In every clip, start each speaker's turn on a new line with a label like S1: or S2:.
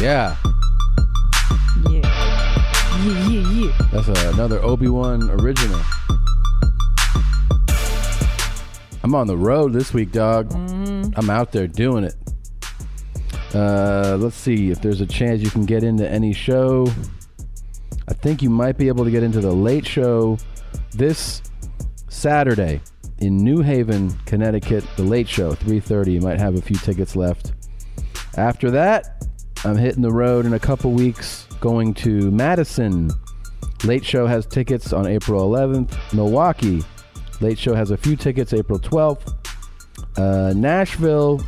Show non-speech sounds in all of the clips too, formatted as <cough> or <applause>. S1: Yeah.
S2: Yeah. Yeah, yeah, yeah.
S1: That's a, another Obi Wan original. I'm on the road this week, dog. I'm out there doing it. Uh, let's see if there's a chance you can get into any show. I think you might be able to get into the late show this Saturday in New Haven, Connecticut. The late show, 3:30. You might have a few tickets left. After that, I'm hitting the road in a couple weeks, going to Madison. Late Show has tickets on April 11th. Milwaukee. Late Show has a few tickets April 12th. Uh, Nashville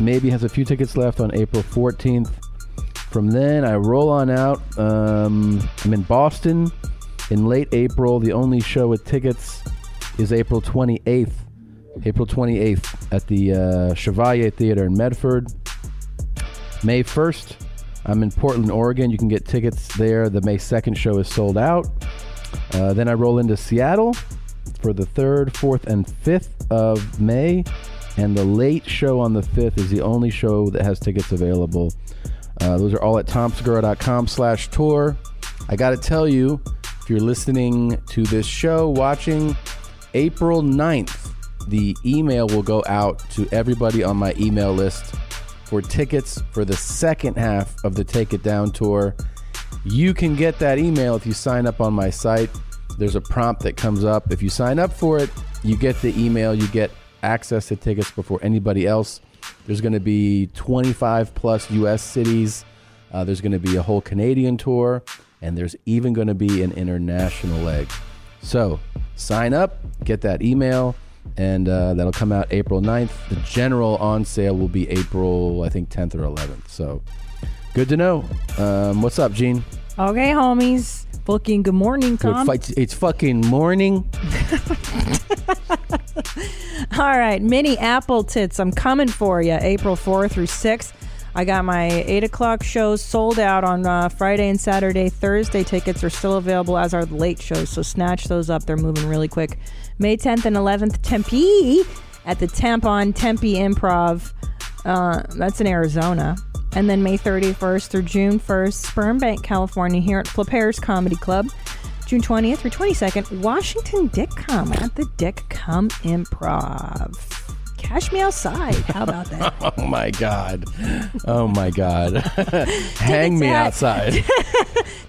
S1: maybe has a few tickets left on April 14th. From then, I roll on out. Um, I'm in Boston in late April. The only show with tickets is April 28th. April 28th at the uh, Chevalier Theater in Medford. May 1st, I'm in Portland, Oregon. You can get tickets there. The May 2nd show is sold out. Uh, then I roll into Seattle for the 3rd, 4th, and 5th of May. And the late show on the 5th is the only show that has tickets available. Uh, those are all at tomsegura.com slash tour. I got to tell you, if you're listening to this show, watching, April 9th, the email will go out to everybody on my email list for tickets for the second half of the Take It Down tour. You can get that email if you sign up on my site. There's a prompt that comes up. If you sign up for it, you get the email, you get access to tickets before anybody else. There's going to be 25 plus US cities. Uh, there's going to be a whole Canadian tour, and there's even going to be an international leg. So sign up, get that email, and uh, that'll come out April 9th. The general on sale will be April, I think, 10th or 11th. So good to know. Um, what's up, Gene?
S2: Okay, homies. Fucking good morning,
S1: Good
S2: Tom.
S1: fight- It's fucking morning.
S2: <laughs> All right, mini apple tits. I'm coming for you. April 4 through 6. I got my 8 o'clock shows sold out on uh, Friday and Saturday. Thursday tickets are still available as are the late shows, so snatch those up. They're moving really quick. May 10th and 11th, Tempe at the Tampon Tempe Improv. Uh, that's in Arizona. And then May 31st through June 1st, Sperm Bank, California, here at Flappers Comedy Club. June 20th through 22nd, Washington Dick Come at the Dick Come Improv. Cash me outside. How about that?
S1: <laughs> Oh my God. Oh my
S2: <laughs>
S1: God. Hang me
S2: out. <laughs>
S1: outside.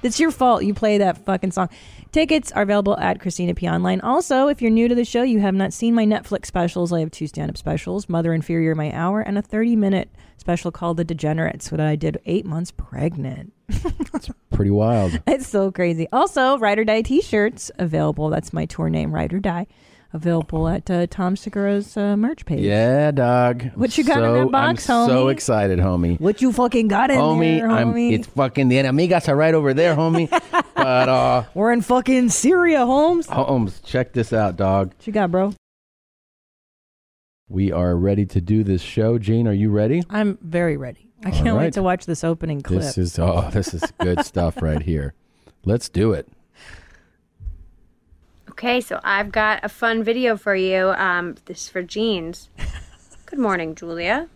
S2: It's your fault. You play that fucking song. Tickets are available at Christina P. Online. Also, if you're new to the show, you have not seen my Netflix specials. I have two stand up specials Mother Inferior, my hour, and a 30 minute special called The Degenerates, what I did eight months pregnant.
S1: Pretty wild.
S2: <laughs> It's so crazy. Also, Ride or Die t shirts available. That's my tour name, Ride or Die, available at uh, Tom Segura's uh, merch page.
S1: Yeah, dog. I'm
S2: What you got in
S1: so-
S2: that box,
S1: I'm so
S2: homie?
S1: excited, homie.
S2: What you fucking got in
S1: Homie,
S2: there,
S1: I'm,
S2: homie?
S1: it's fucking the enemigas are right over there,
S3: <laughs>
S1: homie. but uh,
S2: We're in fucking Syria, Holmes.
S1: Holmes, check this out, dog.
S2: What you got, bro?
S1: We are ready to do this show. Gene, are you ready?
S2: I'm very ready. I
S1: All
S2: can't
S1: right.
S2: wait to watch this opening clip.
S1: This is oh, this is
S3: <laughs>
S1: good stuff right here. Let's do it.
S4: Okay, so I've got a fun video for you. Um, this is for jeans. Good morning, Julia.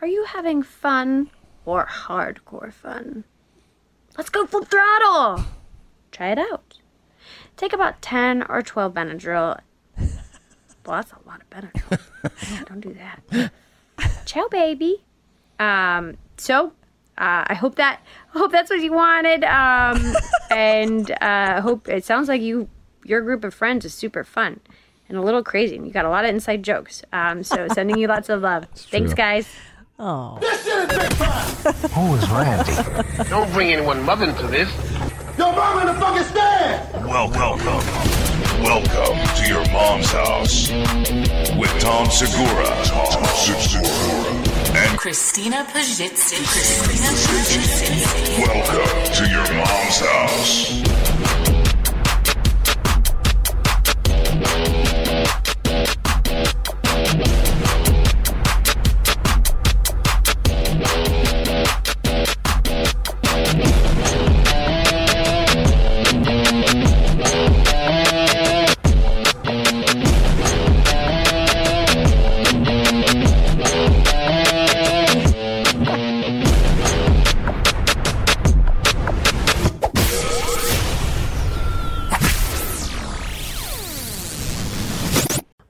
S4: Are you having fun or hardcore fun? Let's go full throttle! Try it out. Take about 10 or 12 Benadryl. Well, that's a lot of Benadryl. No, Don't do that. Ciao, baby. Um, so uh, I hope that I hope that's what you wanted. Um, and uh, hope it sounds like you your group of friends is super fun and a little crazy. And you got a lot of inside jokes. Um, so sending you lots of love. Thanks,
S1: true.
S4: guys.
S5: Who is Randy?
S6: Don't bring anyone mother into this.
S7: Yo, mom in the fucking stand!
S8: Welcome. Welcome to your mom's house with Tom Segura. Tom Segura. And
S9: Christina Pajitsky. Christina Pajitsky.
S8: welcome to your mom's house.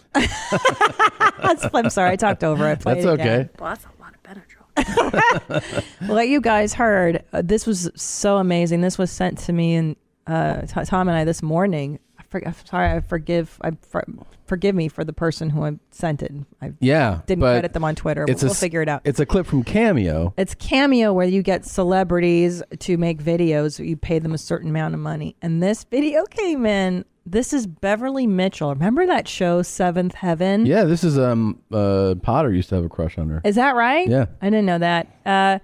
S2: <laughs>
S3: I'm sorry, I talked over it. Played
S1: That's
S3: it again.
S1: okay.
S4: Well, that's a lot of Benadryl.
S3: What you guys heard, uh, this was so amazing. This was sent to me and uh, T- Tom and I this morning. I for, I'm sorry, I forgive. I for, forgive me for the person who I sent it. I
S1: Yeah.
S3: didn't
S1: but
S3: credit them on Twitter. But
S1: a
S3: we'll
S1: s-
S3: figure it out. Mm-hmm.
S1: It's a clip from Cameo.
S3: It's Cameo where you get celebrities to make videos. You pay them a certain amount of money. And this video came in. This is Beverly Mitchell. Remember that show, Seventh Heaven?
S1: Yeah, this is um uh Potter used to have a crush on her.
S3: Is that right?
S1: Yeah.
S3: I didn't know that. Uh,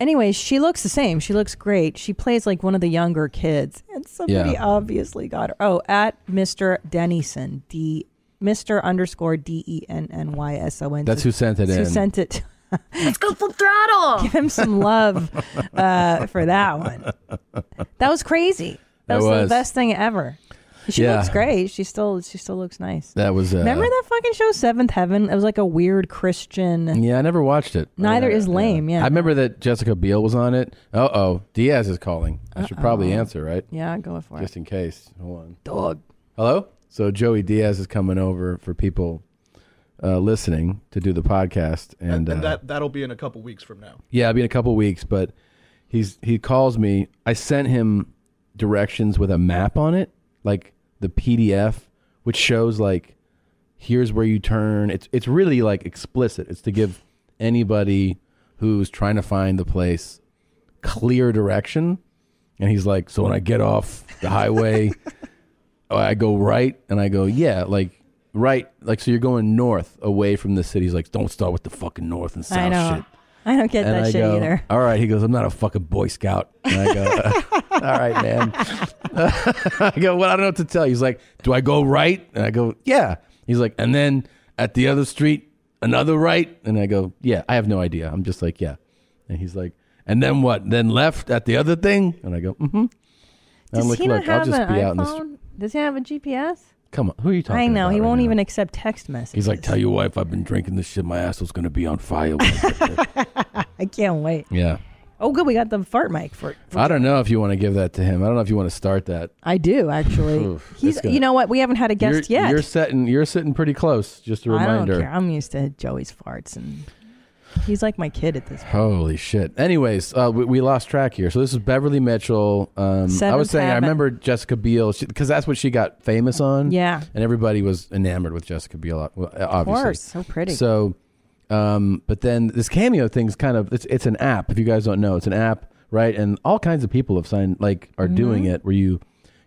S3: anyways, she looks the same. She looks great. She plays like one of the younger kids. And somebody
S1: Yeah.
S3: obviously got her. Oh, at Mr. Dennison, D. Mr. underscore D E N N Y S O N.
S1: That's who sent it
S3: Who
S1: in.
S3: sent it?
S4: Let's go full throttle.
S3: <laughs> him some love uh, for that one. That was crazy. That
S1: That
S3: was, the
S1: was.
S3: best thing ever. She
S1: Yeah.
S3: looks great. She still she still looks nice.
S1: that was uh,
S3: Remember that fucking show Seventh Heaven? It was like a weird <laughs> Christian.
S1: Yeah, I never watched it.
S3: Neither
S1: I-
S3: is lame, yeah.
S1: I remember that Jessica Biel was on it. Uh oh. Diaz is calling. I should probably answer, right?
S3: Yeah, go for it.
S1: Just in case. Hold on. Dog. Hello? So Joey Diaz is coming over for people uh, listening to do the podcast and,
S10: And,
S1: uh,
S10: that that'll be in a couple weeks from now.
S1: Yeah, it'll be in a couple weeks, but he's he calls me. I sent him directions with a map on it, like the PDF, which shows like here's where you turn. It's it's really like explicit. It's to give anybody who's trying to find the place clear direction. And he's like, so when I get off the highway, <laughs> I go right, and I go yeah, like. Right, like so, you're going north away from the city. He's like, "Don't start with the fucking north and south
S3: I know.
S1: shit."
S3: I don't get that
S1: I
S3: shit
S1: go,
S3: either.
S1: All right. He goes, I'm not a fucking Boy Scout. And I
S3: <laughs>
S1: go, all right, man. <laughs> I go, well, I don't know what to tell you. He's like, do I go right? And I go, yeah. He's like, and then at the other street, another right? And I go, yeah, I have no idea. I'm just like, yeah. And he's like, and then what? Then left at the other thing? And I go, mm-hmm.
S3: Does
S1: I'm like,
S3: he not
S1: look, I'll
S3: have
S1: just
S3: an
S1: be
S3: iPhone?
S1: out in the street.
S3: Does he have a GPS?
S1: Come on. Who are you talking
S3: I know
S1: about
S3: he
S1: right
S3: won't
S1: now?
S3: even accept text messages.
S1: He's
S3: <laughs>
S1: like, tell your wife I've been drinking this shit. My asshole's going to be on fire. when I get
S3: <laughs>
S1: there."
S3: I can't wait.
S1: yeah.
S3: Oh, good, we got the fart mic for. for
S1: I don't know if you want to give that to him. I don't know if you want to start that.
S3: I do actually.
S1: Oof,
S3: He's.
S1: it's gonna-
S3: you know what? We haven't had a
S1: you're,
S3: guest yet.
S1: You're sitting. You're sitting pretty close. Just a
S3: I
S1: reminder.
S3: don't care. I'm used to Joey's farts, and he's like my kid at this point.
S1: Holy shit. Anyways, uh, we, we lost track here. So this is Beverly Mitchell. Um, I
S3: Seventh
S1: was saying I
S3: Heaven.
S1: remember Jessica Biel because that's what she got famous on.
S3: Yeah.
S1: and everybody was enamored with Jessica Biel. uh, well, uh, Obviously,
S3: course, so pretty.
S1: So, um, but then this cameo thing's kind of it's it's an app. If you guys don't know, it's an app, right? And all kinds of people have signed like
S3: Mm-hmm.
S1: are doing it where you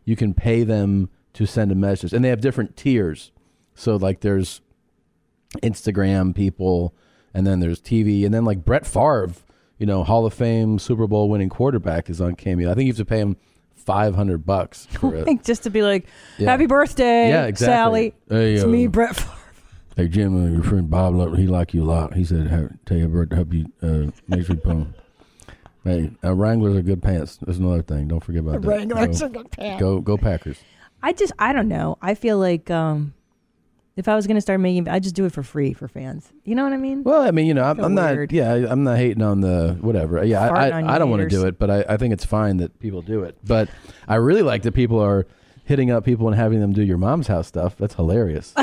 S1: you can pay them to send a message, and they have different tiers. So like there's Instagram people, and then there's TV, and then like Brett Favre, you know, Hall of Fame Super Bowl winning quarterback is on Cameo. I think you have to pay him five hundred bucks <laughs> for
S3: <laughs>
S1: it.
S3: Like just to be like,
S1: Yeah.
S3: "Happy birthday,
S1: Yeah, exactly.
S3: Sally."
S1: Hey,
S3: it's
S1: uh,
S3: me, Brett. Favre.
S1: Hey Jim, uh, your friend Bob, Lutler, he like you a lot. He said, hey, "Tell your bird to help you uh, make sure you put 'em." Hey, uh, Wranglers are good pants. That's another thing. Don't forget about that.
S3: Wranglers
S1: Go-
S3: are good pants.
S1: Go, go Packers.
S3: I just, I don't know. I feel like um, if I was gonna start making, I just do it for free for fans. You know what I mean?
S1: Well, I mean, you know, I'm,
S3: So
S1: I'm not.
S3: weird.
S1: Yeah, I- I'm not hating on the whatever. Yeah, I,
S3: Fart on
S1: I, I don't want to
S3: haters.
S1: do it, but I, I think it's fine that people do it. But I really
S3: <laughs>
S1: like that people are hitting up people and having them do your mom's house stuff. That's hilarious.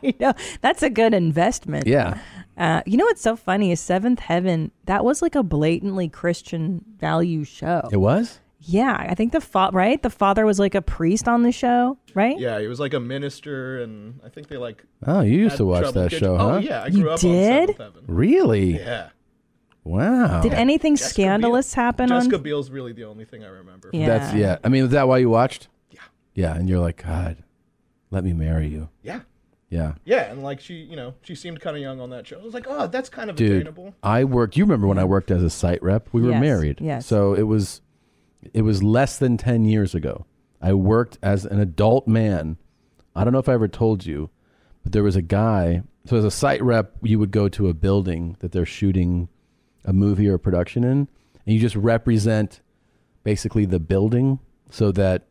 S3: you know, that's a good investment.
S1: Yeah.
S3: Uh, you know what's so funny is Seventh Heaven. That was like a blatantly Christian value show.
S1: It was?
S3: Yeah, I think the fa- right the father was like a priest on the show, right?
S10: Yeah, he was like a minister, and I think they like.
S1: Oh, you used
S10: had
S1: to watch
S10: trouble
S1: that
S10: catch-
S1: show, huh?
S10: Oh yeah, I
S3: You
S10: grew up on
S3: did?
S10: Seventh Heaven.
S1: Really?
S10: Yeah.
S1: Wow.
S3: Did anything scandalous happen
S10: Jessica
S3: on?
S10: Biel's really the only thing I remember.
S3: Yeah.
S1: That's yeah. I mean, is that why you watched? Yeah. Yeah, and you're like, God, let me marry you.
S10: Yeah.
S1: Yeah.
S10: Yeah, and like she, you know, she seemed kind of young on that show. I was like, oh, that's kind of
S1: Dude,
S10: attainable.
S1: I worked. You remember when I worked as a site rep? We were
S3: Yes,
S1: married.
S3: yes.
S1: So it was, it was less than ten years ago. I worked as an adult man. I don't know if I ever told you, but there was a guy. So as a site rep, you would go to a building that they're shooting a movie or a production in, and you just represent basically the building so that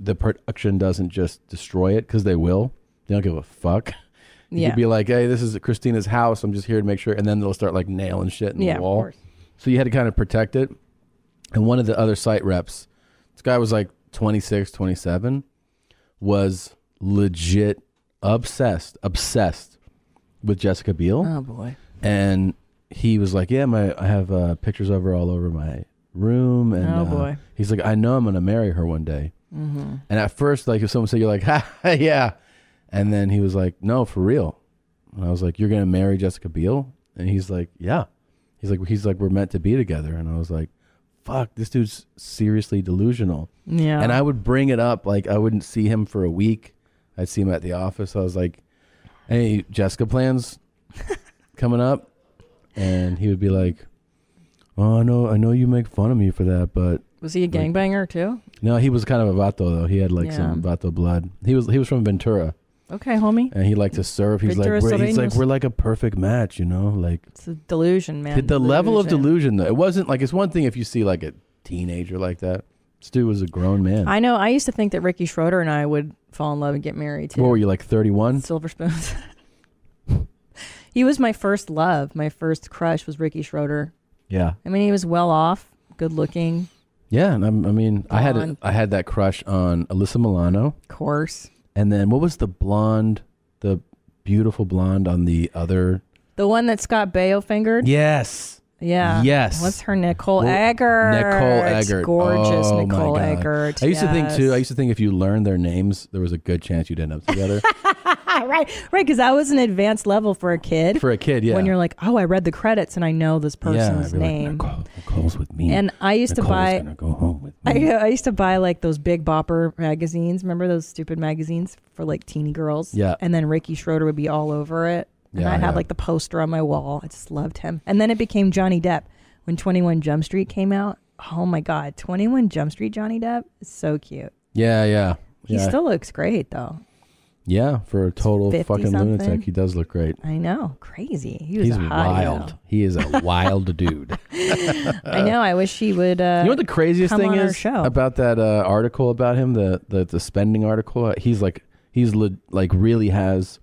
S1: the production doesn't just destroy it because they will. They don't give a fuck. You
S3: Yeah.
S1: could be like, hey, this is Christina's house. I'm just here to make sure. And then they'll start like nailing shit in
S3: Yeah,
S1: the
S3: of
S1: wall.
S3: course.
S1: So you had to kind of protect it. And one of the other site reps, this guy was like 26, 27, was legit obsessed, obsessed with Jessica Biel
S3: Oh boy.
S1: and he was like, "Yeah, my I have uh, pictures of her all over my room." And
S3: Oh,
S1: uh,
S3: boy. Mm-hmm.
S1: he's like, "I know I'm gonna marry her one day." And at first, like if someone said, "You're like, <laughs> ha, ha, yeah," and then he was like, "No, for real." And I was like, "You're gonna marry Jessica Biel?" And he's like, "Yeah." He's like, "He's like, we're meant to be together." And I was like, "Fuck, this dude's seriously delusional."
S3: Yeah.
S1: And I would bring it up. Like, I wouldn't see him for a week. I'd see him at the office. I was like, hey, Jessica
S3: <laughs>
S1: plans coming up? And he would be like, oh, I know, I know you make fun of me for that, but
S3: was he a gangbanger too?
S1: no, he was kind of a Vato, though. He had like
S3: Yeah.
S1: some Vato blood. He was he was from Ventura,
S3: Okay, homie.
S1: and he liked to serve. He's like,
S3: Ventura,
S1: we're, he's
S3: Sylvania.
S1: like, we're like a perfect match, you know? Like,
S3: It's a delusion, man.
S1: the level of delusion, though, it wasn't like, it's one thing if you see like a teenager like that. Stu was a grown man.
S3: I know. I used to think that Ricky Schroeder and I would fall in love and get married too.
S1: what were you, like 31?
S3: Silver spoons. <laughs> he was my first love. My first crush was Ricky Schroeder.
S1: Yeah.
S3: I mean, he was well off, good looking,
S1: Yeah, and I'm, I mean, I had a,
S3: Blonde.
S1: I had that crush on Alyssa Milano,
S3: coarse.
S1: and then what was the blonde, the beautiful blonde on the other?
S3: The one that Scott Baio fingered.
S1: Yes,
S3: Yeah.
S1: Yes.
S3: What's her Nicole
S1: Well,
S3: Eggert?
S1: Nicole Eggert,
S3: Gorgeous
S1: Oh, my
S3: Nicole
S1: God.
S3: Eggert.
S1: I used to think too. I
S3: yes. <laughs>
S1: used to think if you learned their names, there was a good chance you'd end up together
S3: right, right, because I was an advanced level for a kid.
S1: for a kid. Yeah,
S3: <laughs> When you're like, oh, I read the credits and I know this
S1: yeah,
S3: person's
S1: I'd be like,
S3: name.
S1: Nicole, Nicole's with me,
S3: And I used to
S1: Nicole's
S3: buy-
S1: Gonna go home with me.
S3: I, I used to buy like those big bopper magazines. Remember those stupid magazines for like teeny girls?
S1: Yeah.
S3: And then Ricky Schroeder would be all over it. And
S1: Yeah,
S3: I had
S1: yeah.
S3: like the poster on my wall. I just loved him. And then it became Johnny Depp when 21 Jump Street came out. Oh my God. 21 Jump Street Johnny Depp is so cute.
S1: yeah, yeah,
S3: He
S1: yeah,
S3: still looks great though.
S1: yeah. For a total
S3: 50
S1: fucking
S3: something.
S1: lunatic, he does look great.
S3: I know. Crazy. He was
S1: He's
S3: a hot
S1: wild. He is a
S3: <laughs>
S1: wild dude.
S3: I know. I wish he would. Uh,
S1: You know what the craziest
S3: come
S1: thing
S3: on our
S1: is
S3: show.
S1: about that uh, article about him, the, the the spending article. Uh, He's like he's le- like really has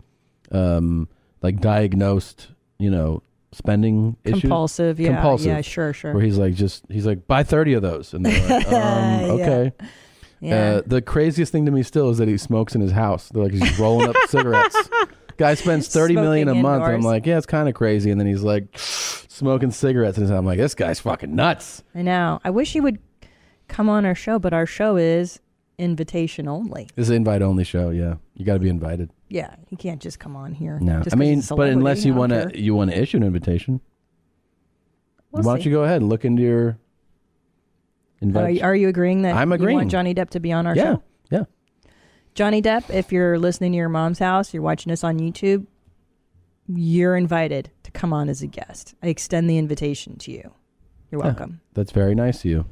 S1: um like diagnosed, you know, spending issues.
S3: compulsive. Yeah.
S1: compulsive.
S3: Yeah. Sure. Sure.
S1: Where he's like just he's like buy 30 of those and they're
S3: <laughs>
S1: like um, okay.
S3: yeah.
S1: Uh, the craziest thing to me still is that he smokes in his house. They're like he's rolling
S3: <laughs>
S1: up cigarettes. Guy spends thirty million
S3: Smoking
S1: a month. I'm
S3: indoors.
S1: like, yeah, it's kind of crazy. And then he's like <sniffs> smoking cigarettes and I'm like, this guy's fucking nuts.
S3: I know. I wish he would come on our show, but our show is invitation only.
S1: This is an invite only show, yeah. You got to be invited.
S3: Yeah, he can't just come on here.
S1: No,
S3: just
S1: I
S3: 'cause
S1: mean,
S3: he's a
S1: but unless
S3: celebrity,
S1: you
S3: I
S1: want
S3: don't
S1: to,
S3: care.
S1: you want to issue an invitation.
S3: We'll
S1: Why don't
S3: see.
S1: you go ahead and look into your
S3: Are
S1: invite?
S3: you, are you agreeing that
S1: I'm
S3: You
S1: agreeing.
S3: want Johnny Depp to be on our
S1: yeah,
S3: show?
S1: yeah.
S3: Johnny Depp, if you're listening to your mom's house, you're watching us on YouTube, you're invited to come on as a guest. I extend the invitation to you. You're welcome.
S1: That's very nice of you.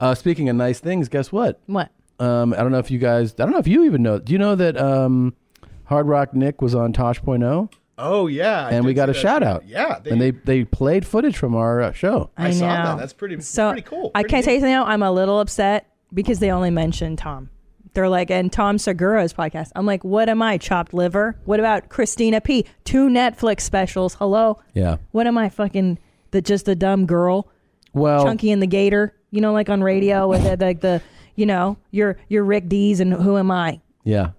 S1: Uh, speaking of nice things, guess what?
S3: What?
S1: Um, I don't know if you guys, I don't know if you even know. Do you know that um, Hard Rock Nick was on Tosh.0
S10: Oh yeah, I
S1: and we
S10: did
S1: got
S10: see
S1: a
S10: that
S1: shout
S10: show.
S1: out?
S10: Yeah, they,
S1: and they they played footage from our uh, show.
S10: I, saw
S3: know.
S10: that. That's pretty.
S3: So
S10: pretty cool.
S3: I
S10: Pretty
S3: can't tell
S10: neat.
S3: you something. Now, I'm a little upset because they only mentioned Tom. They're like, and Tom Segura's podcast. I'm like, what am I? Chopped liver? What about Christina P? Two Netflix specials. Hello.
S1: Yeah.
S3: What am I? Fucking the just the dumb girl,
S1: Well,
S3: Chunky and the Gator. You know, like on radio with the, like the, you know, you're you're Rick Dees and who am I?
S1: yeah.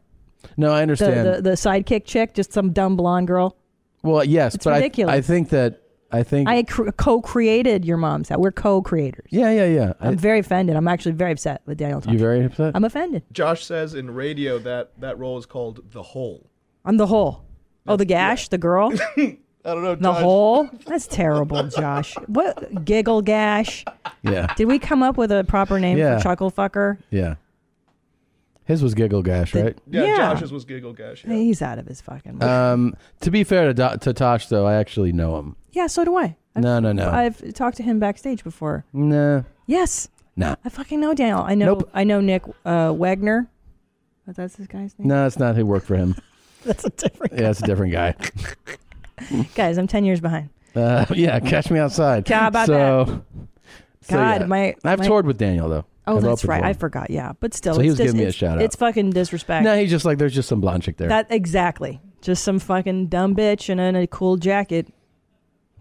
S1: No, I understand.
S3: The, the, the sidekick chick, just some dumb blonde girl.
S1: well, yes,
S3: It's
S1: but I-
S3: ridiculous.
S1: I, think that I think
S3: I cr- co-created your mom's house. We're co-creators.
S1: yeah, yeah, yeah. I-
S3: I'm very offended. I'm actually very upset with Daniel.
S1: you
S3: Thompson.
S1: very upset?
S3: I'm offended.
S10: Josh says in radio that that role is called the hole.
S3: I'm the whole. Oh, the gash, the girl,
S10: I don't know.
S3: the
S10: Josh.
S3: whole. That's terrible, Josh. What giggle gash?
S1: yeah,
S3: Did we come up with a proper name
S1: Yeah.
S3: for chuckle fucker?
S1: yeah. His was giggle gash, right?
S10: Yeah,
S3: Yeah.
S10: Josh's was giggle gash. Yeah.
S3: He's out of his fucking mind. <laughs>
S1: Um, to be fair to, Do- to Tosh, though, I actually know him.
S3: yeah, so do I. I've,
S1: No, no, no.
S3: I've talked to him backstage before.
S1: nah,
S3: Yes,
S1: nah.
S3: I fucking know Daniel. I know.
S1: Nope.
S3: I know Nick uh, Wagner. But that's this guy's name. <laughs>
S1: No, that's not who worked for him.
S11: That's a different.
S1: Yeah, it's a different guy.
S3: Guys, I'm ten years behind.
S1: Uh, <laughs> yeah, catch me outside.
S3: Yeah, about
S1: so, so,
S3: God,
S1: yeah.
S3: my-
S1: I've
S3: my-
S1: toured with Daniel though.
S3: Oh,
S1: I've
S3: that's
S1: opened
S3: right.
S1: for him.
S3: I forgot. Yeah, but still,
S1: So he
S3: it's
S1: was
S3: dis-
S1: giving me a
S3: it's-
S1: shout out.
S3: It's fucking disrespect.
S1: No, he's just like there's just some blonde chick there.
S3: That exactly. Just some fucking dumb bitch and in a cool jacket.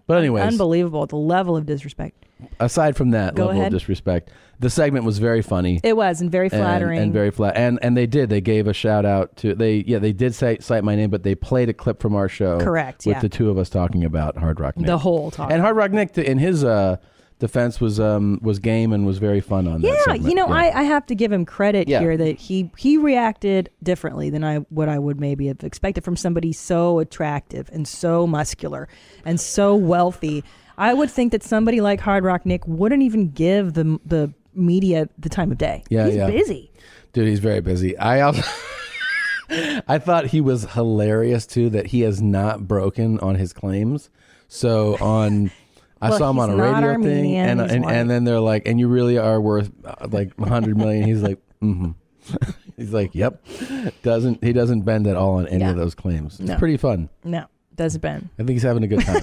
S1: but anyways,
S3: Unbelievable. The level of disrespect.
S1: aside from that
S3: Go
S1: level
S3: ahead.
S1: of disrespect, the segment was very funny.
S3: It was and very
S1: and-
S3: flattering.
S1: and, very flat. And and they did. They gave a shout out to they. Yeah, they did say, cite my name, but they played a clip from our show.
S3: Correct,
S1: With
S3: yeah.
S1: the two of us talking about Hard Rock Nick.
S3: The whole talk.
S1: And Hard Rock Nick, in his uh, defense, was um was game and was very fun on that.
S3: yeah,
S1: segment.
S3: you know, I, I have to give him credit
S1: Yeah.
S3: here that he he reacted differently than I what I would maybe have expected from somebody so attractive and so muscular and so wealthy. I would think that somebody like Hard Rock Nick wouldn't even give the the media the time of day.
S1: Yeah,
S3: he's
S1: yeah.
S3: busy.
S1: Dude, he's very busy. I also, <laughs> I thought he was hilarious too that he has not broken on his claims. So on, I
S3: Well,
S1: saw him on a
S3: he's not
S1: radio thing,
S3: Armenian,
S1: and
S3: he's
S1: and,
S3: white.
S1: and then they're like, and you really are worth uh, like hundred million. He's like, mm-hmm. <laughs> he's like, yep. Doesn't he doesn't bend at all on any
S3: Yeah.
S1: of those claims. It's
S3: No.
S1: pretty fun.
S3: No, doesn't Ben.
S1: I think he's having a good
S3: <laughs>
S1: time.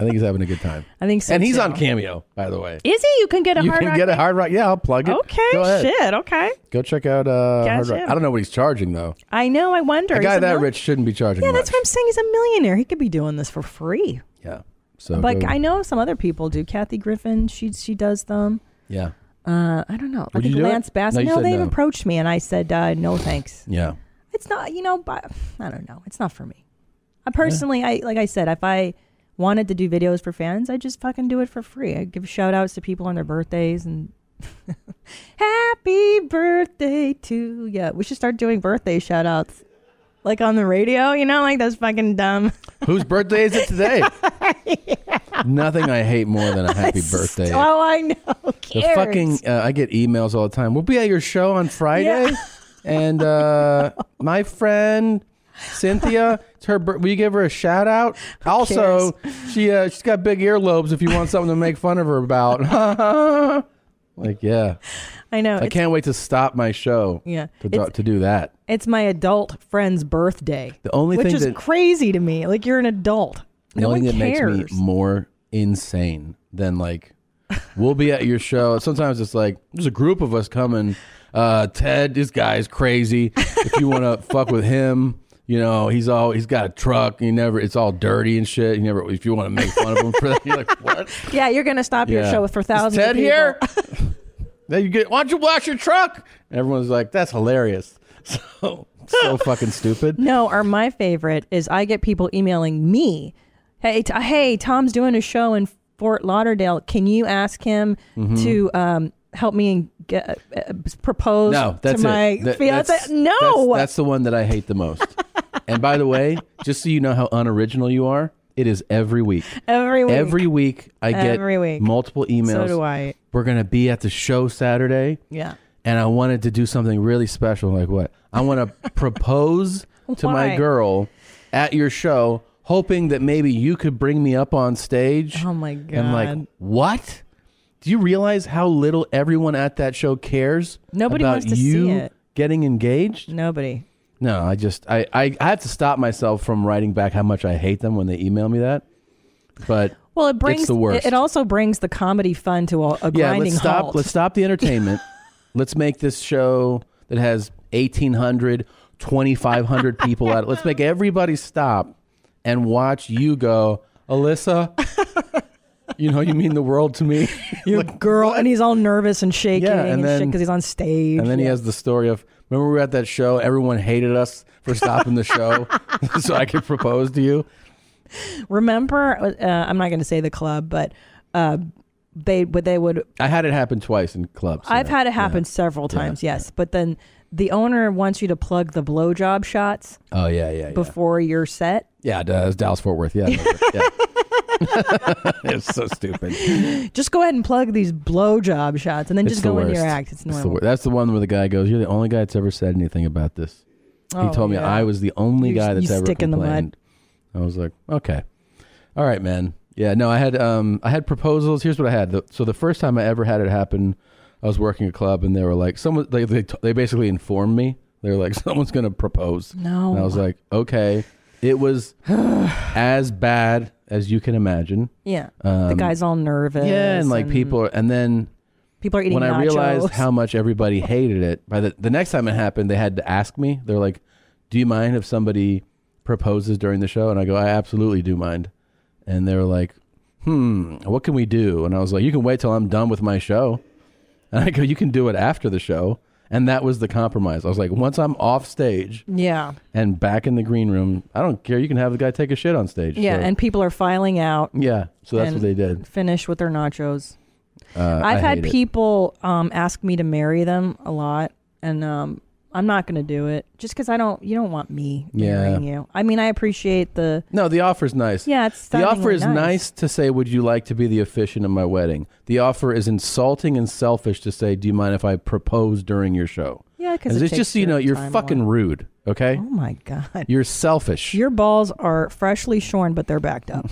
S1: I think he's having a good time.
S3: I think so.
S1: and he's
S3: too.
S1: on cameo, by the way.
S3: Is he? You can get a
S1: you
S3: Hard
S1: can
S3: Rock
S1: get a
S3: Nick?
S1: hard rock. Yeah, I'll plug it. Go
S3: Okay,
S1: ahead.
S3: shit. Okay,
S1: Go check out uh, hard
S3: Gotcha.
S1: rock. I don't know what he's charging though.
S3: I know. I wonder.
S1: A
S3: He's
S1: guy that
S3: mil-
S1: rich shouldn't be charging.
S3: Yeah, that's what I'm
S1: much.
S3: saying. He's a millionaire. He could be doing this for free.
S1: Yeah. So
S3: Like
S1: go-
S3: I know some other people do. Kathy Griffin, she she does them.
S1: Yeah.
S3: Uh, I don't know. I
S1: Would you
S3: think
S1: do it?
S3: Lance Bass.
S1: No,
S3: No,
S1: you said
S3: they've
S1: no.
S3: approached me, and I said uh, no, thanks.
S1: Yeah.
S3: It's not, you know, but I don't know. It's not for me. I personally, I like I said, if I wanted to do videos for fans, I just fucking do it for free. I give shout outs to people on their birthdays and <laughs> happy birthday to you. We should start doing birthday shout outs. Like on the radio, you know, like that's fucking dumb.
S1: Whose birthday is it
S3: <laughs>
S1: today? Nothing I hate more than a happy birthday.
S3: <laughs> Oh, I know.
S1: The
S3: Who cares?
S1: fucking uh, I get emails all the time. We'll be at your show on Friday, <laughs> and uh, my friend Cynthia, it's her. Bir- will you give her a shout out? Also, she uh, she's got big earlobes. If you want something to make fun of her about, <laughs> like yeah,
S3: I know.
S1: I
S3: It's,
S1: can't wait to stop my show.
S3: Yeah.
S1: to,
S3: It's-
S1: do- to do that.
S3: it's my adult friend's birthday.
S1: The only
S3: which
S1: thing
S3: is
S1: that-
S3: crazy to me. Like you're an adult.
S1: The
S3: no
S1: only
S3: one
S1: thing that
S3: cares.
S1: makes me more insane than like we'll be at your show. Sometimes it's like there's a group of us coming. Uh, Ted, this guy is crazy. If you want to <laughs> fuck with him, you know he's all he's got a truck. You never, it's all dirty and shit. You never, if you want to make fun of him for that, you're like <laughs> what?
S3: Yeah, you're gonna stop your
S1: Yeah.
S3: show for thousands.
S1: Is Ted
S3: of people. <laughs>
S1: here? <laughs> then you get. Why don't you wash your truck? And everyone's like, that's hilarious. <laughs> So so fucking stupid.
S3: No, or my favorite is I get people emailing me, hey, t- hey, Tom's doing a show in Fort Lauderdale. Can you ask him
S1: Mm-hmm.
S3: to um, help me and get, uh, propose
S1: No, that's
S3: to my
S1: it. That-
S3: fiance?
S1: that's-
S3: no,
S1: that's, that's the one that I hate the
S3: <laughs>
S1: most. and by the way, just so you know how unoriginal you are, it is every week.
S3: every week.
S1: Every week I get
S3: Every week.
S1: multiple emails.
S3: so do I.
S1: We're gonna be at the show Saturday,
S3: Yeah.
S1: and I wanted to do something really special. Like what? I
S3: <laughs>
S1: want to propose to my
S3: Why?
S1: girl at your show, hoping that maybe you could bring me up on stage.
S3: Oh my
S1: I'm
S3: God.
S1: like, what? Do you realize how little everyone at that show cares?
S3: Nobody
S1: about
S3: wants to see
S1: you
S3: it.
S1: getting engaged.
S3: Nobody.
S1: No, I just I, I I have to stop myself from writing back how much I hate them when they email me that. But
S3: Well, it brings
S1: it's the worst.
S3: It, it also brings the comedy fun to a, a
S1: yeah,
S3: grinding
S1: let's stop.
S3: halt.
S1: Let's stop the
S3: <laughs>
S1: entertainment. let's make this show that has 1,800, 2,500 people at it. Let's make everybody stop and watch you go, Alyssa. you know, you mean the world to
S3: <laughs>
S1: me. <laughs>
S3: Your girl, and he's all nervous and shaking
S1: Yeah, and
S3: and, shit
S1: then-
S3: because he's on stage.
S1: And then he
S3: Yeah.
S1: has the story of Remember we were at that show. Everyone hated us for stopping the show
S3: <laughs>
S1: <laughs> so I could propose to you.
S3: Remember, uh, I'm not going to say the club, but uh, they would they would
S1: I had it happen twice in clubs.
S3: I've
S1: yeah.
S3: had it happen several times, yes. But then the owner wants you to plug the blowjob shots
S1: Oh yeah, yeah, yeah.
S3: before your set.
S1: yeah, uh, it was Dallas Fort Worth. Yeah, yeah.
S3: <laughs>
S1: <laughs> it's so stupid.
S3: Just go ahead and plug these blowjob shots, and then
S1: It's
S3: just
S1: the
S3: go into your
S1: worst.
S3: act. It's
S1: the
S3: normal.
S1: wor- that's the one where the guy goes, "You're the only guy that's ever said anything about this."
S3: Oh,
S1: he told me
S3: yeah.
S1: I was the only
S3: You-
S1: guy that's
S3: you
S1: ever
S3: stick in the mud.
S1: complained. I was like, "Okay, all right, man." Yeah, no, I had um, I had proposals. Here's what I had. The, so the first time I ever had it happen, I was working a club, and they were like, "Someone." They they, t- they basically informed me. They were like, <laughs> "Someone's gonna propose."
S3: No.
S1: and I was like, "Okay." It
S3: <sighs>
S1: was as bad as you can imagine.
S3: yeah, the guy's all nervous.
S1: um, Yeah, and like people, are, and then
S3: people are eating
S1: when I realized
S3: nachos.
S1: how much everybody hated it, by the the next time it happened, they had to ask me. They're like, "Do you mind if somebody proposes during the show?" And I go, "I absolutely do mind." And they were like, "Hmm, what can we do?" And I was like, "You can wait till I'm done with my show." And I go, "You can do it after the show." And that was the compromise. I was like, "Once I'm off stage
S3: <laughs> yeah,
S1: and back in the green room, I don't care. You can have the guy take a shit on stage."
S3: yeah,
S1: So-
S3: and people are filing out.
S1: yeah. So that's what
S3: and
S1: they did.
S3: Finish with their nachos.
S1: Uh, I
S3: I've had
S1: hate it.
S3: people um, ask me to marry them a lot, and um, I'm not going to do it just because I don't. You don't want me
S1: Yeah.
S3: marrying you. I mean, I appreciate the.
S1: No, the offer's nice.
S3: Yeah, it's
S1: the offer
S3: stunningly
S1: is
S3: nice.
S1: nice. to say, "Would you like to be the officiant at my wedding?" The offer is insulting and selfish to say, "Do you mind if I propose during your show?"
S3: Yeah, 'cause
S1: And
S3: it
S1: it's
S3: takes
S1: just so you know
S3: your
S1: you're
S3: time
S1: fucking rude. Okay,
S3: Oh my god,
S1: you're selfish.
S3: <laughs> your balls are freshly shorn, but they're
S1: <laughs>
S3: backed up.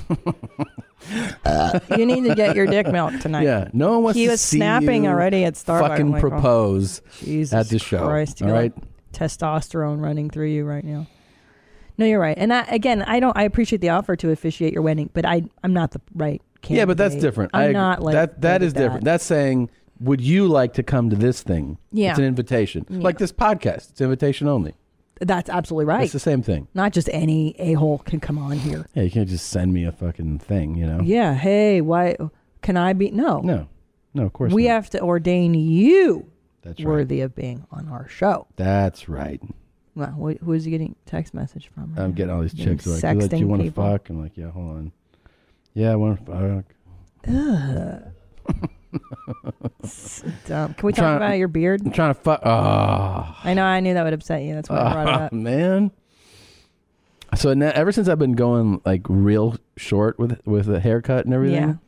S3: you need to get your dick milked tonight.
S1: Uh, yeah, no one wants
S3: He
S1: to
S3: was
S1: see
S3: snapping
S1: you
S3: already at Starbucks. I'm
S1: Fucking
S3: like, oh,
S1: propose
S3: Jesus
S1: at the show.
S3: Christ, you
S1: all
S3: got
S1: right,
S3: testosterone running through you right now. No, you're right. And I, again, I don't. I appreciate the offer to officiate your wedding, but I, I'm not the right candidate.
S1: yeah, but that's different. I
S3: I'm
S1: agree.
S3: not like
S1: that. That
S3: good
S1: is
S3: at
S1: different. That's saying, "Would you like to come to this thing?"
S3: Yeah.
S1: it's an invitation. Like this podcast, it's invitation only.
S3: That's absolutely right.
S1: It's the same thing.
S3: not just any a hole can come on here.
S1: Yeah, you can't just send me a fucking thing. You know?
S3: Yeah. Hey, why can I be? No.
S1: No, no, of course
S3: we
S1: not.
S3: have to ordain you
S1: That's right.
S3: worthy of being on our show.
S1: That's right.
S3: Well, wh- who is he getting text message from? right
S1: I'm
S3: now?
S1: getting all these
S3: Getting
S1: chicks who are like, "You like, do you
S3: sexting
S1: want to
S3: people.
S1: fuck? I'm like, yeah, hold on. Yeah, I want to fuck.
S3: <laughs> Dumb. Can we talk
S1: trying-
S3: about your beard?
S1: I'm trying to fuck. Oh,
S3: I know. I knew that would upset you. That's why
S1: <laughs>
S3: I brought it up.
S1: man. So now, ever since I've been going like real short with with a haircut and everything,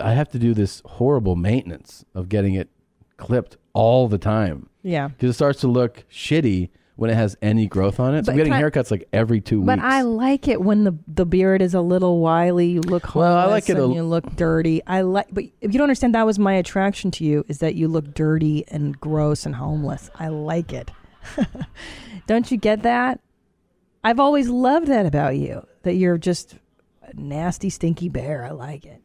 S1: I have to do this horrible maintenance of getting it clipped all the time
S3: Yeah.
S1: because it starts to look shitty when it has any growth on it. So
S3: But
S1: I'm getting
S3: can I-
S1: haircuts like every two
S3: But
S1: weeks.
S3: I like it when the the beard is a little wily. You look homeless
S1: Well, I like it
S3: and
S1: a-
S3: you look dirty. I like, but if you don't understand, that was my attraction to you is that you look dirty and gross and homeless. I like it. <laughs> don't you get that? I've always loved that about you. That you're just a nasty, stinky bear. I like it.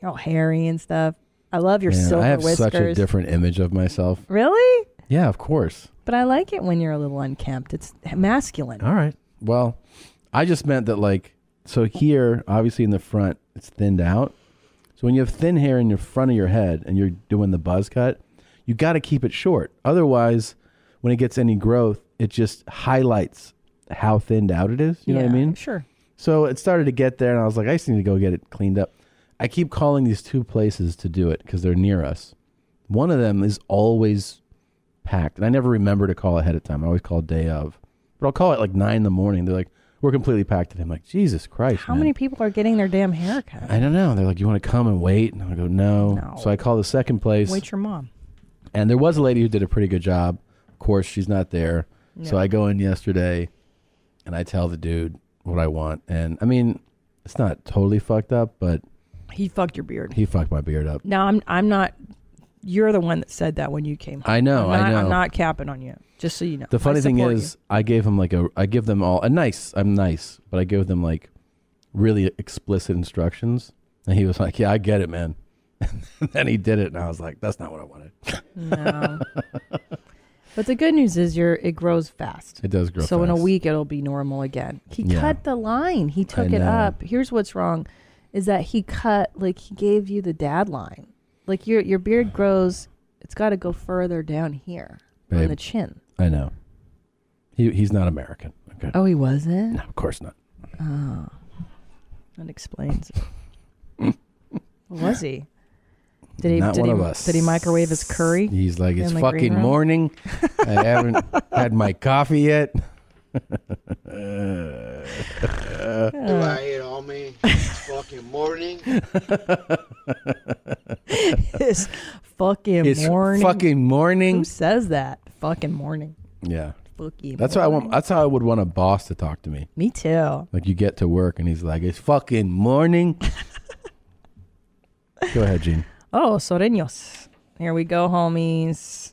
S3: You're all hairy and stuff. I love your
S1: Man,
S3: silver
S1: I have
S3: whiskers.
S1: such a different image of myself.
S3: really?
S1: Yeah, of course.
S3: But I like it when you're a little unkempt. It's masculine.
S1: All right. Well, I just meant that like so here, obviously in the front, it's thinned out. So when you have thin hair in your front of your head and you're doing the buzz cut, you got to keep it short. Otherwise, when it gets any growth, it just highlights how thinned out it is. You know what I
S3: Yeah,
S1: mean?
S3: Sure.
S1: So it started to get there, and I was like, I just need to go get it cleaned up. I keep calling these two places to do it because they're near us. One of them is always packed, and I never remember to call ahead of time. I always call day of, but I'll call it like nine in the morning. They're like, we're completely packed today. I'm like, Jesus Christ!
S3: How
S1: man."
S3: many people are getting their damn haircut?
S1: I don't know. They're like, you want to come and wait? And I go, no.
S3: No.
S1: So I call the second place.
S3: Wait, your mom.
S1: And there was a lady who did a pretty good job. Of course, she's not there. So I go in yesterday and I tell the dude what I want. And I mean, it's not totally fucked up, but
S3: He fucked your beard.
S1: he fucked my beard up.
S3: No, I'm I'm not. You're the one that said that when you came. Home.
S1: I know,
S3: I'm not,
S1: I know.
S3: am not capping on you. Just so you know.
S1: the funny
S3: I
S1: thing
S3: support
S1: is, I gave him like a, I give them all a nice, I'm nice, but I give them like really explicit instructions. And he was like, yeah, I get it, man. <laughs> and then he did it. And I was like, that's not what I wanted.
S3: you. No.
S1: <laughs>
S3: but the good news is, you're it grows fast.
S1: It does grow
S3: So in a
S1: fast.
S3: week, it'll be normal again. He
S1: Yeah.
S3: cut the line. He took
S1: I
S3: it
S1: know.
S3: up. Here's what's wrong, is that he cut like he gave you the dad line. Like your your beard grows. It's got to go further down here on
S1: Babe.
S3: the chin.
S1: I know. He he's not American. Okay.
S12: Oh, he wasn't?
S1: No, of course not.
S12: Oh. That explains it.
S1: <laughs>
S12: was he? Did he
S1: Not
S12: did
S1: one
S12: he,
S1: of us.
S12: Did he microwave his
S1: <laughs>
S12: curry?
S1: He's like,
S12: in
S1: it's
S12: the green
S1: fucking
S12: room?" <laughs>
S1: morning. I haven't had my coffee yet.
S13: Do I eat all me? It's fucking morning.
S12: It's fucking
S1: It's
S12: morning.
S1: fucking morning.
S12: Who says that? Fucking morning.
S1: Yeah.
S12: Fucking
S1: That's why I want. That's how I would want a boss to talk to me.
S12: Me too.
S1: Like you get to work and he's like, "It's fucking
S12: <laughs>
S1: morning." Go ahead, Gene.
S12: Oh, Soreños. Here we go, homies.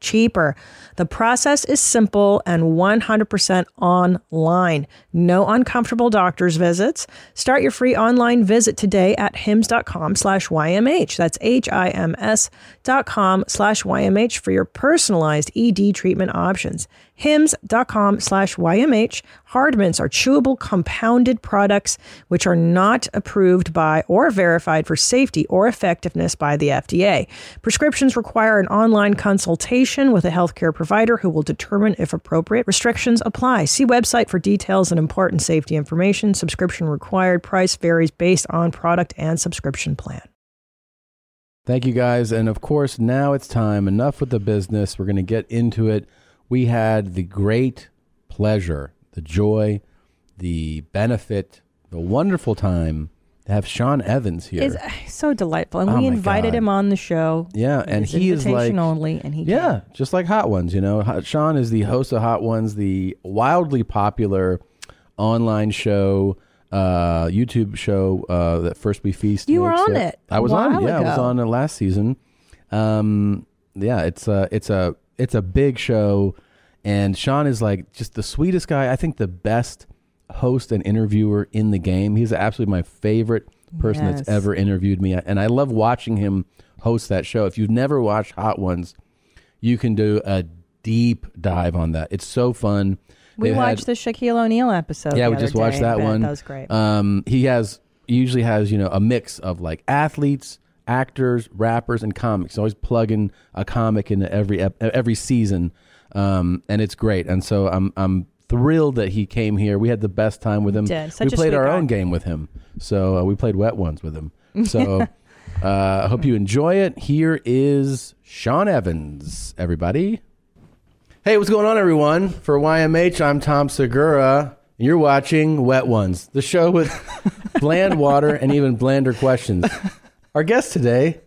S3: cheaper. The process is simple and 100% online. No uncomfortable doctor's visits. Start your free online visit today at hims.com slash YMH. That's H-I-M-S dot com slash YMH for your personalized E ED treatment options. Hims.com slash YMH. Hardmints are chewable compounded products which are not approved by or verified for safety or effectiveness by the FDA. Prescriptions require an online consultation with a healthcare provider who will determine if appropriate. Restrictions apply. See website for details and important safety information. Subscription required. Price varies based on product and subscription plan.
S1: Thank you guys. And of course, now it's time. Enough with the business. We're going to get into it. We had the great pleasure, the joy, the benefit, the wonderful time to have Sean Evans here.
S12: It's uh, so delightful. And
S1: Oh
S12: we
S1: my
S12: invited
S1: God.
S12: him on the show.
S1: yeah. And
S12: It's
S1: he is like,
S12: invitation only, and he
S1: yeah, just like Hot Ones, you know. Hot, Sean is the host of Hot Ones, the wildly popular online show, uh, YouTube show uh, that First We Feast.
S12: You were
S1: makes
S12: on it
S1: I was
S12: a
S1: on.
S12: while
S1: Yeah, I was
S12: ago.
S1: on it last season. Um, yeah, it's a it's a it's a big show, and Sean is like just the sweetest guy. I think the best host and interviewer in the game. He's absolutely my favorite person
S12: Yes.
S1: that's ever interviewed me, and I love watching him host that show. If you've never watched Hot Ones, you can do a deep dive on that. It's so fun.
S12: We
S1: They've
S12: watched
S1: had-
S12: the Shaquille O'Neal episode.
S1: yeah,
S12: the
S1: we
S12: other
S1: just watched
S12: day.
S1: that
S12: That-
S1: one.
S12: That was great.
S1: Um, he has he usually has you know a mix of like athletes, actors, rappers, and comics. Always plugging a comic into every ep- every season, um, and it's great. And so I'm I'm thrilled that he came here. We had the best time with him.
S12: did. Such a
S1: we played
S12: sweet
S1: our
S12: guy.
S1: own game with him. So uh, we played wet ones with him.
S12: <laughs>
S1: So. Uh, I hope you enjoy it. Here is Sean Evans, everybody. Hey, what's going on, everyone? For YMH, I'm Tom Segura, and you're watching Wet Ones, the show with bland water and even blander questions. Our guest today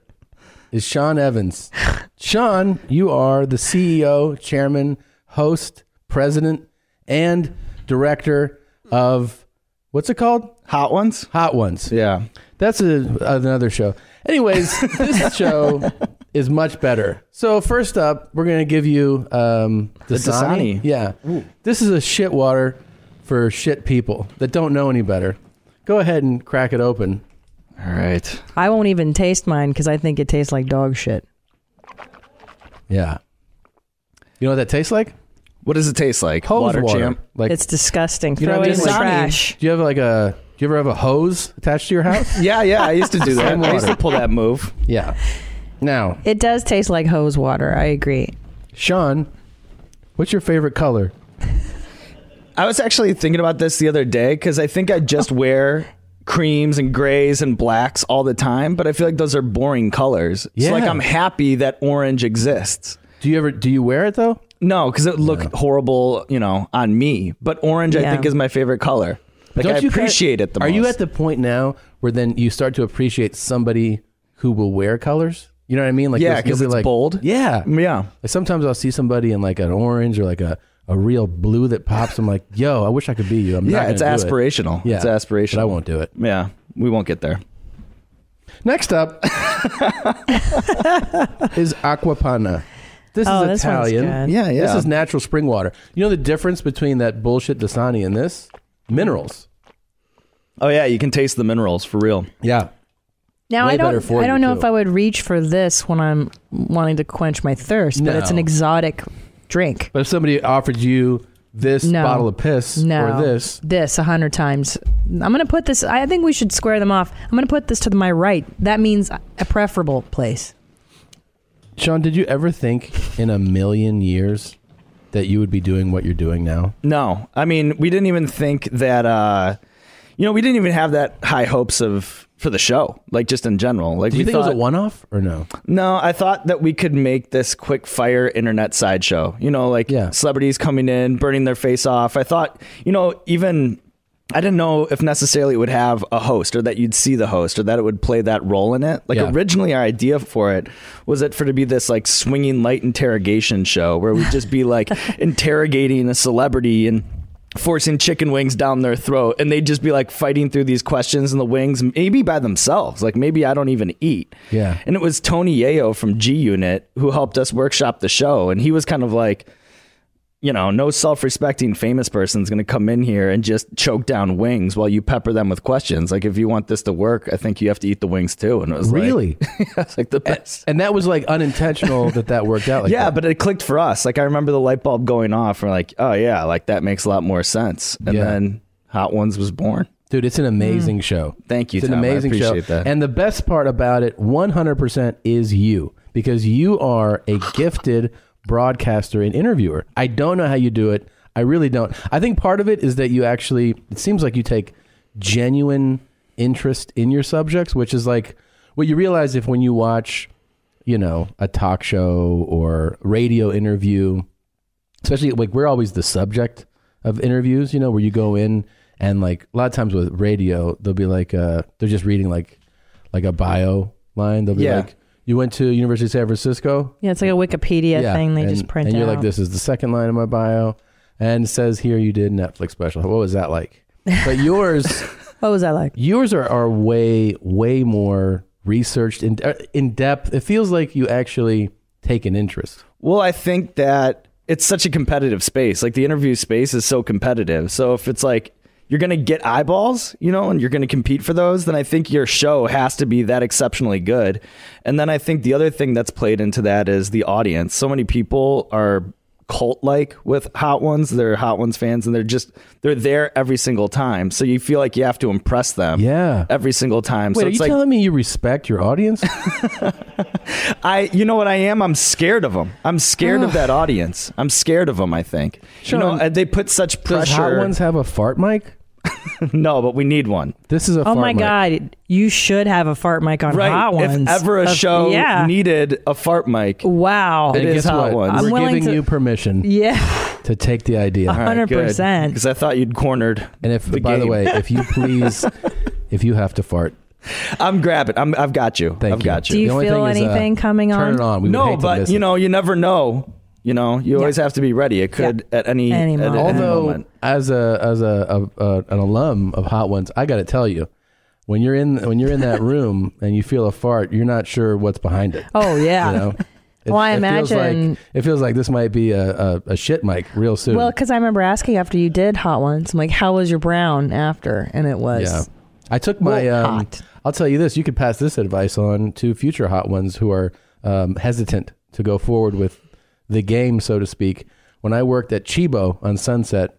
S1: is Sean Evans. Sean, you are the CEO, chairman, host, president, and director of what's it called?
S10: Hot ones?
S1: Hot Ones.
S10: Yeah.
S1: That's a, another show. Anyways, this show is much better. So first up, we're gonna give you um,
S10: Dasani.
S1: Yeah, this is a shit water for shit people that don't know any better. Go ahead and crack it open.
S3: All right.
S2: I won't even taste mine because I think it tastes like dog shit.
S1: Yeah. You know what that tastes like?
S3: What does it taste like?
S1: Hose
S3: Water,
S1: water,
S3: champ.
S1: Like
S2: it's disgusting.
S1: you know,
S2: Throw it in
S1: just
S2: the
S1: like-
S2: trash.
S1: Do you have like a? Do you ever have a hose attached to your
S2: <laughs>
S1: house?
S3: yeah, yeah. I used
S10: <laughs>
S3: to do that.
S1: Same
S3: I used to
S1: water.
S3: pull that move.
S1: yeah. Now,
S2: It does taste like hose water. I agree.
S1: Sean, what's your favorite color?
S3: I was actually thinking about this the other day because I think I
S10: <laughs>
S3: just wear creams and grays and blacks all the time, but I feel like those are boring colors.
S1: Yeah.
S3: So like I'm happy that orange exists.
S1: Do you ever do you wear it though?
S3: No, because it looked horrible, you know, on me. But orange, I
S2: Yeah.
S3: think, is my favorite color. Like I
S1: kinda-
S3: appreciate it the
S1: Are
S3: most.
S1: you at the point now where then you start to appreciate somebody who will wear colors? You know what I mean? Like
S3: Yeah,
S1: you'll-
S3: 'cause
S1: you'll be
S3: it's
S1: like,
S3: bold. Mm,
S1: Yeah,
S3: yeah.
S1: Like sometimes I'll see somebody in like an orange or like a, a real blue that pops. I'm like, yo, I wish I could be you. I'm not
S3: Yeah,
S1: gonna
S3: it's
S1: do it.
S3: aspirational.
S1: Yeah,
S3: It's aspirational.
S1: But I won't do it.
S3: Yeah. We won't get there.
S1: Next up
S3: <laughs>
S1: is Aquapana. This
S2: Oh,
S1: is
S2: this one's
S1: Italian.
S2: good.
S3: Yeah, yeah.
S1: This is natural spring water. You know the difference between that bullshit Dasani and this? Minerals.
S3: oh yeah, you can taste the minerals for real.
S1: Yeah.
S2: Now
S1: Way
S2: I
S1: better
S2: don't.
S1: for
S2: I don't
S1: you,
S2: know
S1: too.
S2: if I would reach for this when I'm wanting to quench my thirst, but it's an
S1: No.
S2: exotic drink.
S1: But if somebody offered you this
S2: No.
S1: bottle of piss
S2: No,
S1: or this,
S2: this a hundred times. I'm gonna put this. I think we should square them off. I'm gonna put this to my right. That means a preferable place.
S1: Sean, did you ever think in a million years that you would be doing what you're doing now?
S3: No, I mean, we didn't even think that. Uh, you know, we didn't even have that high hopes of for the show, like just in general. Like
S1: Do
S3: we
S1: you think
S3: thought,
S1: it was a one-off or no?
S3: no, I thought that we could make this quick fire internet sideshow. You know, like
S1: Yeah.
S3: celebrities coming in, burning their face off. I thought, you know, even I didn't know if necessarily it would have a host or that you'd see the host or that it would play that role in it. Like
S1: Yeah.
S3: originally our idea for it was it for to be this like swinging light interrogation show where we'd just
S1: <laughs>
S3: be like interrogating a celebrity and forcing chicken wings down their throat and they'd just be like fighting through these questions and the wings maybe by themselves like maybe I don't even eat.
S1: Yeah.
S3: And it was Tony Yeo from G Unit who helped us workshop the show. And he was kind of like, you know, no self respecting famous person's going to come in here and just choke down wings while you pepper them with questions. Like, if you want this to work, I think you have to eat the wings too. And it was like-
S1: Really?
S3: it's <laughs> like the best.
S1: And that was like unintentional that that worked out like
S3: yeah,
S1: that.
S3: but it clicked for us. Like, I remember the light bulb going off. We're like, oh, yeah, like that makes a lot more sense. And
S1: Yeah.
S3: then Hot Ones was born.
S1: Dude, it's an amazing
S2: Mm.
S1: show.
S3: Thank you,
S1: It's an
S3: Tom. I
S1: amazing
S3: appreciate
S1: show.
S3: that.
S1: And the best part about it, 100% is you because you are a gifted broadcaster and interviewer. I don't know how you do it. I really don't. I think part of it is that you actually it seems like you take genuine interest in your subjects, which is like what you realize if when you watch, you know, a talk show or radio interview, especially like we're always the subject of interviews, you know, where you go in and like a lot of times with radio, they'll be like uh they're just reading like like a bio line. They'll be
S3: Yeah.
S1: like, You went to University of San Francisco?
S2: Yeah, it's like a Wikipedia thing they
S1: and,
S2: just print
S1: And you're
S2: out.
S1: like, This is the second line of my bio and it says here you did Netflix special. What was that like? But yours
S2: What was that like?
S1: yours are, are way way more researched in uh, in depth. It feels like you actually take an interest.
S3: Well, I think that it's such a competitive space. Like the interview space is so competitive. So if it's like you're going to get eyeballs, you know, and you're going to compete for those, then I think your show has to be that exceptionally good. And then I think the other thing that's played into that is the audience. So many people are cult like with Hot Ones. They're Hot Ones fans and they're just they're there every single time. So you feel like you have to impress them
S1: Yeah.
S3: every single time.
S1: Wait,
S3: so
S1: are
S3: it's
S1: you
S3: like
S1: telling me you respect your <laughs> audience?
S3: I, you know what I am? I'm scared of them. I'm scared of that audience. I'm scared of them. I think.
S1: Sean,
S3: you know, uh, they put such
S1: Does Hot
S3: pressure.
S1: Ones have a fart mic?
S3: no, but we need one.
S1: This is a
S2: Oh
S1: fart
S2: my
S1: mic.
S2: god, you should have a fart mic on hot ones.
S3: If ever a
S2: Of-
S3: show
S2: yeah.
S3: needed a fart mic,
S2: wow.
S3: It
S1: And
S3: is
S1: guess
S3: Hot
S1: what?
S3: Ones. I'm
S1: We're
S2: willing
S1: giving
S2: to-
S1: you permission
S2: <laughs> yeah.
S1: to take the idea.
S2: Hundred percent.
S3: Because I thought you'd cornered.
S1: And if,
S3: Uh-huh. the
S1: by the
S3: game.
S1: way, if
S3: <laughs>
S1: you please, if you have to fart,
S3: I'm grabbing. I'm, I've got you.
S1: thank
S3: I've
S1: you.
S3: got you.
S2: Do you
S1: The only
S2: feel
S1: thing is, uh,
S2: anything coming
S1: Turn
S2: on?
S1: it on. We would
S3: no,
S1: hate to
S3: but
S1: miss
S3: you
S1: it.
S3: know, you never know. You know, you always have to be ready. It could at any,
S2: Any
S3: at
S2: moment.
S1: although
S3: moment.
S1: as a as a, a, a an alum of Hot Ones, I got to tell you, when
S3: <laughs>
S1: you're in when you're in that room and you feel a fart, you're not sure what's behind it.
S2: Oh <laughs> yeah.
S1: You know, It,
S2: Well, I
S1: it feels like-
S2: imagine-
S1: it feels like this might be a, a, a shit mic real soon.
S2: Well, because I remember asking after you did hot ones, I'm like, how was your brown after? And it was.
S1: Yeah. I took my.
S2: Well,
S1: Um, I'll tell you this: you could pass this advice on to future hot ones who are um, hesitant to go forward with the game, so to speak. When I worked at Chibo on Sunset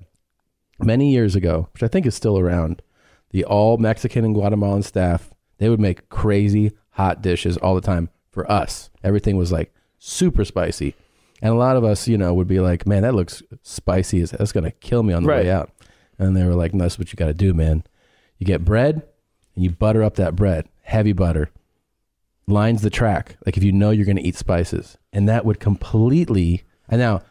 S1: many years ago, which I think is still around, the all Mexican and Guatemalan staff they would make crazy hot dishes all the time for us. Everything was like super spicy, and a lot of us, you know, would be like, "Man, that looks spicy. as- That's gonna kill me on the way
S3: Right.
S1: out." And they were like, no, "That's what you got to do, man. You get bread and you butter up that bread, heavy butter, lines the track. Like if you know you're going to eat spices, and that would completely. And now,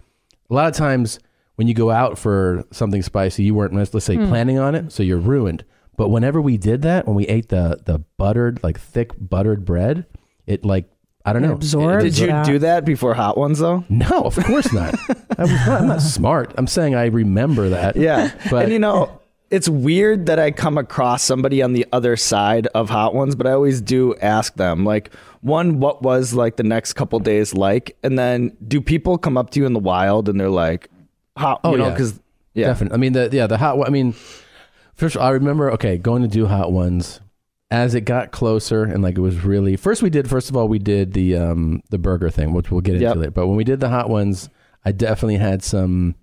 S1: a lot of times when you go out for something spicy, you weren't let's let's say
S3: Hmm.
S1: planning on it, so you're ruined. But whenever we did that, when we ate the the buttered like thick buttered bread, it like I don't know.
S3: Did you do that before Hot Ones though?
S1: <laughs> No, of course
S3: <laughs>
S1: not. I was not. I'm not smart. I'm saying I remember that.
S3: Yeah.
S1: But-
S3: and you know, it's weird that I come across somebody on the other side of hot ones, but I always do ask them, like, one, what was like the next couple days like? And then do people come up to you in the wild and they're like, hot, you know, because yeah.
S1: Oh, definitely. I mean, the yeah, the hot. one- I mean, first I remember. Okay, going to do hot ones as it got closer and like it was really first we did first of all we did the um the burger thing which we'll get into
S3: Yep.
S1: later but when we did the hot ones i definitely had some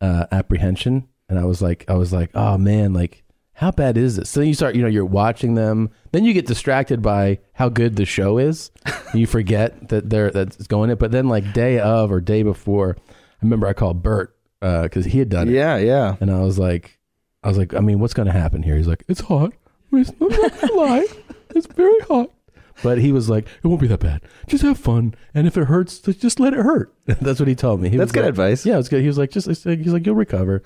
S1: uh apprehension and i was like i was like oh man like how bad is this so then you start you know you're watching them then you get distracted by how good the show is <laughs> you forget that they're that's going it but then like day of or day before i remember i called bert uh because he had done it
S3: yeah yeah
S1: and i was like i was like i mean what's gonna happen here he's like it's hot I mean, I'm not gonna lie. It's very hot. But he was like, "It won't be that bad. Just have fun, and if it hurts, th- just let it hurt." <laughs> That's what he told me. He
S3: That's
S1: was
S3: good
S1: like-
S3: advice.
S1: Yeah, it's good. He was like, "Just," he's like, "You'll recover."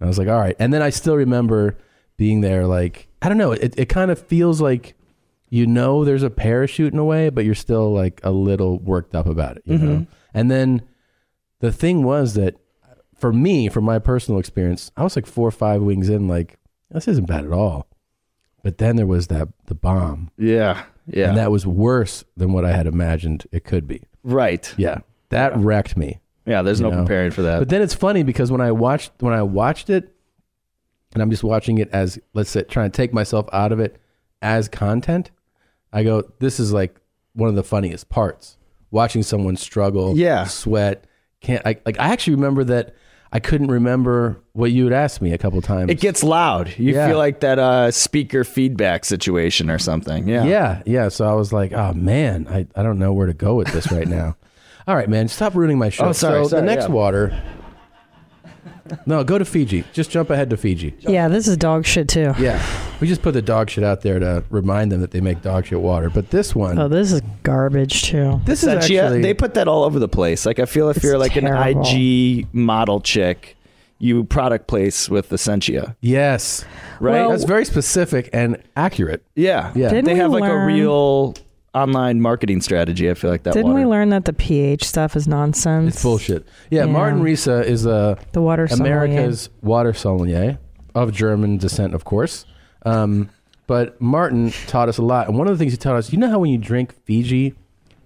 S1: And I was like, "All right." And then I still remember being there. Like, I don't know. It it kind of feels like you know there's a parachute in a way, but you're still like a little worked up about it. You know.
S3: Mhm.
S1: And then the thing was that for me, from my personal experience, I was like four or five wings in. Like, this isn't bad at all. But then there was that the bomb.
S3: Yeah. Yeah.
S1: And that was worse than what I had imagined it could be.
S3: Right.
S1: Yeah. That wrecked me.
S3: Yeah, there's
S1: you
S3: no
S1: know?
S3: preparing for that.
S1: But then it's funny because when I watched when I watched it and I'm just watching it as let's say trying to take myself out of it as content, I go, This is like one of the funniest parts. Watching someone struggle, yeah. sweat, can't I like I actually remember that I couldn't remember what you had asked me a couple times.
S3: it gets loud. You
S1: Yeah.
S3: feel like that uh, speaker feedback situation or something. Yeah.
S1: yeah, yeah. So I was like, oh man, I, I don't know where to go with this
S3: <laughs>
S1: right now. All right, man, stop ruining my show.
S3: Oh, sorry,
S1: so
S3: sorry,
S1: the next
S3: yeah.
S1: water. No, go to Fiji. Just jump ahead to Fiji.
S2: Yeah, this is dog shit too.
S1: Yeah, we just put the dog shit out there to remind them that they make dog shit water. But this one,
S2: Oh, this is garbage too.
S1: This is
S3: That she-
S1: actually-
S3: they put that all over the place. Like I feel if you're like
S2: terrible.
S3: an IG model chick, you product place with Essentia.
S1: yes,
S3: Right? Well-
S1: That's very specific and accurate.
S3: Yeah,
S1: Yeah. Didn't
S3: they
S1: we
S3: have like
S1: learn-
S3: a real online marketing strategy. I feel like that
S2: Didn't
S3: water.
S2: we learn that the pH stuff is nonsense? It's
S1: bullshit. Yeah, Martin Risa is a
S2: The water sommelier.
S1: America's water sommelier of German descent, of course. Um, but Martin taught us a lot, and one of the things he taught us, you know how when you drink Fiji,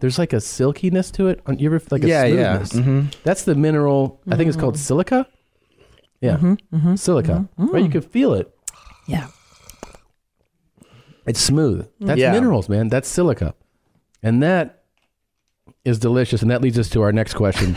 S1: there's like a silkiness to it. You ever like a
S3: Yeah, yeah.
S1: smoothness?
S3: Mhm.
S1: That's the mineral. I think it's called
S2: Mm-hmm.
S1: silica. Yeah, silica. Right, you can feel it.
S2: Yeah.
S1: It's smooth. That's
S3: Yeah.
S1: minerals, man. That's silica, and that is delicious. And that leads us to our next
S2: <laughs>
S1: question.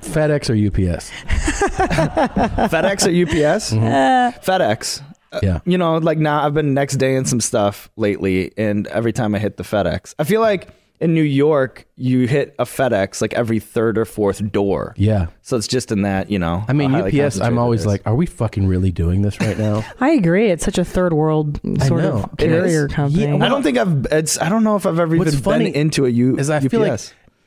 S1: FedEx or UPS?
S3: <laughs> FedEx
S2: <laughs>
S3: or UPS?
S1: Mhm.
S3: FedEx. Uh,
S1: Yeah.
S3: You know, like now I've been next day in some stuff lately, and every time I hit the FedEx, I feel like in New York you hit a FedEx like every third or fourth door.
S1: Yeah.
S3: So it's just in that, you know.
S1: I mean,
S3: how highly
S1: UPS, I'm
S3: concentrated it
S1: always
S3: is.
S1: like, are we fucking really doing this right now?
S2: I agree. It's such a third world sort of
S3: It is.
S2: carrier company.
S3: Yeah, I don't think I've. It's. I don't know if I've ever
S1: What's
S3: even
S1: funny
S3: been into a <laughs> U,
S1: is I
S3: UPS.
S1: feel like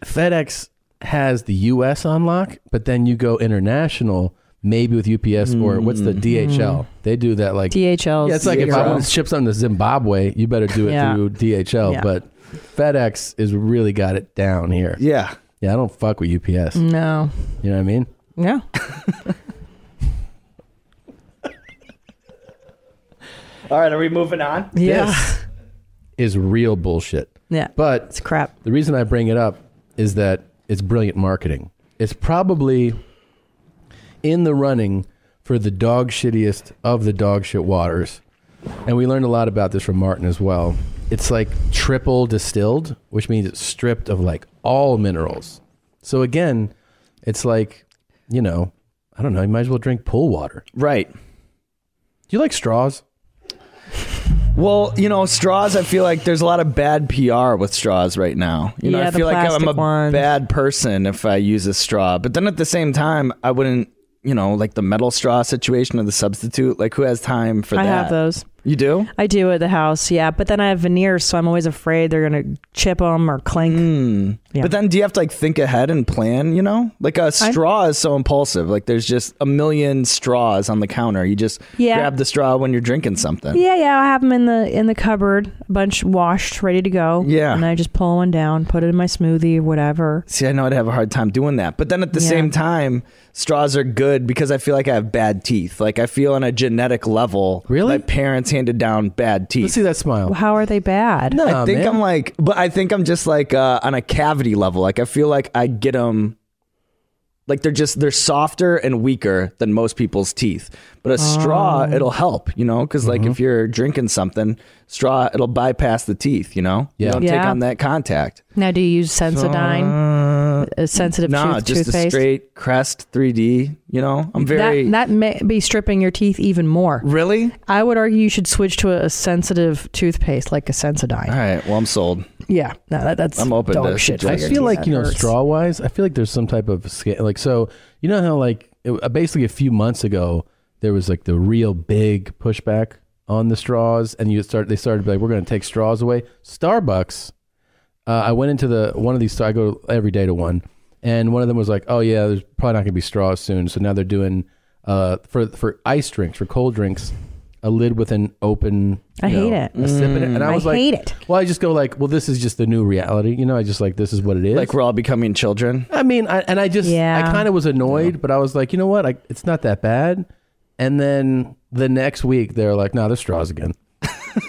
S1: FedEx has the US on lock, but then you go international, maybe with UPS or what's
S3: Mm-hmm.
S1: the DHL?
S2: Mm.
S1: They do that like
S2: DHL.
S1: Yeah, it's like if I want to ship something to Zimbabwe, you better do it
S2: Yeah.
S1: through DHL.
S2: Yeah.
S1: But FedEx is really got it down here.
S3: Yeah.
S1: Yeah, I don't fuck with UPS.
S2: No.
S1: You know what I mean?
S3: <laughs>
S2: Yeah.
S3: All right, are we moving on?
S1: This is real bullshit.
S2: Yeah.
S1: But
S2: it's crap.
S1: The reason I bring it up is that it's brilliant marketing. It's probably in the running for the dog shittiest of the dog shit waters. And we learned a lot about this from Martin as well. It's like triple distilled, which means it's stripped of like all minerals. So again, it's like, you know, I don't know, you might as well drink pool water.
S3: Right. Do
S1: you like straws?
S3: Well, you know, straws. I feel like there's a lot of bad PR with straws right now. You know,
S2: Yeah,
S3: I
S2: the
S3: feel like I'm
S2: plastic
S3: a
S2: ones.
S3: bad person if I use a straw. But then at the same time, I wouldn't. You know, like the metal straw situation or the substitute. Like, who has time for
S2: I
S3: that?
S2: have those.
S3: You do?
S2: I do at the house, yeah. But then I have veneers, so I'm always afraid they're going to chip them or clink.
S3: Mm-hmm. But then do you have to like think ahead and plan, you know? Like a straw is so impulsive. Like there's just a million straws on the counter. You just
S2: Yeah.
S3: grab the straw when you're drinking something.
S2: Yeah, yeah. I have them in the in the cupboard, a bunch washed, ready to go.
S3: Yeah.
S2: and I just pull one down, put it in my smoothie, whatever.
S3: See, I know I'd have a hard time doing that. But then at the
S2: Yeah.
S3: same time, straws are good because I feel like I have bad teeth. Like I feel on a genetic level. Really? My parents handed down bad teeth.
S1: see that smile.
S2: Well, how are they bad?
S3: No, I think I'm like, but I think I'm just like uh, on a cavity level. Like I feel like I get them, like they're just they're softer and weaker than most people's teeth. But a
S2: Oh.
S3: straw, it'll help, you know, because like if you're drinking something, straw, it'll bypass the teeth, you know.
S2: Yeah.
S3: You don't take
S2: Yeah.
S3: on that contact.
S2: Now, do you use Sensodyne, a sensitive
S3: nah,
S2: tooth,
S3: just
S2: toothpaste?
S3: a straight Crest 3D. You know, I'm very.
S2: that, that may be stripping your teeth even more.
S3: Really?
S2: I would argue you should switch to a sensitive toothpaste like a Sensodyne.
S3: all right. Well, I'm sold.
S2: Yeah, no, that, that's
S3: I'm open
S2: dog
S3: to
S2: shit.
S1: I
S3: suggestions.
S1: feel like you know,
S2: Hurts.
S1: straw wise. I feel like there's some type of sca- like so. You know how like it, uh, basically a few months ago there was like the real big pushback on the straws, and you start they started to be like we're going to take straws away. Starbucks. Uh, I went into the one of these. I go every day to one, and one of them was like, "Oh yeah, there's probably not going to be straws soon." So now they're doing uh, for for ice drinks for cold drinks. A lid with an open.
S2: I
S1: you
S2: hate
S1: know,
S2: it.
S1: A sip in it. And
S2: Mm.
S1: I was
S2: I
S1: like,
S2: hate it.
S1: Well, I just go like, well, this is just the new reality. You know, I just like this is what it is.
S3: Like we're all becoming children.
S1: I mean, I, and I just,
S3: Yeah.
S1: I kind of was annoyed, but I was like, you know what? I, it's not that bad. And then the next week, they're like, no, nah, there's straws again.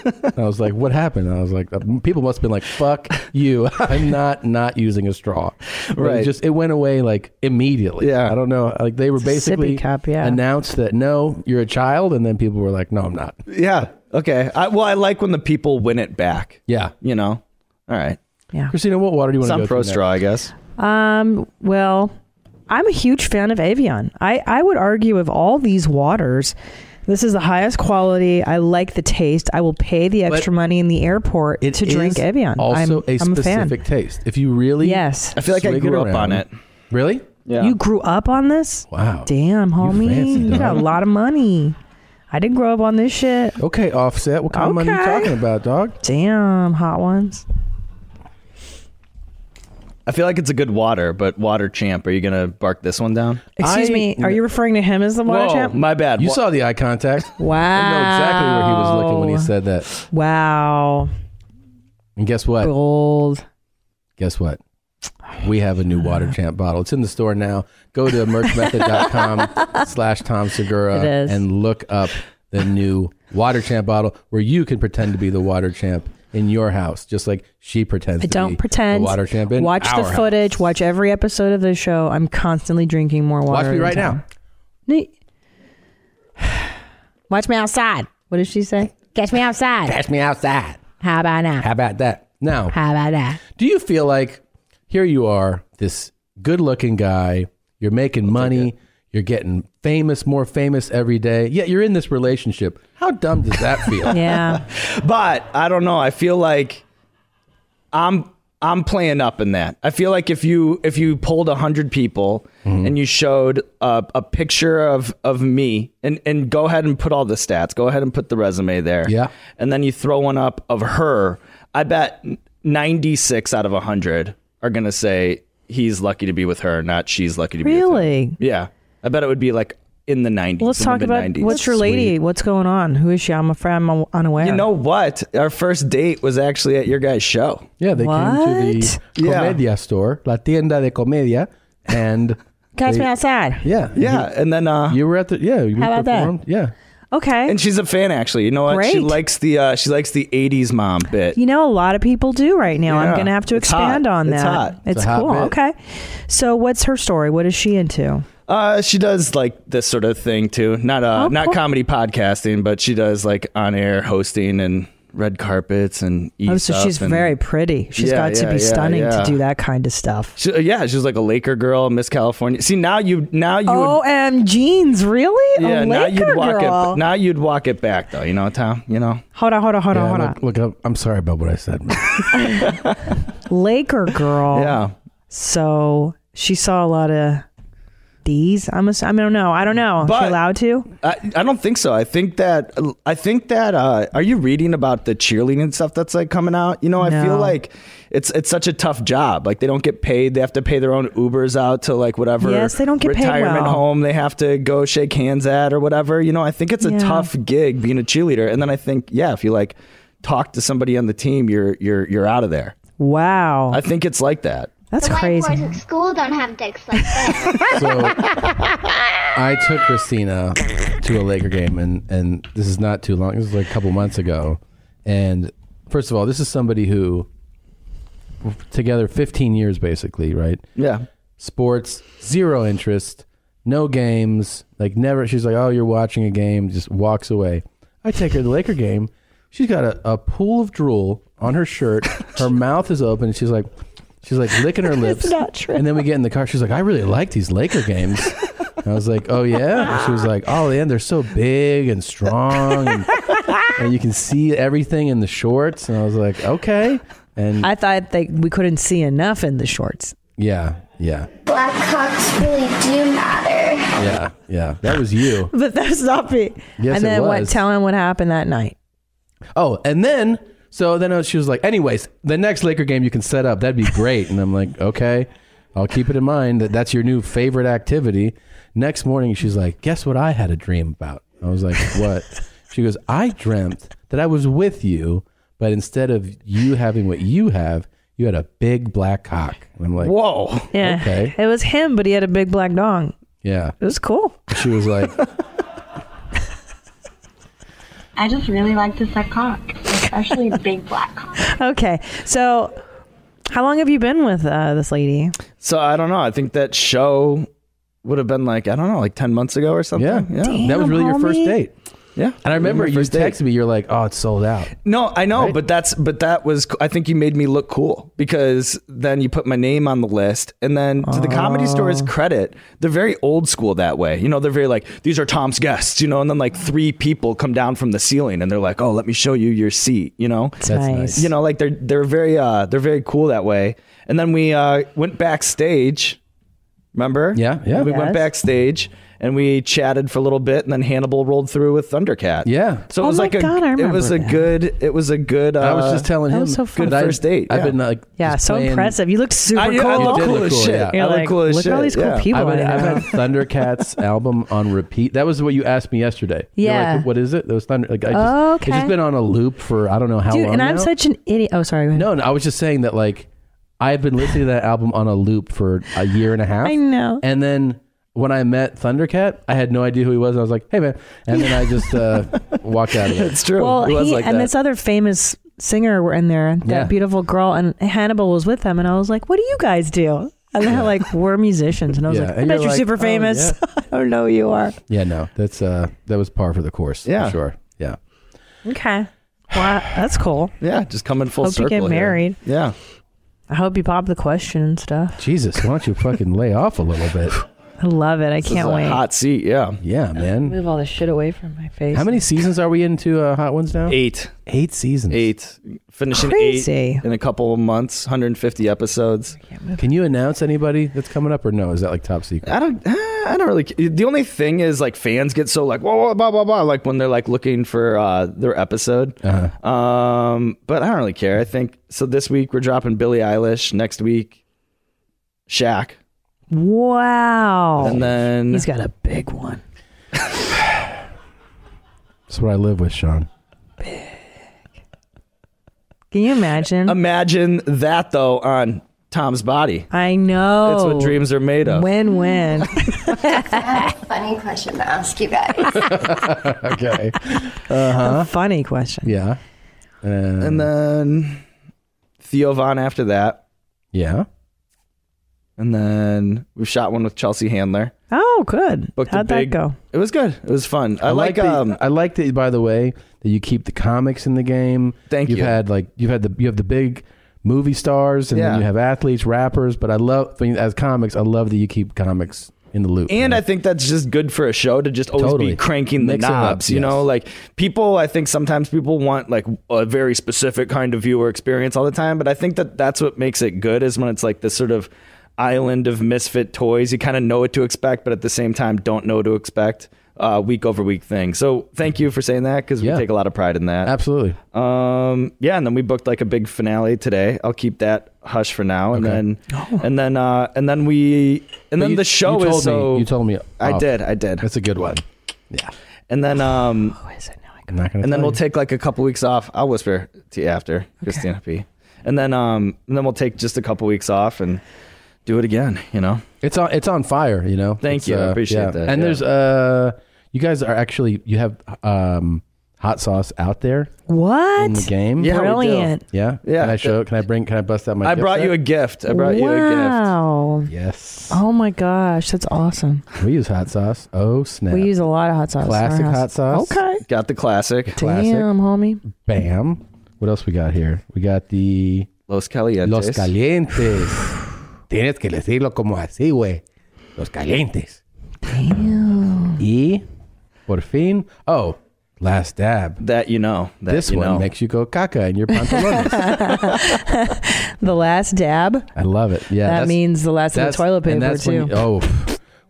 S1: And I was like, what happened? And I was like, uh, people must have been like, fuck you. I'm not not using a straw. But It
S3: Right.
S1: just, it went away like immediately. Yeah. I don't know. Like they were
S2: a sippy
S1: basically
S2: cup, yeah.
S1: announced that, no, you're a child. And then people were like, no, I'm not.
S3: Yeah. Okay. I, well, I like when the people win it back.
S1: Yeah.
S3: You know. All right.
S2: Yeah.
S1: Christina, what water do you want to
S3: Some
S1: go
S3: pro
S1: through
S3: straw, I guess.
S2: Um, well, I'm a huge fan of Avion. I, I would argue of all these waters, this is the highest quality. I like the taste. I will pay the extra money in the airport to drink
S1: is
S2: Avion.
S1: Also,
S2: I'm,
S1: a
S2: I'm fan.
S1: specific taste. If you really,
S2: Yes. I feel like I
S1: swig
S2: grew up
S1: around-
S2: on it.
S1: Really?
S3: Yeah.
S2: You grew up on this?
S1: Wow.
S2: Damn, homie. You,
S1: fancy,
S2: got
S1: dog.
S2: a lot of money. I didn't grow up on this shit.
S1: Okay, Offset. What kind of money you
S2: Okay.
S1: talking about, dog?
S2: Damn, hot ones.
S3: I feel like it's a good water, but water champ. Are you gonna bark this one down?
S2: Excuse me. Are you referring to him as the water
S3: Whoa,
S2: champ?
S3: My bad.
S1: You
S3: Wa-
S1: saw the eye contact.
S2: Wow.
S1: I know exactly where he was looking when he said that.
S2: Wow.
S1: And guess what?
S2: Gold.
S1: Guess what? We have a new
S2: <sighs>
S1: water champ bottle. It's in the store now. Go to
S2: <laughs>
S1: merchmethod.com slash Tom Segura
S14: It is.
S1: and look up the new water champ bottle where you can pretend to be the water champ in your house, just like she pretends
S2: I
S1: to
S2: don't
S1: be
S2: pretend.
S1: the water champ in
S2: watch
S1: our
S2: the
S1: house.
S2: footage. Watch every episode of the show. I'm constantly drinking more water.
S1: Watch me
S2: every
S1: right
S2: time.
S1: now.
S2: Neat. Watch me outside. What did she say? Catch me outside.
S1: Catch me outside.
S2: How about now?
S1: How about that? Now,
S2: How about that?
S1: Do you feel like here you are, this good looking guy, you're making money, you're getting famous, more famous every day, yet you're in this relationship. How dumb does that
S2: <laughs>
S1: feel?
S3: but I don't know. I feel like I'm I'm playing up in that. I feel like if you if you pulled hundred people and you showed a, a picture of of me and and go ahead and put all the stats, go ahead and put the resume there. Yeah, and then you throw one up of her. I bet ninety six out of hundred are gonna say he's lucky to be with her, not she's lucky to be. with
S2: Really?
S3: him. Yeah, I bet it would be like in the nineties.
S2: Well, let's talk about what's your lady? What's going on? Who is she? I'm afraid I'm unaware.
S3: You know what? Our first date was actually at your guys' show.
S1: Yeah, they came to the Comedia store, La Tienda de Comedia, and.
S2: Catch
S1: they-
S2: me outside.
S1: Yeah.
S3: Yeah, and then. uh
S1: You were at the. Yeah, you
S2: How about that?
S1: performed. Yeah.
S2: Okay.
S3: And she's a fan, actually. You know what? She
S2: Great.
S3: likes the uh, she likes the '80s mom bit.
S2: You know, a lot of people do right now. I'm
S3: Yeah.
S2: going to have to
S3: It's
S2: expand
S3: hot.
S2: on
S3: It's
S2: that.
S3: hot. It's a hot
S2: cool.
S3: bit.
S2: Okay. So, what's her story? What is she into?
S3: Uh, she does like this sort of thing too. Not uh,
S2: Oh,
S3: not
S2: cool.
S3: comedy podcasting, but she does like on air hosting and red carpets and.
S2: Oh, so she's very pretty. She's
S3: She's
S2: got to be stunning to do that kind of stuff.
S3: She, uh, yeah, she's like a Laker girl, Miss California. See, now you now you would-
S2: OM jeans, really?
S3: yeah
S2: Oh, a
S3: now
S2: Laker
S3: you'd walk
S2: girl.
S3: it now you'd walk it back though. You know, Tom. You know.
S2: Hold on, hold on, hold on,
S3: Yeah,
S2: Oh, hold on.
S1: Look, look up. I'm sorry about what I said.
S2: Laker girl.
S3: Yeah.
S2: So she saw a lot of D's. I'm. Ass- I don't know. I don't know. Is she
S3: But-
S2: allowed to?
S3: I, I don't think so. I think that I think that uh, are you reading about the cheerleading stuff that's like coming out? You know, I
S2: No.
S3: feel like it's it's such a tough job. Like they don't get paid. They have to pay their own Ubers out to like whatever
S2: Yes, they don't get paid
S3: retirement
S2: well.
S3: home they have to go shake hands at or whatever. You know, I think it's a
S2: Yeah.
S3: tough gig being a cheerleader. And then I think yeah, if you like talk to somebody on the team, you're you're you're out of there.
S2: Wow.
S3: I think it's like that.
S2: That's
S15: White boys at school don't have dicks like that.
S1: I took Christina to a Laker game, and and this is not too long. This is like a couple months ago. And first of all, this is somebody who we're together 15 years basically, right?
S3: Yeah.
S1: Sports, zero interest, no games, like never. She's like, oh, you're watching a game, just walks away. I take her to the Laker game. She's got a, a pool of drool on her shirt. Her <laughs> mouth is open. And she's like, she's like licking her lips.
S2: not true.
S1: And then we get in the car. She's like, I really like these Laker games. And I was like, oh, yeah. And she was like, oh, man, they're so big and strong. And, and you can see everything in the shorts. And I was like, okay. And
S2: I thought they we couldn't see enough in the shorts.
S1: yeah, yeah,
S15: Black cocks really do matter.
S1: yeah, yeah. That was you.
S2: But that's not me.
S1: Yes,
S2: and
S1: it
S2: then what?
S1: was.
S2: Tell him what happened that night.
S1: Oh, and then so then I was- she was like, anyways, the next Laker game you can set up, that'd be great. And I'm like, <laughs> okay, I'll keep it in mind that that's your new favorite activity. Next morning, she's like, guess what I had a dream about? I was like, <laughs> what? she goes, I dreamt that I was with you, but instead of you having what you have, you had a big black cock. And I'm like,
S3: whoa,
S2: Yeah.
S1: okay,
S2: It was him, but he had a big black dong.
S1: yeah,
S2: it was cool. <laughs>
S1: She was <laughs> like,
S16: I just really like to suck cock, especially big black cock.
S2: Okay. So, how long have you been with uh, this lady?
S3: So I don't know. I think that show would have been like I don't know, like ten months ago or something. Yeah,
S1: that was really your first date.
S3: Yeah,
S1: and I remember
S3: My
S1: you
S3: first date.
S1: texted me. You're like, oh, it's sold out.
S3: No, I know, but that's but that was I think you made me look cool because then you put my name on the list and then to the comedy store's
S1: Oh.
S3: credit, they're very old school that way. You know, they're very like these are Tom's guests, you know, and then like three people come down from the ceiling and they're like, "Oh, let me show you your seat," you know?
S2: That's That's nice. nice.
S3: You know, like they're they're very uh they're very cool that way. And then we uh went backstage Remember? Yeah,
S1: yeah.
S3: We
S1: Yes.
S3: went backstage and we chatted for a little bit, and then Hannibal rolled through with Thundercat. Yeah. So it
S1: Oh
S3: was
S1: my
S3: like a
S1: God, I
S3: it was
S1: remember
S3: a
S1: that.
S3: good it was a good. Uh,
S1: I was just telling him
S3: good
S1: that I-
S3: first date.
S1: I've
S3: yeah.
S1: been like,
S2: Yeah,
S1: just
S2: so
S1: playing-
S2: impressive. You look super
S3: I- I
S2: cool.
S3: look
S1: You did
S3: cool
S1: look
S3: as shit.
S1: yeah.
S2: You're
S3: I look
S2: like,
S3: cool as
S2: look at all
S3: shit,
S2: these cool
S3: yeah.
S2: people.
S1: I've,
S2: I
S1: been- I've
S2: know.
S1: had <laughs> Thundercats album on repeat. That was what you asked me yesterday. You were
S2: Yeah.
S1: like, what is it? Those Thunder. Like, I
S2: Oh,
S1: just, It's
S2: okay.
S1: just been on a loop for I don't know how
S2: Dude,
S1: long.
S2: and I'm
S1: now.
S2: such an idiot. Oh, sorry.
S1: No, no. I was just saying that like I've been listening to that album on a loop for a year and a half.
S2: I know.
S1: And then when I met Thundercat, I had no idea who he was. And I was like, hey, man. And then I just uh, walked out of it. <laughs> It's
S2: Well, he and this other famous singer were in there, that
S1: Yeah.
S2: beautiful girl, and Hannibal was with them. And I was like, what do you guys do? And they're like, we're musicians. And I was
S1: Yeah,
S2: like, I
S1: and
S2: bet
S1: you're
S2: you're
S1: like,
S2: super
S1: oh,
S2: famous.
S1: yeah.
S2: I don't know who you are.
S1: yeah, no, that's uh, that was par for the course.
S3: Yeah.
S1: for sure. Yeah.
S2: Okay. Wow, that's cool.
S3: Yeah, just coming full
S2: Hope you
S3: circle.
S2: get
S3: here.
S2: married.
S3: Yeah.
S2: I hope you pop the question and stuff.
S1: Jesus, why don't you fucking lay off a little bit?
S2: I love it. I
S1: is
S2: can't
S1: a
S2: wait.
S1: hot
S3: seat. Yeah.
S1: <laughs> Yeah, man.
S2: Move all this shit away from my face.
S1: How many seasons are we into uh, Hot Ones now?
S3: Eight.
S1: Eight seasons.
S3: Eight. Finishing
S1: Crazy.
S3: eight in a couple of months, 150 episodes.
S1: Can you announce anybody that's coming up or no? Is that like top secret?
S3: I don't. eh, I don't really. ca- The only thing is, like, fans get so like, whoa, whoa, blah, blah, blah, like when they're like looking for uh, their episode. Um, but I don't really care. I think so. This week we're dropping Billie Eilish. Next week, Shaq,
S2: Wow.
S3: and then
S2: He's got a big one.
S1: That's what I live with, Sean.
S2: Can you imagine?
S1: Um,
S3: Imagine that though on Tom's body.
S2: I know.
S3: That's what dreams are made of.
S2: Win win.
S15: Funny question to ask you guys.
S1: okay. Uh-huh.
S2: <laughs> funny question.
S1: <laughs> Yeah. Um,
S3: and then Theo Vaughn after that.
S1: Yeah.
S3: And then we shot one with Chelsea Handler.
S2: Oh, good.
S3: Booked a
S2: How'd
S3: big-
S2: that go?
S3: It was good. It was fun. I,
S1: I
S3: like,
S1: like, that,
S3: um
S1: I like that by the way that you keep the comics in the game.
S3: Thank
S1: you've
S3: you.
S1: had like you've had the you have the big movie stars and
S3: Yeah.
S1: then you have athletes, rappers, but I love I mean, as comics, I love that you keep comics in the loop.
S3: and I think that's just good for a show to just always
S1: Totally.
S3: be cranking the
S1: Mix it up,
S3: knobs, you know? Like people, I think sometimes people want like a very specific kind of viewer experience all the time, but I think that that's what makes it good is when it's like this sort of island of misfit toys. You kind of know what to expect, but at the same time don't know what to expect. Uh, week over week thing. So thank you for saying that because we take a lot of pride in that.
S1: Absolutely.
S3: Um, yeah, and then we booked like a big finale today. I'll keep that hush for now, and then and then uh, and then we
S1: But
S3: and then
S1: you-
S3: the show
S1: you told
S3: is so
S1: me, you told me
S3: I
S1: off.
S3: did. I did.
S1: That's a good one. <sighs>
S3: And then um,
S1: I'm not gonna
S3: and
S1: tell
S3: then we'll
S1: you.
S3: take like a couple weeks off. I'll whisper to you after Christina P. And then um, and then we'll take just a couple weeks off and do it again. You know,
S1: it's on it's on fire. You know.
S3: Thank
S1: It's,
S3: you. I
S1: uh,
S3: appreciate
S1: yeah.
S3: that.
S1: And
S3: yeah.
S1: there's uh, you guys are actually you have um hot sauce out there.
S2: What
S1: in the game?
S3: Yeah, we do.
S2: Mm-hmm. Brilliant.
S1: Yeah.
S3: Yeah.
S1: Can I show? Can I bring? Can I bust out my?
S3: I
S1: gift
S3: brought
S1: set?
S3: you a gift. I brought you a gift.
S2: Wow.
S1: Yes.
S2: Oh my gosh, that's awesome.
S1: We use hot sauce. Oh snap!
S2: We use a lot of hot sauce. in our
S1: classic
S2: house.
S1: hot sauce.
S2: Okay.
S3: Got the classic.
S2: Damn, homie.
S1: Bam. What else we got here? We got the
S3: Los Calientes.
S1: Los Calientes. <sighs> Tienes que decirlo como así, güey. Los Calientes.
S2: Damn.
S1: Y por fin. Oh, last dab.
S3: That you know. That
S1: this
S3: you
S1: one
S3: know.
S1: makes you go caca in your pantalones.
S2: <laughs> The last dab.
S1: I love it. Yeah.
S2: That
S1: that's-
S2: means the last of the
S1: that's-
S2: toilet
S1: and
S2: paper,
S1: that's when
S2: too.
S1: you- oh.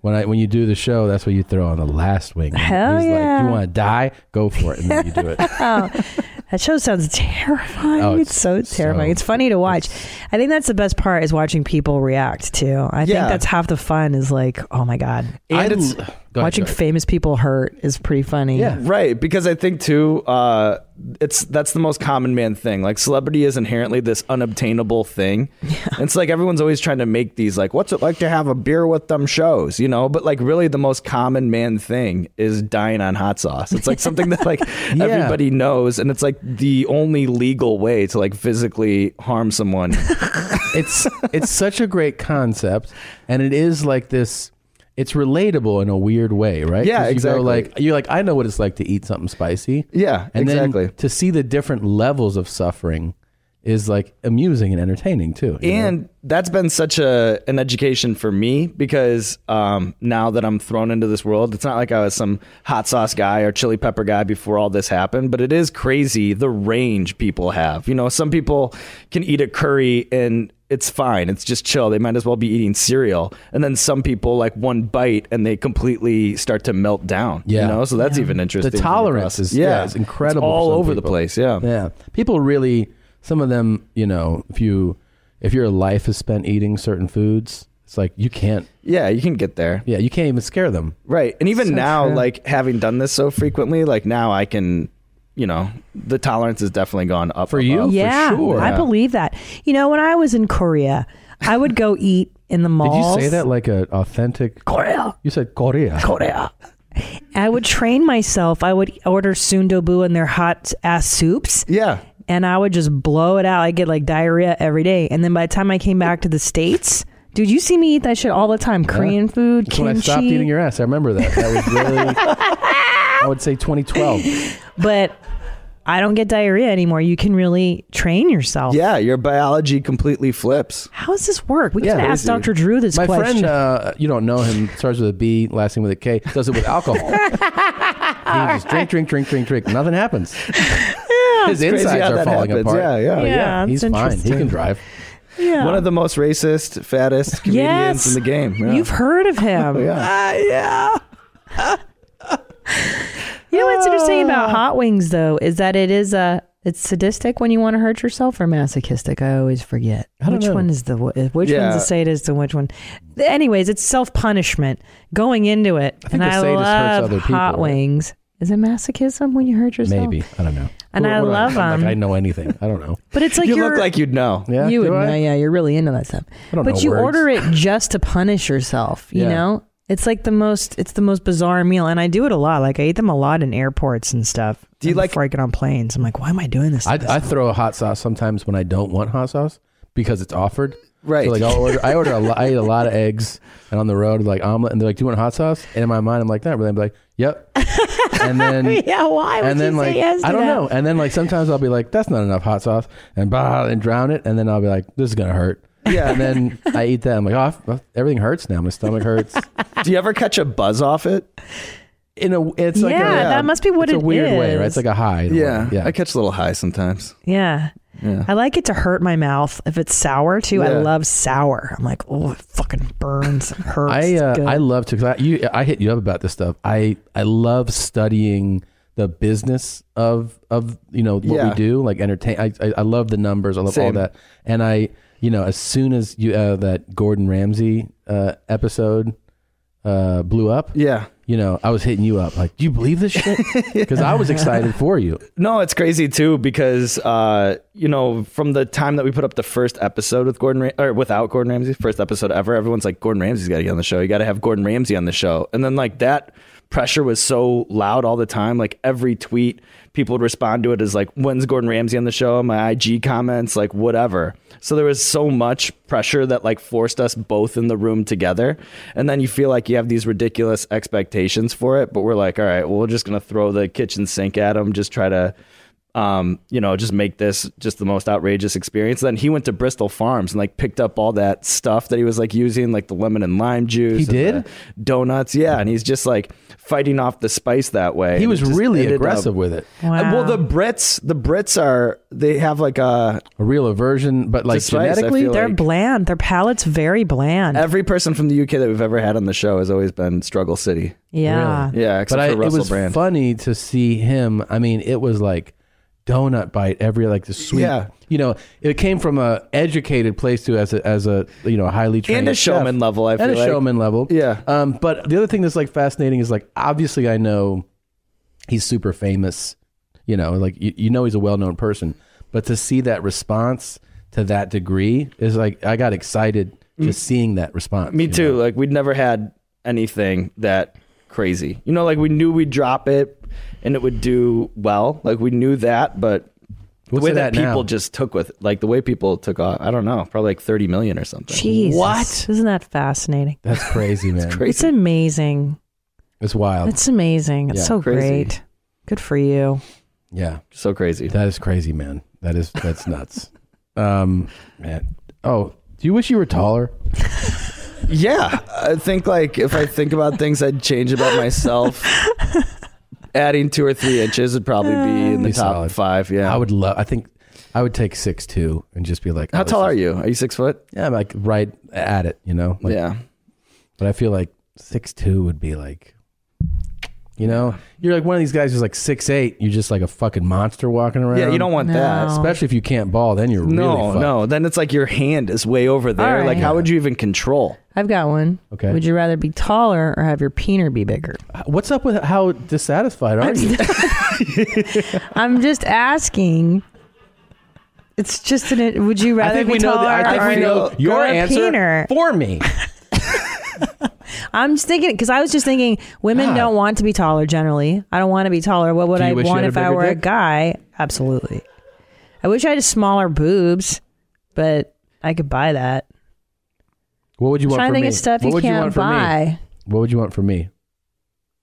S1: When I when you do the show, that's what you throw on the last wing.
S2: Hell
S1: He's
S2: yeah.
S1: like, you want to die? Go for it, and then you
S2: <laughs>
S1: do it.
S2: that show sounds terrifying.
S1: Oh,
S2: it's, so terrifying. it's funny to watch. I think that's the best part is watching people react too. I
S1: Yeah.
S2: think that's half the fun is like, oh my god.
S3: And it's-
S2: l-
S3: Go ahead,
S2: watching
S3: go ahead.
S2: famous people hurt is pretty funny.
S3: Right. Because I think too, uh, it's that's the most common man thing. Like celebrity is inherently this unobtainable thing. It's like everyone's always trying to make these like, what's it like to have a beer with them shows, you know? But like really the most common man thing is dying on hot sauce. It's like something that like everybody knows and it's like the only legal way to like physically harm someone.
S1: it's it's such a great concept, and it is like this. It's relatable in a weird way, right?
S3: Yeah,
S1: 'Cause you
S3: exactly.
S1: Go like you're like I know what it's like to eat something spicy.
S3: Yeah,
S1: and
S3: exactly.
S1: Then to see the different levels of suffering is like amusing and entertaining too. you know?
S3: and that's been such a an education for me because um, now that I'm thrown into this world, it's not like I was some hot sauce guy or chili pepper guy before all this happened, but it is crazy the range people have. You know, some people can eat a curry and it's fine. It's just chill. They might as well be eating cereal. And then some people like one bite and they completely start to melt down.
S1: Yeah.
S3: You know, so that's
S1: Yeah.
S3: even
S1: The
S3: interesting. for
S1: tolerance
S3: process.
S1: is- yeah, it's incredible
S3: all
S1: for some
S3: over the
S1: people.
S3: place. Yeah.
S1: yeah. People really, some of them, you know, if you if your life is spent eating certain foods, it's like you can't.
S3: Yeah, you can get there.
S1: Yeah, you can't even scare them.
S3: Right. And even
S1: So
S3: now,
S1: true.
S3: like having done this so frequently, like now I can you know, the tolerance has definitely gone up for you.
S2: yeah, I believe that. You know, when I was in Korea, I
S1: <laughs>
S2: would go eat in the
S1: Did
S2: malls.
S1: you say that like an authentic
S2: Korea?
S1: You said Korea.
S2: Korea. I would train myself. I would order sundobu and their hot ass soups.
S3: Yeah.
S2: And I would just blow it out. I get like diarrhea every day. And then by the time I came back to the States, dude, you see me eat that shit all the time. Korean food,
S1: That's
S2: kimchi.
S1: when I stopped eating your ass. I remember that. That was really. I would say 2012.
S2: but I don't get diarrhea anymore. You can really train yourself.
S3: Yeah, your biology completely flips.
S2: How does this work? We got to ask Dr. Drew this
S1: My
S2: question.
S1: friend, uh, you don't know him, starts with a B, last name with a K, does it with alcohol. he just drink, drink, drink, drink, drink. Nothing happens. His
S3: It's crazy
S1: insides
S3: how
S1: are
S3: that
S1: falling
S3: happens.
S1: apart.
S3: Yeah, yeah, Yeah, yeah.
S1: He's
S3: it's
S1: fine. He can
S3: interesting.
S1: drive. uh,
S2: Yeah.
S3: One of the most racist, fattest
S2: Yes.
S3: comedians in the game. Yeah.
S2: You've heard of him.
S3: yeah.
S2: Ah, yeah. you know what's interesting about hot wings though is that it is a it's sadistic when you want to hurt yourself or masochistic. I always forget
S5: don't
S2: which
S5: know.
S2: one is the which
S5: Yeah.
S2: one's the sadist and which one. Anyways, it's self punishment going into it,
S5: think
S2: and
S5: the
S2: I
S5: sadist hurts
S2: love
S1: other people,
S2: hot
S1: right?
S2: wings. Is it masochism when you hurt yourself?
S1: Maybe. I don't know.
S2: And I
S1: do
S2: love
S1: I'm
S2: him.
S1: Like I know anything. I don't know.
S2: But it's like
S3: you
S2: you're-
S3: look like you'd know.
S1: Yeah,
S2: you would
S1: do I?
S2: know. Yeah, you're really into that stuff.
S1: I don't
S2: but
S1: know
S2: you
S1: words. <laughs>
S2: order it just to punish yourself. You
S1: Yeah.
S2: know, it's like the most. It's the most bizarre meal, and I do it a lot. Like I eat them a lot in airports and stuff. Do you like before I get on planes? I'm like, why am I doing this?
S1: I, I throw a hot sauce sometimes when I don't want hot sauce because it's offered. Right. So like I'll order, I order a lot, I eat a lot of eggs and on the road like omelet and they're like, do you want hot sauce? And in my mind, I'm like, not really. I'm like,
S2: <laughs>
S1: yep. And then
S2: <laughs> yeah, why would
S1: and then
S2: you
S1: like
S2: say yes to
S1: I don't
S2: that?
S1: know. And then like sometimes I'll be like, that's not enough hot sauce, and bah, and drown it, and then I'll be like, this is gonna hurt. Yeah. And then I eat that. I'm like, oh, f- everything hurts now. My stomach
S2: <laughs>
S1: hurts.
S3: Do you ever catch a buzz off it?
S1: In a, it's
S2: like a- Yeah, that must be what
S1: it's
S2: it
S1: a weird way, right?
S2: is.
S1: It's like a high. in a way.
S3: Yeah, I catch a little high sometimes.
S2: Yeah.
S3: Yeah.
S2: I like it to hurt my mouth if it's sour too. I
S1: Yeah.
S2: love sour. I'm like, oh, it fucking burns, it
S1: <laughs>
S2: hurts.
S1: I
S2: it's
S1: uh,
S2: good."
S1: I love to. 'cause I, you, I hit you up about this stuff. I I love studying the business of of you know what
S3: Yeah.
S1: we do, like entertain. I, I I love the numbers. I love all
S3: Same.
S1: that. And I you know as soon as you uh, that Gordon Ramsay uh, episode uh, blew up,
S3: yeah.
S1: You know, I was hitting you up like, do you believe this
S3: <laughs>
S1: shit? Because I was excited for you.
S3: No, it's crazy too because uh, you know from the time that we put up the first episode with Gordon Ra- or without Gordon Ramsay, first episode ever, everyone's like Gordon Ramsay's got to get on the show. You got to have Gordon Ramsay on the show, and then like that pressure was so loud all the time. Like every tweet, people would respond to it as like, "When's Gordon Ramsay on the show?" My IG comments, like whatever. So there was so much pressure that like forced us both in the room together, and then you feel like you have these ridiculous expectations for it. But we're like, all right, well, we're just gonna throw the kitchen sink at him, just try to um, you know, just make this just the most outrageous experience. Then he went to Bristol Farms and like picked up all that stuff that he was like using, like the lemon and lime juice. He did donuts, yeah, and he's just like fighting off the spice that way.
S1: He
S3: And
S1: was
S3: it just
S1: really
S3: ended up-
S1: aggressive with it.
S3: Uh, Well, the Brits, the Brits are they have like a
S1: a real aversion, but like
S2: genetically, they're bland. Their palate's very bland.
S3: Every person from the UK that we've ever had on the show has always been Struggle City.
S2: Yeah.
S1: Really?
S3: yeah. Except
S1: but I,
S3: for Russell
S1: it was
S3: Brand.
S1: funny to see him. I mean, it was like donut bite every like the sweet.
S3: Yeah.
S1: You know, it came from a educated place too, as a, as a you know highly trained
S3: a showman
S1: chef.
S3: level, I
S1: and
S3: feel
S1: a
S3: like.
S1: showman level. Yeah. Um, but the other thing that's like fascinating is like obviously I know he's super famous. You know, like you, you know he's a well known person, but to see that response to that degree is like I got excited just seeing that response.
S3: Mm. Me too. Like we'd never had anything that crazy. You know, like we knew we'd drop it and it would do well. Like we knew that, but
S1: What's
S3: the way
S1: it
S3: that
S1: at now?
S3: people just took with like the way people took off, I don't know, probably like 30 million or something.
S2: Jesus. What? Isn't that fascinating?
S1: That's
S3: <laughs>
S1: crazy, man. it's
S2: It's amazing.
S1: It's wild.
S2: It's amazing. It's
S1: Yeah.
S2: so
S1: Crazy.
S2: great. Good for you.
S1: Yeah.
S3: So crazy.
S1: That is crazy, man. That is that's <laughs> nuts. um man. Oh, do you wish you were taller?
S3: Yeah. I think like if I think about things I'd change about myself, adding two or three inches would probably be in the
S1: Be
S3: top
S1: solid.
S3: five. Yeah.
S1: I would love I think I would take six two and just be like
S3: How
S1: this
S3: tall
S1: is-
S3: are you? Are you six foot?
S1: Yeah, I'm like right at it, you know? Like,
S3: Yeah.
S1: But I feel like six two would be like You know, you're like one of these guys who's like six eight. You're just like a fucking monster walking around.
S3: Yeah, you don't want that. No.
S1: especially if you can't ball. Then you're
S3: no,
S1: really fucked.
S3: no. Then it's like your hand is way over there.
S2: All
S3: Like,
S2: right.
S3: how would you even control?
S2: I've got one.
S1: Okay.
S2: Would you rather be taller or have your peener be bigger?
S1: What's up with how dissatisfied
S2: <laughs>
S1: are you?
S2: I'm just asking. It's just an. Would you rather
S1: I think
S2: be
S1: we know.
S2: taller
S1: The, I think
S2: or
S1: we know your
S2: or a
S1: answer
S2: peener?
S1: for me.
S2: I'm just thinking because I was just thinking women
S1: God.
S2: don't want to be taller generally. I don't want to be taller. What would
S1: Ah. Do you
S2: I
S1: wish you
S2: want
S1: had a
S2: if I
S1: bigger
S2: were a
S1: dick?
S2: guy? Absolutely. I wish I had smaller boobs, but I could buy that.
S1: What would you want
S2: Trying
S1: for
S2: to
S1: me?
S2: think of stuff
S1: what
S2: you
S1: would you
S2: can't
S1: want for
S2: buy.
S1: me? What would you want for me?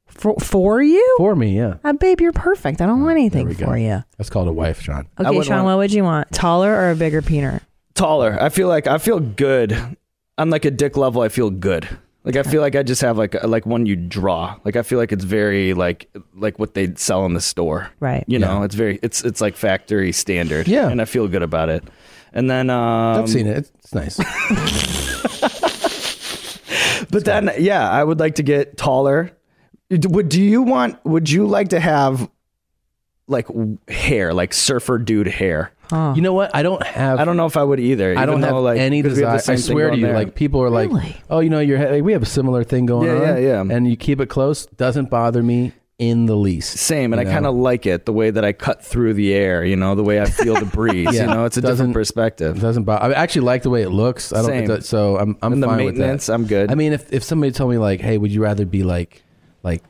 S2: For for you?
S1: For me, yeah.
S2: Uh, babe, you're perfect. I
S1: Oh,
S2: don't want anything for you.
S1: That's called a wife, Sean.
S2: Okay, Sean, what would you want? Taller or a bigger peener?
S3: taller. I feel like I feel good. On like a dick level, I feel good. Like I feel like I just have like like one you draw. Like I feel like it's very like like what they sell in the store.
S2: Right.
S3: You know, it's very it's it's like factory standard.
S1: Yeah.
S3: And I feel good about it. And then um,
S1: I've seen it. It's- It's
S3: <laughs>
S1: nice.
S3: But then yeah, I would like to get taller. D- Would do you want? Would you like to have like w- hair, like surfer dude hair?
S1: You know what? I don't have.
S3: I don't know if I would either.
S1: I don't
S3: even
S1: have
S3: though, like,
S1: any
S3: 'cause we
S1: desire.
S3: have the
S1: I
S3: same thing
S1: swear to
S3: going
S1: you,
S3: there.
S1: like people are like, oh, you know, your head, like, we have a similar thing going
S3: Yeah,
S1: on.
S3: yeah, yeah.
S1: And you keep it close, doesn't bother me in the least.
S3: Same, and I kind of like it the way that I cut through the air. You know, the way I feel the
S1: <laughs>
S3: breeze. You know, it's a different perspective.
S1: Doesn't bother. I actually like the way it looks. I don't.
S3: Same.
S1: it does- so I'm. I'm
S3: And the
S1: fine
S3: maintenance,
S1: with that.
S3: I'm good.
S1: I mean, if if somebody told me like, hey, would you rather be like, like,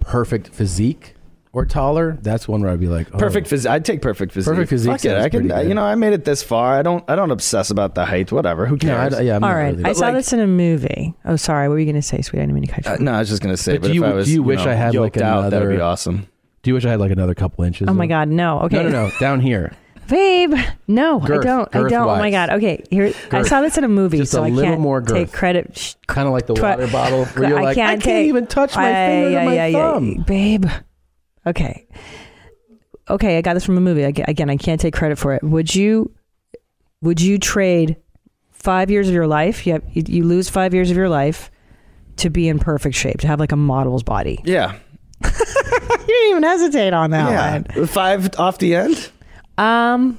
S1: perfect physique or taller? That's one where I'd be like, oh.
S3: Perfect physique. I'd take perfect physique.
S1: Perfect physique
S3: Fuck it.
S1: sounds
S3: I can.
S1: pretty good.
S3: You know, I made it this far. I don't. I don't obsess about the height. Whatever. Who
S1: No, I-
S3: cares?
S1: yeah, I'm
S2: All right. I
S3: But,
S2: saw
S3: like,
S2: this in a movie. Oh, sorry. What were you going to say, sweetie? I didn't mean to cut you.
S3: uh,
S2: off.
S3: no, I was just gonna say.
S1: But
S3: But,
S1: do you,
S3: if I was,
S1: do you wish
S3: know,
S1: I had like
S3: yoked
S1: another?
S3: out, that'd be awesome.
S1: Do you wish I had like another couple inches?
S2: Oh my
S1: of-
S2: God, no. Okay.
S1: No, no, no. Down here.
S2: Babe, no, I
S1: Girth,
S2: don't. I
S1: girth
S2: don't. Oh my
S1: wise.
S2: god. Okay, here. I
S1: Girth.
S2: saw this in a movie,
S1: Just
S2: so
S1: a
S2: I
S1: little
S2: can't
S1: more girth.
S2: take credit. Sh-
S1: Kind of like the
S2: tw-
S1: water
S2: <laughs>
S1: bottle where you're
S2: I
S1: like,
S2: can't,
S1: I can't
S2: take-
S1: even touch my
S2: Ay,
S1: finger to
S2: ay,
S1: my
S2: ay, ay,
S1: thumb.
S2: babe. Okay. Okay, I got this from a movie. Aga- Again, I can't take credit for it. Would you? Would you trade five years of your life? You have, you, you lose five years of your life to be in perfect shape, to have like a model's body.
S3: Yeah.
S2: you didn't even hesitate on that one.
S3: yeah. Five off the end.
S2: Um,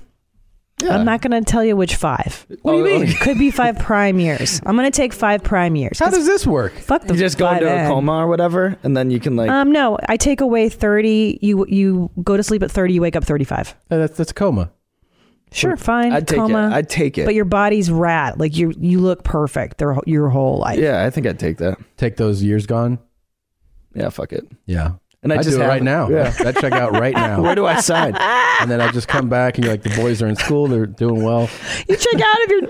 S3: Yeah.
S2: I'm not going to tell you which five.
S3: What do you Oh, mean? okay.
S2: Could be five prime years. I'm going to take five prime years.
S3: How does this work?
S2: Fuck the
S3: You just go
S2: five
S3: into a
S2: end.
S3: coma or whatever, and then you can like.
S2: Um, no, I take away thirty. You you go to sleep at thirty. You wake up thirty five.
S1: Uh, that's that's a coma.
S2: Sure, fine.
S3: I'd take it.
S2: coma.
S3: I'd take it.
S2: But your body's rat. Like you you look perfect. Their wh- your whole life.
S3: yeah, I think I'd take that.
S1: Take those years gone.
S3: Yeah,
S2: <laughs>
S3: fuck it.
S1: Yeah.
S3: And I
S1: I'd
S3: just
S1: do it
S3: have-
S1: right now.
S3: Yeah.
S1: That check out <laughs> right now.
S3: Where do I
S2: <laughs>
S3: sign?
S1: And then I just come back and you're like, the boys are in school. They're doing well.
S2: You check out of your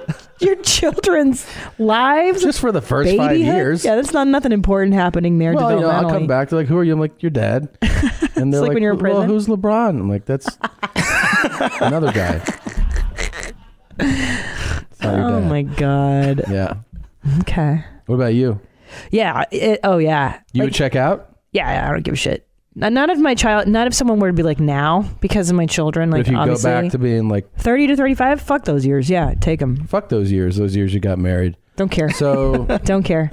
S2: your children's lives.
S1: Just for the first
S2: babyhood?
S1: five years.
S2: Yeah, that's not nothing important happening there.
S1: Well, you know, I'll
S2: developmentally.
S1: come back. They're like, who are you? I'm like, your
S2: <laughs>
S1: dad. And they're
S2: like when you're in
S1: "Who- well,
S2: prison.
S1: who's LeBron? I'm like,
S2: <laughs>
S1: that's another guy. It's not your
S2: Oh
S1: dad.
S2: my god.
S1: Yeah.
S2: Okay.
S1: What about you?
S2: Yeah. It, oh yeah.
S1: You would check out?
S2: Yeah, yeah, I don't give a shit. N- Not if my child, not if someone were to be like now because of my children.
S1: But
S2: Like
S1: if you go
S2: obviously,
S1: back to being like,
S2: thirty to thirty-five, fuck those years. Yeah, take them.
S1: fuck those years, those years you got married.
S2: Don't care. <laughs>
S1: So
S2: don't care.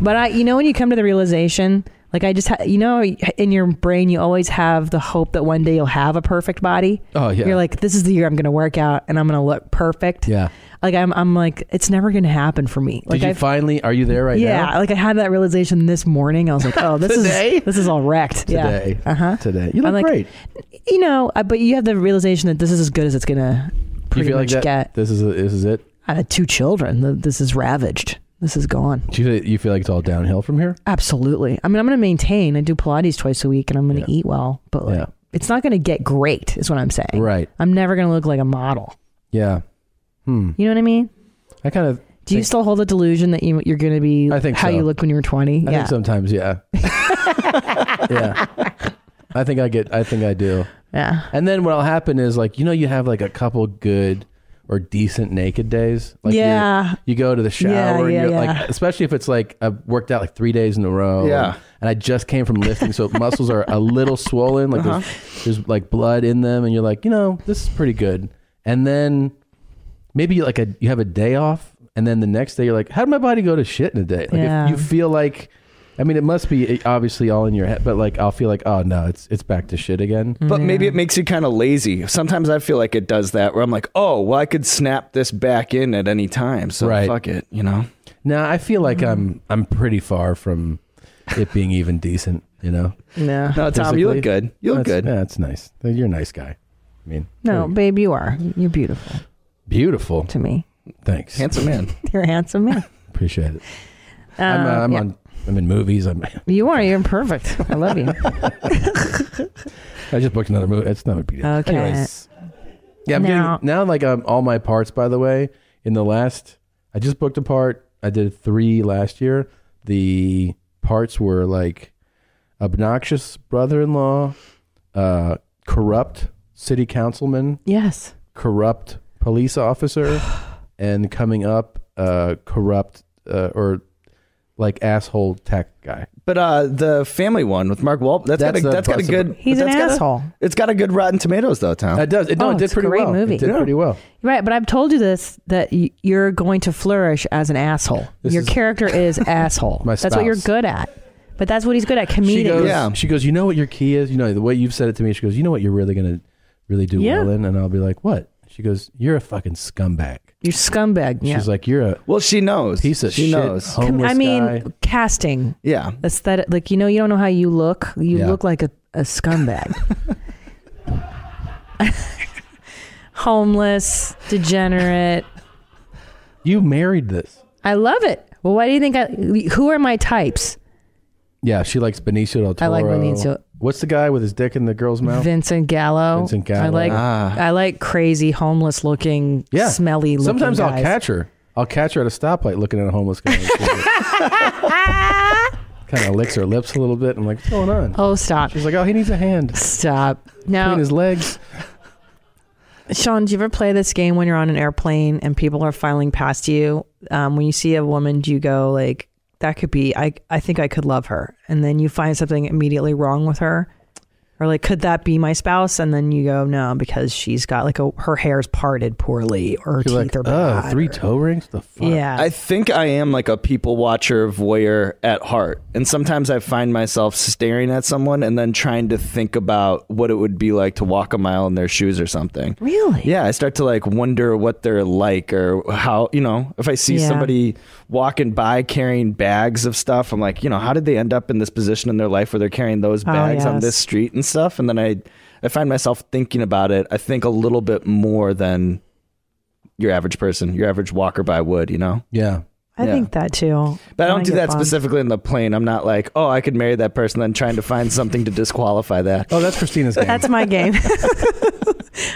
S2: But I, you know, when you come to the realization, like I just, ha- you know, in your brain, you always have the hope that one day you'll have a perfect body.
S1: Oh, yeah.
S2: You're like, this is the year I'm going to work out and I'm going to look perfect.
S1: Yeah.
S2: Like I'm, I'm like, it's never going to happen for me. Like
S1: Did you
S2: I've-
S1: finally? Are you there right
S2: yeah, oh,
S1: now?
S2: like I had that realization this morning. I was like, "Oh,
S1: <laughs>
S2: this
S1: Today?
S2: is this is all wrecked."
S1: Today.
S2: Yeah. Uh huh.
S1: Today. You look great.
S2: You know, I, but you have the realization that this is as good as it's gonna
S1: You
S2: pretty
S1: feel like
S2: much
S1: that?
S2: get.
S1: This is this is it.
S2: I had two children. Th- This is ravaged. This is gone.
S1: Do you, you feel like it's all downhill from here?
S2: Absolutely. I mean, I'm gonna maintain. I do Pilates twice a week, and I'm gonna eat well, but like,
S1: Yeah.
S2: it's not gonna get great. Is what I'm saying.
S1: Right.
S2: I'm never gonna look like a model.
S1: Yeah. Hmm.
S2: You know what I mean?
S1: I kind of.
S2: Do you still hold the delusion that you you're gonna be?
S1: I think
S2: how
S1: so.
S2: you looked when you were 20.
S1: I
S2: yeah.
S1: think sometimes,
S2: <laughs>
S1: yeah. yeah. I think I get. I think I do.
S2: Yeah.
S1: <laughs> And then what'll happen is like you know you have like a couple good or decent naked days. Like you're-
S2: Yeah.
S1: You go to the shower.
S2: Yeah,
S1: and
S2: yeah,
S1: you're,
S2: yeah.
S1: Like especially if it's like I've worked out like three days in a row.
S3: Yeah.
S1: And, I just came from lifting, so muscles are a little swollen. Like
S2: Uh-huh.
S1: there's, there's like blood in them, and you're like, you know, this is pretty good. And then maybe like a you have a day off, and then the next day you're like, how did my body go to shit in a day? Like if
S2: Yeah.
S1: you feel like I mean, it must be eh, obviously all in your head, but like I'll feel like, oh no, it's it's back to shit again.
S3: But maybe it makes you kind of lazy. Sometimes I feel like it does that, where I'm like, oh, well, I could snap this back in at any time. So
S1: Right.
S3: fuck it, you know.
S1: No, I feel like I'm I'm pretty far from it being even decent. You know.
S5: No.
S3: No, Tom, you look
S1: Physically.
S3: good. You look
S1: That's-
S3: good.
S1: Yeah, that's nice. You're a nice guy. I mean,
S2: No, babe, you are. You're beautiful.
S1: beautiful
S2: to me. <laughs>
S1: Thanks,
S3: handsome man.
S2: You're a handsome man.
S1: Appreciate it. I'm, uh,
S2: Um,
S1: I'm
S2: yeah.
S1: on. I'm in movies. I'm. <laughs>
S2: You are. You're perfect. I love you.
S1: I just booked another movie. It's not a big deal.
S2: Okay.
S1: Anyways. Yeah, I'm
S2: Now-
S1: doing now like um, all my parts. By the way, in the last, I just booked a part. I did three last year. The parts were like obnoxious brother-in-law, uh, corrupt city councilman,
S2: yes,
S1: corrupt police
S2: <sighs>
S1: officer, and coming up, uh, corrupt uh, or like asshole tech guy.
S3: But uh, the family one with Mark Wahlberg,
S1: That's
S3: that's got a,
S1: the
S3: that's got a
S1: possible-
S3: good.
S2: He's an
S3: but that's got a-
S2: asshole.
S3: it's got a good Rotten Tomatoes though, Tom.
S1: It does. It, no,
S2: Oh,
S1: it did
S2: it's a
S1: pretty
S2: great
S1: well.
S2: movie.
S1: It did
S2: Yeah.
S1: pretty well.
S2: Right, but I've told you this that y- you're going to flourish as an asshole.
S1: This
S2: Your
S1: is- <laughs>
S2: character is asshole.
S1: My
S2: that's what you're
S1: spouse.
S2: good at. But that's what he's good at. Comedic.
S1: She goes, she goes, you know what your key is? You know, the way you've said it to me, she goes, you know what you're really going to really do
S2: Yeah.
S1: well in? And I'll be like, what? She goes, you're a fucking scumbag.
S2: You're scumbag. Yeah.
S1: She's like, you're a
S3: well, she knows
S1: piece of
S3: She
S1: shit,
S3: knows.
S2: Com-
S1: homeless
S2: I mean,
S1: guy.
S2: casting.
S3: Yeah.
S2: Aesthetic. Like, you know, you don't know how you look. You
S1: Yeah.
S2: look like a,
S1: <laughs>
S2: a scumbag. Homeless, degenerate.
S1: You married this.
S2: I love it. Well, why do you think I. Who are my types?
S1: Yeah, she likes Benicio del
S2: I
S1: Toro.
S2: like Benicio.
S1: What's the guy with his dick in the girl's mouth?
S2: Vincent Gallo.
S1: Vincent Gallo.
S2: I like
S1: Ah.
S2: I like crazy homeless looking,
S1: yeah.
S2: smelly looking
S1: Sometimes I'll
S2: guys.
S1: catch her. I'll catch her at a stoplight looking at a homeless
S2: <laughs>
S1: guy. <laughs> kind of licks her lips a little bit. I'm like, what's going on?
S2: Oh, stop. She's
S1: like, oh, he needs a hand.
S2: Stop. Now,
S1: Between his legs.
S2: Sean, do you ever play this game when you're on an airplane and people are filing past you? Um, when you see a woman, do you go like, that could be, I, I think I could love her. And then you find something immediately wrong with her. Or like, could that be my spouse? And then you go, no, because she's got like a, her hair's parted poorly or her
S1: She's
S2: teeth
S1: like,
S2: are
S1: oh,
S2: bad.
S1: three toe rings? The fuck?
S2: yeah.
S3: I think I am like a people watcher voyeur at heart. And sometimes I find myself staring at someone and then trying to think about what it would be like to walk a mile in their shoes or something.
S2: Really?
S3: Yeah, I start to like wonder what they're like or how, you know, if I see
S2: Yeah.
S3: somebody walking by carrying bags of stuff, I'm like, you know, how did they end up in this position in their life where they're carrying those
S2: Oh,
S3: bags on
S2: yes.
S3: this street and stuff? And then I I find myself thinking about it. I think a little bit more than your average person, your average walker by would, you know?
S1: Yeah.
S2: I
S3: Yeah.
S2: think that too.
S3: But I
S2: When
S3: don't do
S2: get
S3: that
S2: bummed.
S3: specifically in the plane. I'm not like, oh, I could marry that person, then trying to find something to disqualify that.
S1: Oh, that's Christina's game.
S2: That's my game.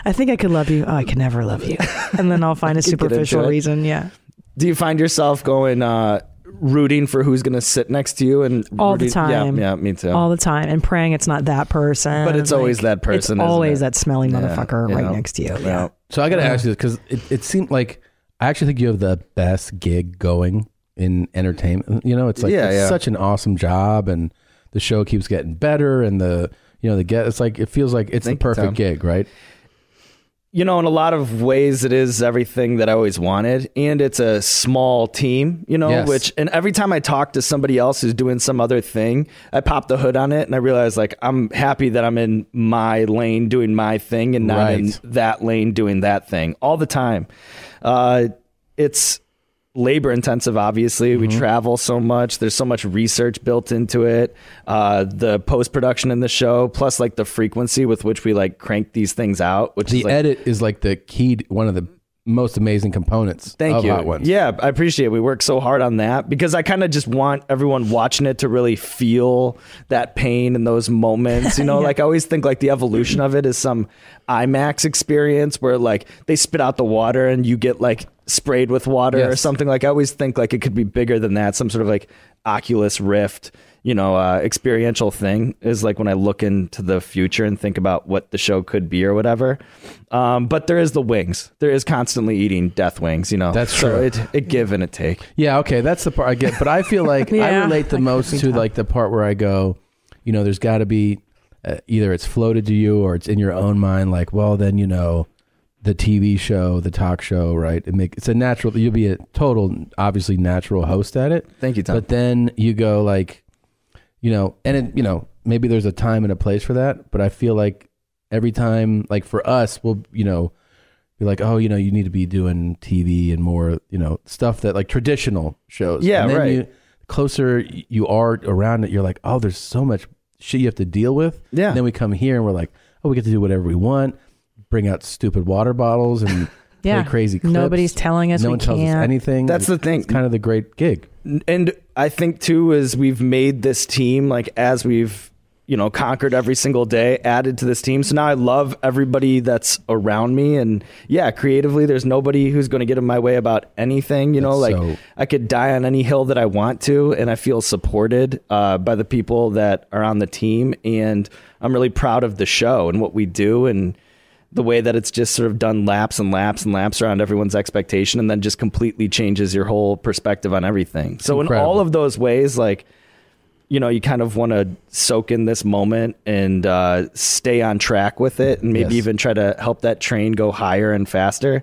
S2: I think I could love you. Oh, I can never love you. And then I'll find a
S3: could get into
S2: superficial
S3: it.
S2: reason. Yeah.
S3: Do you find yourself going uh, rooting for who's going to sit next to you and
S2: All the
S3: rooting-
S2: time.
S3: Yeah, yeah, me too.
S2: All the time. And praying it's not that person.
S3: But it's always that person,
S2: It's
S3: isn't
S2: always
S3: it?
S2: that smelly
S3: Yeah,
S2: motherfucker
S3: you
S2: right
S3: know.
S2: next to you.
S3: Yeah.
S1: So I got to ask you this because it, it seemed like I actually think you have the best gig going in entertainment. You know, it's like
S3: Yeah,
S1: it's
S3: yeah.
S1: such an awesome job, and the show keeps getting better, and the you know the get it's like it feels like it's
S3: Thank
S1: the
S3: you,
S1: perfect
S3: Tom.
S1: gig, right?
S3: you know, in a lot of ways, it is everything that I always wanted. And it's a small team, you know,
S1: Yes.
S3: which, and every time I talk to somebody else who's doing some other thing, I pop the hood on it and I realize, like, I'm happy that I'm in my lane doing my thing and not in
S1: Right.
S3: that lane doing that thing all the time. Uh, it's labor intensive, obviously.
S1: Mm-hmm.
S3: We travel so much, there's so much research built into it. Uh, the post production in the show, plus like the frequency with which we like crank these things out, which
S1: The
S3: is like,
S1: edit is like the key, to- one of the most amazing components.
S3: Thank
S1: of
S3: you.
S1: Hot Ones.
S3: Yeah, I appreciate it. We work so hard on that because I kind of just want everyone watching it to really feel that pain in those moments. You know, like I always think like the evolution of it is some IMAX experience where like they spit out the water and you get like sprayed with water or
S1: Yes.
S3: something. Like I always think like it could be bigger than that. Some sort of like Oculus Rift, you know, uh, experiential thing is like when I look into the future and think about what the show could be or whatever. Um, but there is the wings. There is constantly eating death wings. You know,
S1: That's
S3: So
S1: true.
S3: it it give and a take.
S1: Yeah, okay, that's the part I get, but I feel like I
S2: Yeah,
S1: relate the most to like the part where I go, you know, there's got to be uh, either it's floated to you or it's in your own mind like, well, then you know, the TV show, the talk show, right? It make it's a natural you'll be a total obviously natural host at it.
S3: Thank you, Tom.
S1: But then you go like you know, and it, you know, maybe there's a time and a place for that, but I feel like every time, like for us, we'll, you know, be like, oh, you know, you need to be doing TV and more, you know, stuff that like traditional shows.
S3: Yeah,
S1: and
S3: right.
S1: You, closer you are around it, you're like, oh, there's so much shit you have to deal with. Yeah. And then we come here and we're like, oh, we get to do whatever we want. Bring out stupid water bottles and
S2: <laughs> Yeah.
S1: play crazy. Clips.
S2: Nobody's telling us
S1: No
S2: we
S1: one tells us
S2: can't.
S1: anything.
S3: That's the thing.
S1: kind of the great gig.
S3: And I think too is we've made this team like as we've you know conquered every single day, added to this team. So now I love everybody that's around me, and yeah, creatively, there's nobody who's going to get in my way about anything. You know, like
S1: so-
S3: I could die on any hill that I want to, and I feel supported uh, by the people that are on the team, and I'm really proud of the show and what we do, and the way that it's just sort of done laps and laps and laps around everyone's expectation and then just completely changes your whole perspective on everything. So
S1: Incredible.
S3: in all of those ways, like you know, you kind of want to soak in this moment and uh, stay on track with it, and maybe
S1: Yes.
S3: even try to help that train go higher and faster.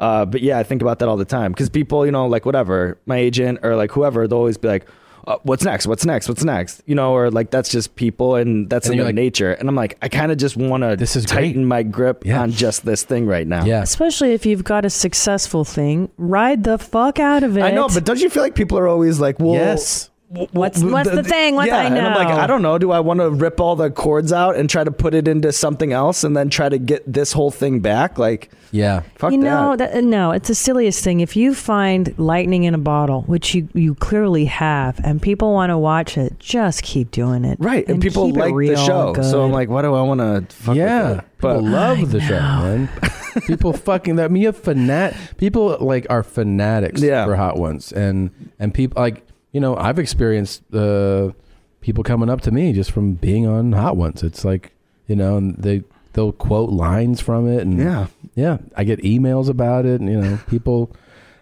S3: Uh, but yeah, I think about that all the time because people, you know, like whatever my agent or like whoever, they'll always be like, uh, "What's next? What's next? What's next?" You know, or like that's just people, and that's
S1: And
S3: in
S1: you're
S3: their
S1: like,
S3: nature. And I'm like, I kind of just want to
S1: This is
S3: tighten
S1: great.
S3: my grip on just this thing right
S2: Oh.
S3: now.
S1: Yeah.
S2: Especially if you've got a successful thing, ride the fuck out of it.
S3: I know, but don't you feel like people are always like, well,
S2: Yes.
S3: w-
S2: What's-
S3: w-
S2: what's the thing? What
S3: yeah,
S2: I
S3: and I'm like,
S2: know.
S3: I don't know. Do I want to rip all the cords out and try to put it into something else and then try to get this whole thing back? Like,
S1: yeah,
S3: fuck
S2: you
S3: that.
S2: know, that. uh, no, it's the silliest thing. If you find lightning in a bottle, which you, you clearly have, and people want to watch it, just keep doing it.
S3: Right, and, people
S2: keep it
S3: like the
S2: real
S3: show,
S2: good.
S3: so I'm like, why do I want to? Fuck
S1: yeah,
S3: with it?
S1: people love the show, man. people fucking that. I mean, you have fanat. People like are fanatics for hot ones, and and people like you know I've experienced uh, people coming up to me just from being on hot ones. It's like you know, and they they'll quote lines from it, and
S3: Yeah.
S1: yeah. I get emails about it, and you know, people.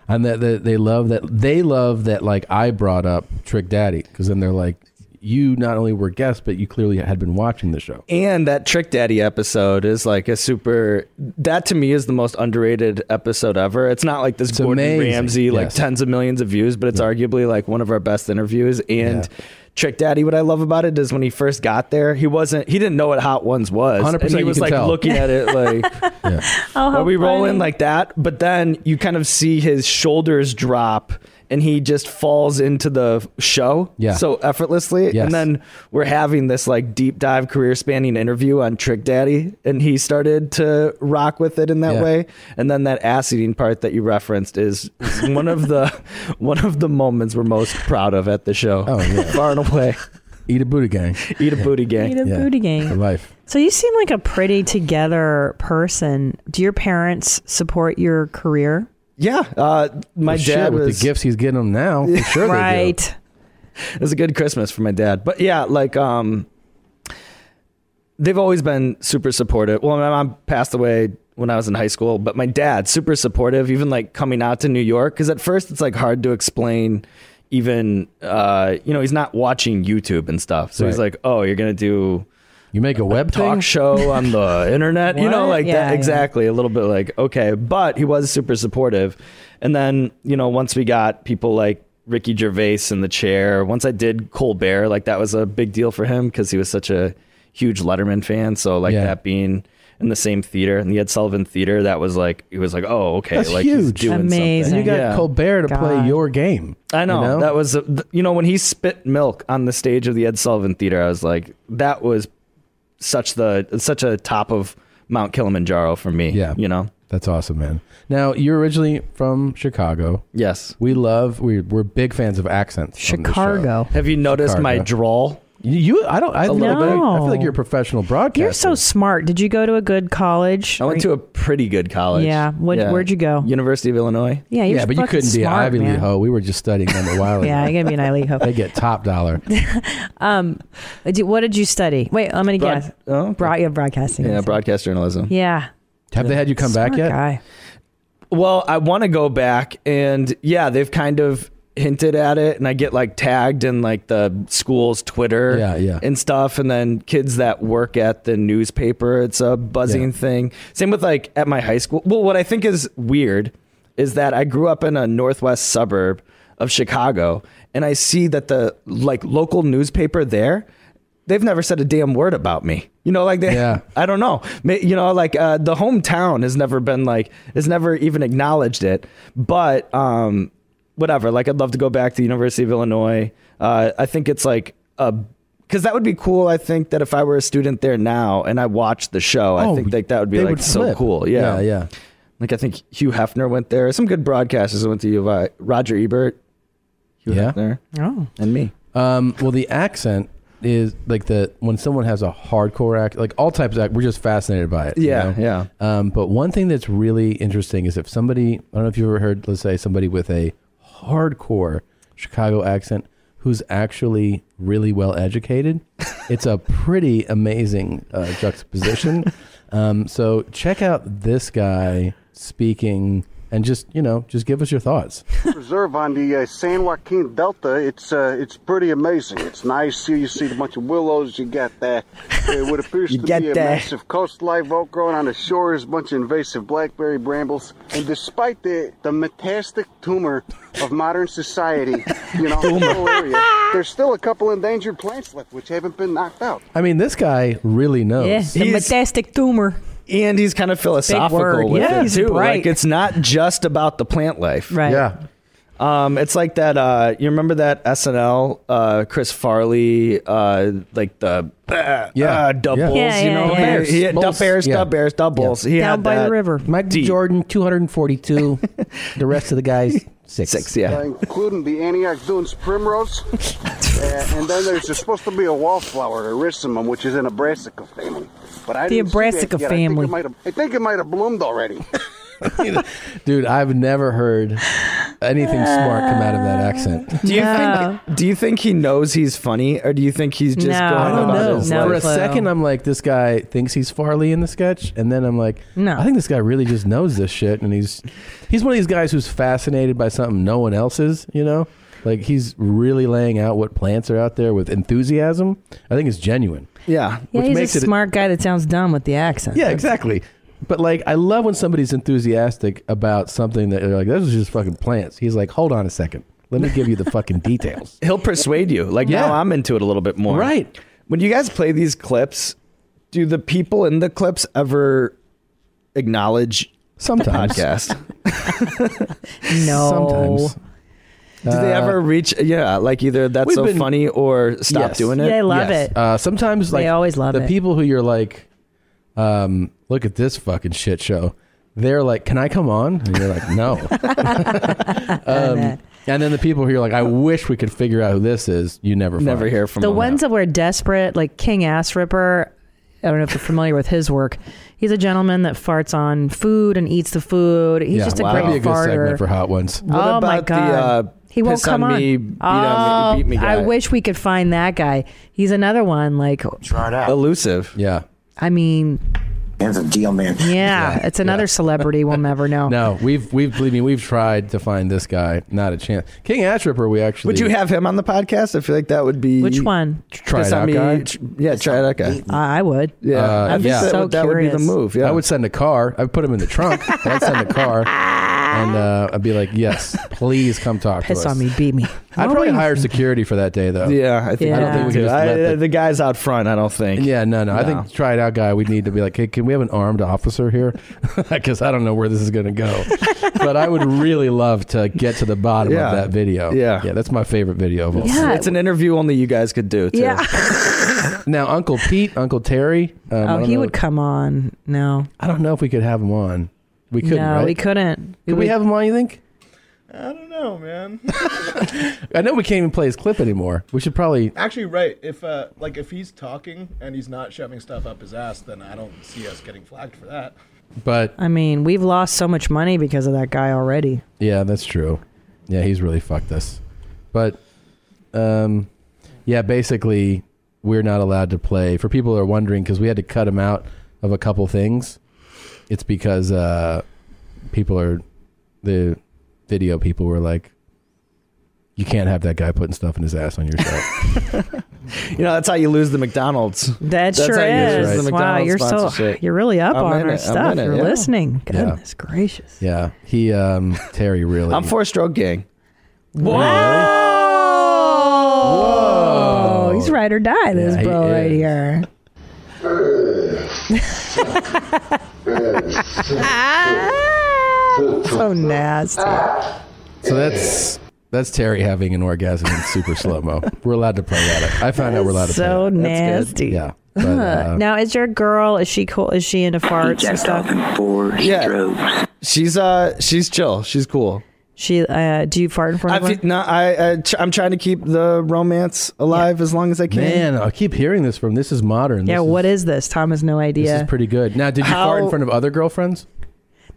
S1: And that that they love that they love that like I brought up Trick Daddy because then they're like, you not only were guests but you clearly had been watching the show.
S3: And that Trick Daddy episode is like a super. That to me is the most underrated episode ever. It's not like this Gordon
S1: amazing.
S3: Ramsay like
S1: Yes.
S3: tens of millions of views, but it's arguably like one of our best interviews. And Trick Daddy, what I love about it is when he first got there, he wasn't. He didn't know what Hot Ones was.
S1: 100%
S3: and he
S1: you
S3: was
S1: can
S3: like
S1: tell.
S3: looking at it like,
S1: <laughs>
S3: are we rolling like that? But then you kind of see his shoulders drop. And he just falls into the show
S1: Yeah.
S3: so effortlessly.
S1: Yes.
S3: And then we're having this like deep dive career spanning interview on Trick Daddy, and he started to rock with it in that
S1: Yeah.
S3: way. And then that ass eating part that you referenced is one of the <laughs> one of the moments we're most proud of at the show. Oh
S1: yeah.
S3: far and away.
S1: Eat a booty gang.
S3: Eat a booty gang.
S2: Eat a booty
S1: <laughs>
S2: gang.
S1: For life.
S2: So you seem like a pretty together person. Do your parents support your career?
S3: Yeah, uh, my
S1: Well, shit,
S3: dad
S1: with
S3: was-
S1: the gifts he's getting them now.
S2: <laughs>
S1: For sure, they do.
S2: right.
S3: it was a good Christmas for my dad. But yeah, like um they've always been super supportive. Well, my mom passed away when I was in high school, but my dad super supportive even like coming out to New York cuz at first it's like hard to explain even uh you know, he's not watching YouTube and stuff. So he's
S1: Right.
S3: like, "Oh, you're going to do
S1: You make a web
S3: talk
S1: thing?
S3: show on the
S1: <laughs>
S3: internet, you know,
S1: What?
S3: like
S1: Yeah,
S3: that
S1: yeah.
S3: exactly. A little bit like okay, but he was super supportive. And then you know, once we got people like Ricky Gervais in the chair, once I did Colbert, like that was a big deal for him because he was such a huge Letterman fan. So like
S1: Yeah.
S3: that being in the same theater in the Ed Sullivan theater, that was like he was like, oh okay,
S1: That's
S3: like he's
S1: huge.
S3: doing
S1: And
S3: something.
S1: you got
S3: Yeah.
S1: Colbert to play your game.
S3: I know,
S1: you
S3: that was a, th- you know when he spit milk on the stage of the Ed Sullivan Theater. I was like, that was such the such a top of Mount Kilimanjaro for me.
S1: Yeah.
S3: you know.
S1: That's awesome, man. Now you're originally from Chicago.
S3: Yes,
S1: we love. We we're big fans of accents.
S2: Chicago.
S3: Have you noticed my drawl?
S1: You, you- I don't. I,
S2: A
S1: feel
S2: little
S1: like-
S2: bit.
S1: I feel like you're a professional broadcaster.
S2: You're so smart. Did you go to a good college?
S3: I went to a pretty good college.
S2: Yeah. What- where'd you go?
S3: University of Illinois.
S2: Yeah, you're
S1: yeah, but you
S2: fucking
S1: couldn't be an
S2: smart,
S1: Ivy
S2: man.
S1: League hoe. We were just studying them a while ago.
S2: <laughs> Yeah, you gotta be an Ivy League hoe.
S1: <laughs> They get top dollar.
S2: <laughs> Um, do- what did you study? Wait, I'm gonna
S3: Broad-
S2: guess.
S3: Oh,
S2: Broad, yeah, broadcasting.
S3: Yeah, broadcast journalism.
S2: Yeah.
S1: Have they had you come back
S2: Smart
S1: yet?
S2: guy.
S3: Well, I want to go back, and yeah, they've kind of hinted at it, and I get like tagged in like the school's Twitter,
S1: Yeah, yeah.
S3: and stuff, and then kids that work at the newspaper, it's a buzzing thing. Same with like at my high school. Well, what I think is weird is that I grew up in a northwest suburb of Chicago, and I see that the like local newspaper there, they've never said a damn word about me. You know, like they, <laughs> I don't know. Ma- You know, like uh, the hometown has never been like, has never even acknowledged it. But um, whatever. Like, I'd love to go back to the University of Illinois. Uh, I think it's like a because that would be cool. I think that if I were a student there now and I watched the show, I
S1: Oh,
S3: think like that would be
S1: they
S3: like
S1: would
S3: so
S1: flip.
S3: cool. Yeah,
S1: Yeah, yeah.
S3: Like I think Hugh Hefner went there. Some good broadcasters that went to U of I. Roger Ebert, Hugh
S1: Yeah.
S3: Hefner,
S5: Oh.
S3: and me.
S1: Um, well, the accent is like the when someone has a hardcore act, like all types of act, we're just fascinated by it.
S3: Yeah, yeah.
S1: Um, but one thing that's really interesting is if somebody, I don't know if you've ever heard, let's say somebody with a hardcore Chicago accent who's actually really well educated,
S3: <laughs>
S1: it's a pretty amazing uh,
S3: <laughs>
S1: juxtaposition. um, so check out this guy speaking and just, you know, just give us your
S3: <laughs>
S1: thoughts.
S14: reserve on the uh, San Joaquin Delta. It's uh, it's pretty amazing. It's nice here. You see a bunch of willows. You got that. Uh, what appears
S3: <laughs> You
S14: to
S3: get
S14: be a
S3: that.
S14: massive coastline oak growing on the shores. A bunch of invasive blackberry brambles. And despite the the metastatic tumor of modern society, you
S3: <laughs>
S14: know,
S1: Tumor.
S14: the whole area, there's still a couple endangered plants left which haven't been knocked out.
S1: I mean, this guy really knows.
S2: Yes, the metastatic tumor.
S3: And he's kind of philosophical with
S2: yeah,
S3: it
S2: he's
S3: too.
S2: bright.
S3: Like it's not just about the plant life.
S2: Right. Yeah.
S3: Um, it's like that. Uh, you remember that SNL, uh, Chris Farley, uh, like the uh,
S1: Yeah.
S3: uh, doubles.
S1: Yeah,
S3: you
S1: yeah,
S3: know,
S1: yeah.
S3: He-
S1: Bears.
S3: he had
S1: Bulls.
S3: dub bears,
S1: Yeah.
S3: dub bears, dub bulls. He had that
S1: Mike
S3: deep-
S1: Jordan, <laughs> 242. the rest of the guys, six.
S3: Six, yeah.
S14: uh, including the Antioch Dunes
S17: <laughs>
S14: primrose. uh, and then there's just supposed to be a wallflower, erysimum, which is in a brassica family. But I
S2: The
S14: didn't see that
S2: brassica
S14: yet. I think it
S2: family.
S14: might have- I think it might have bloomed already.
S1: Dude, I've never heard anything smart come out of that accent.
S3: Do you
S1: No.
S3: think? Do you think he knows he's funny, or do you think he's just? Going
S1: I don't
S3: about
S1: know.
S3: His
S1: For a
S3: life?
S1: second, I'm like, this guy thinks he's Farley in the sketch, and then I'm like, no, I think this guy really just knows this shit, and he's he's one of these guys who's fascinated by something no one else is, you know. Like he's really laying out what plants are out there with enthusiasm. I think it's genuine.
S3: Yeah,
S2: Yeah,
S1: Which
S2: he's
S1: makes
S2: a
S1: it-
S2: smart guy that sounds dumb with the accent.
S1: Yeah, exactly. But like, I love when somebody's enthusiastic about something that they're like, "Those are just fucking plants." He's like, "Hold on a second, let me give you the fucking
S2: <laughs>
S1: details."
S3: He'll persuade you. Like now, I'm into it a little bit more.
S1: Right.
S3: When you guys play these clips, do the people in the clips ever acknowledge
S1: Sometimes.
S3: the podcast?
S2: No.
S3: Sometimes.
S2: Oh.
S3: Do they
S1: Uh,
S3: ever reach? Yeah, like either that's
S1: we've
S3: so
S1: been-
S3: funny or stop
S1: Yes.
S3: doing it.
S1: Yes. Uh, sometimes, like,
S2: They always love
S1: the
S2: it.
S1: people who you're like, um, look at this fucking shit show. They're like, can I come on? And you're like,
S2: <laughs>
S1: no. <laughs>
S2: uh,
S1: um, and then the people who you're like, I wish we could figure out who this is. You never never
S3: hear from
S2: the ones that were desperate, like King Ass Ripper. I don't know if you're familiar with his work. He's a gentleman that farts on food and eats the food. He's just a
S1: That'd
S2: great
S1: be a good
S2: farter.
S1: segment for hot ones.
S2: oh my
S3: about the,
S2: god,
S3: uh,
S2: he won't
S3: piss
S2: come
S3: on me, beat on
S2: oh,
S3: me- beat me
S2: I
S3: guy?
S2: wish we could find that guy. He's another one. Like,
S3: Elusive.
S1: Yeah.
S2: I mean,
S1: Hands of deal, man.
S2: yeah, it's another celebrity we'll never
S3: <laughs>
S2: know.
S1: No, we've we've believe me, we've tried to find this guy. Not a chance. King Ashripper, we actually
S3: Would you have him on the podcast? I feel like that would be
S2: Which one? Uh,
S1: Try it
S3: Piss on
S1: out
S3: me,
S1: guy?
S3: tr- Yeah, try it out guy.
S2: I I would.
S3: Yeah,
S1: Uh,
S3: I think
S1: yeah.
S3: that, would- that would be the move. Yeah,
S1: I would send a car. I'd put him in the
S3: <laughs>
S1: trunk. I'd send a car, and uh, I'd be like, "Yes, please come talk
S3: Piss
S1: to us."
S3: on
S2: me, beat
S3: <laughs>
S2: me.
S1: I'd probably hire security for that day, though.
S3: Yeah, I think
S1: I don't think we
S3: do.
S1: can just
S3: I-
S1: let
S3: the guy's out front. I don't think.
S1: Yeah, no, no. I think try it out, guy. We need to be like, hey, can we have an armed officer here? <laughs> Because I don't know where this is going to
S3: <laughs>
S1: go. but I would really love to get to the bottom
S3: Yeah.
S1: of that video.
S3: Yeah.
S1: yeah. That's my favorite video of all.
S3: It's-
S1: time.
S3: It's an interview only you guys could do. Too.
S2: Yeah.
S1: now, Uncle Pete, Uncle Terry. Um, I
S2: oh,
S1: don't
S2: he
S1: know-
S2: would come on. No,
S1: I don't know if we could have him on. We couldn't.
S2: No,
S1: right?
S2: we couldn't.
S1: Could we
S2: would-
S1: have him on? You think?
S10: I don't know, man. <laughs>
S1: I know we can't even play his clip anymore. We should probably.
S10: Actually, right. If uh, like if he's talking and he's not shoving stuff up his ass, then I don't see us getting flagged for that.
S1: But
S2: I mean, we've lost so much money because of that guy already.
S1: Yeah, that's true. Yeah, he's really fucked us. But, um, yeah, basically, we're not allowed to play. For people who are wondering, because we had to cut him out of a couple things, it's because uh, people are the video people were like, you can't have that guy putting stuff in his ass on your show.
S3: You know, that's how you lose the McDonald's.
S2: That sure
S3: how you lose
S2: is.
S3: the
S2: Wow,
S3: McDonald's
S2: you're so
S3: sponsorship.
S2: you're really up
S3: I'm
S2: on
S3: in
S2: our
S3: it, I'm
S2: stuff.
S3: in it,
S2: you're
S3: yeah.
S2: listening.
S1: Yeah.
S2: Goodness gracious.
S1: Yeah, he um Terry really.
S3: I'm four stroke gang.
S5: Whoa!
S2: Oh,
S5: He's ride or die, this bro right
S2: <laughs>
S5: here. so nasty.
S1: So that's that's Terry having an orgasm in super slow mo. We're allowed to play that. I found out we're allowed to
S2: So
S1: play that.
S2: nasty.
S1: Yeah.
S2: <laughs>
S1: But, uh,
S2: now, is your girl? Is she cool? Is she into farts and stuff?
S3: yeah. She's uh she's chill. She's cool.
S2: She uh do you fart in front
S3: of her? No, I, I tr- I'm trying to keep the romance alive as long as I can.
S1: Man, I keep hearing this from this is modern.
S2: Yeah.
S1: This
S2: what is this? Tom has no idea.
S1: This is pretty good. Now, did you fart in
S2: How-
S1: front of other girlfriends?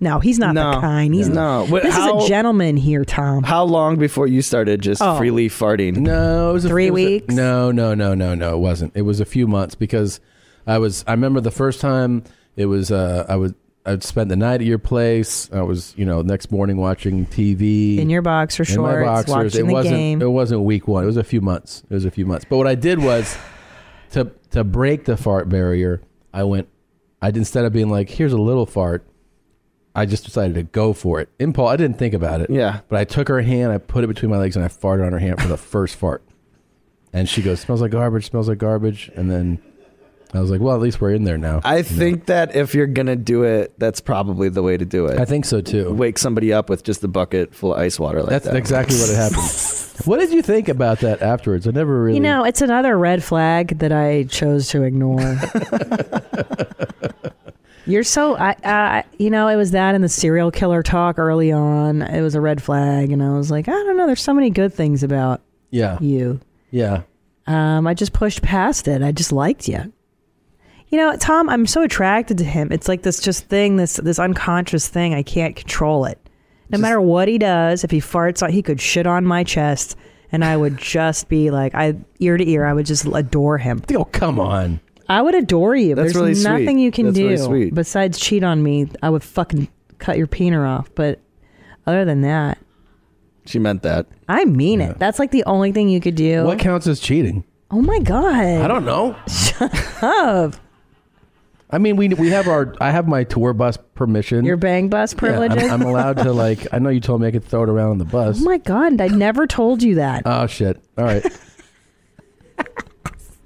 S2: no, he's not the
S3: No.
S2: kind. He's
S3: No.
S2: not.
S3: Wait,
S2: this is
S3: how-
S2: a gentleman here, Tom.
S3: How long before you started just
S2: Oh.
S3: freely farting?
S1: No, it was a,
S2: Three
S1: it was a-
S2: weeks?
S1: no, no, no, no, no. It wasn't. It was a few months because I was. I remember the first time it was. Uh, I was. I'd spent the night at your place. I was, you know, next morning watching TV
S2: In your boxer
S1: In my
S2: shorts,
S1: boxers.
S2: watching
S1: it
S2: the
S1: wasn't,
S2: game.
S1: It wasn't week one. It was a few months. It was a few months. But what I did was to to break the fart barrier. I went. I instead of being like, "Here's a little fart," I just decided to go for it. Impulse. I didn't think about it. Yeah. But I took her hand, I put it between my legs, and I farted on her hand for
S2: <laughs>
S1: the first fart. And she goes, "Smells like garbage. Smells like garbage." And then I was like, "Well, at least we're in there now."
S3: I think that if you're gonna do it, that's probably the way to do it. I
S1: think so too.
S3: Wake somebody up with just a bucket full of ice water like
S1: That's
S3: that.
S1: exactly what had happened.
S2: <laughs>
S1: what did you think about that afterwards? I never really.
S2: You know, it's another red flag that I chose to ignore. You're so I, I you know it was that in the serial killer talk early on. It was a red flag, and I was like, I don't know. There's so many good things about
S1: yeah.
S2: you.
S1: Yeah.
S2: Um, I just pushed past it. I just liked you. You know, Tom, I'm so attracted to him. It's like this just thing, this this unconscious thing. I can't control it. No matter what he does, if he farts on, he could shit on my chest, and
S1: <laughs>
S2: I would just be like, I ear to ear, I would just adore him.
S1: Oh, come on.
S2: I would adore you.
S1: That's
S2: There's
S1: really sweet.
S2: nothing you can
S1: That's
S2: do
S1: really sweet.
S2: besides cheat on me. I would fucking cut your peener off. But other than that,
S3: She meant that.
S2: I mean it. That's like the only thing you could do.
S1: What counts as cheating?
S2: oh my god!
S1: I don't know.
S2: <laughs> Shut up.
S1: I mean, we we have our. I have my tour bus permission.
S2: Your bang bus
S1: Yeah, I'm-
S2: privileges.
S1: I'm, allowed to like. I know you told me I could throw it around on the
S2: Oh
S1: bus.
S2: my god! I never told
S1: <laughs>
S2: you that.
S1: Oh shit! All
S2: <laughs>
S1: right.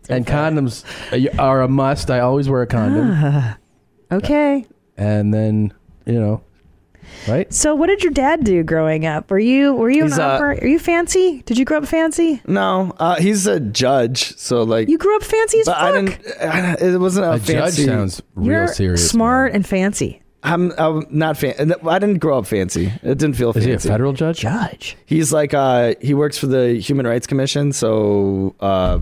S1: and condoms are a must. I always wear a condom.
S2: Ah, okay.
S1: And then you know, right?
S2: So, what did your dad do growing up? Were you were you an
S3: He's, uh,
S2: opera? Are you fancy? Did you grow up fancy?
S3: No, uh, he's a judge, so like
S2: You grew up fancy as
S3: but I
S2: fuck.
S3: didn't. I, it wasn't a,
S1: A judge
S3: fancy-
S1: sounds
S2: You're smart and fancy.
S3: I'm, I'm not fan. I didn't grow up fancy. It didn't feel
S1: Is
S3: fancy.
S1: he a federal judge?
S2: Judge.
S3: He's like uh, he works for the Human Rights Commission, so uh,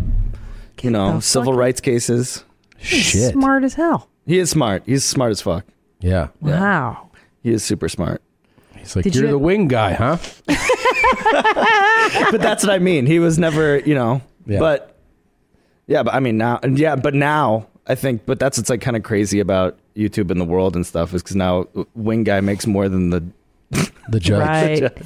S3: you know civil rights cases.
S1: Shit.
S2: Smart as hell.
S3: He is smart. He's smart as fuck.
S1: Yeah.
S2: Wow.
S3: He is super smart.
S1: He's like
S2: Did "You're you- the
S1: wing guy, huh?
S3: but that's what I mean. He was never, you know. But yeah, but I mean now, yeah, but now I think, but that's what's like kind of crazy about YouTube and the world and stuff is because now wing guy makes more than the
S1: the judge
S2: Right.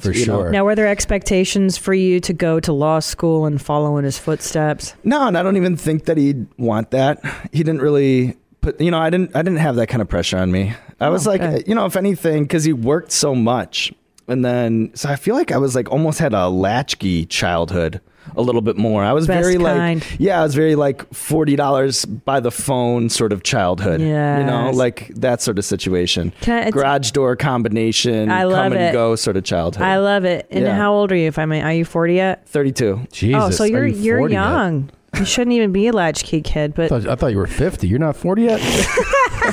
S1: <laughs> for sure.
S2: Now, were there expectations for you to go to law school and follow in his footsteps?
S3: No, and I don't even think that he'd want that. He didn't really put, you know, I didn't, I didn't have that kind of pressure on me. I
S2: Oh,
S3: was like, you know, if anything, because he worked so much, and then so I feel like I was like almost had a latchkey childhood a little bit more. I was
S2: Best
S3: very
S2: kind.
S3: like, yeah, I was very like forty dollars by the phone sort of childhood. you know,
S2: Yes.
S3: like that sort of situation,
S2: Can I- it's-
S3: garage door combination,
S2: I love
S3: come and
S2: it.
S3: go sort of childhood.
S2: I love it. And
S3: Yeah.
S2: how old are you? If I may, are you forty yet?
S3: Thirty-two.
S2: oh, so you're you are young. You shouldn't even be a latchkey kid, but
S1: I thought, I thought you were 50. You're not 40 yet?
S3: Hmm.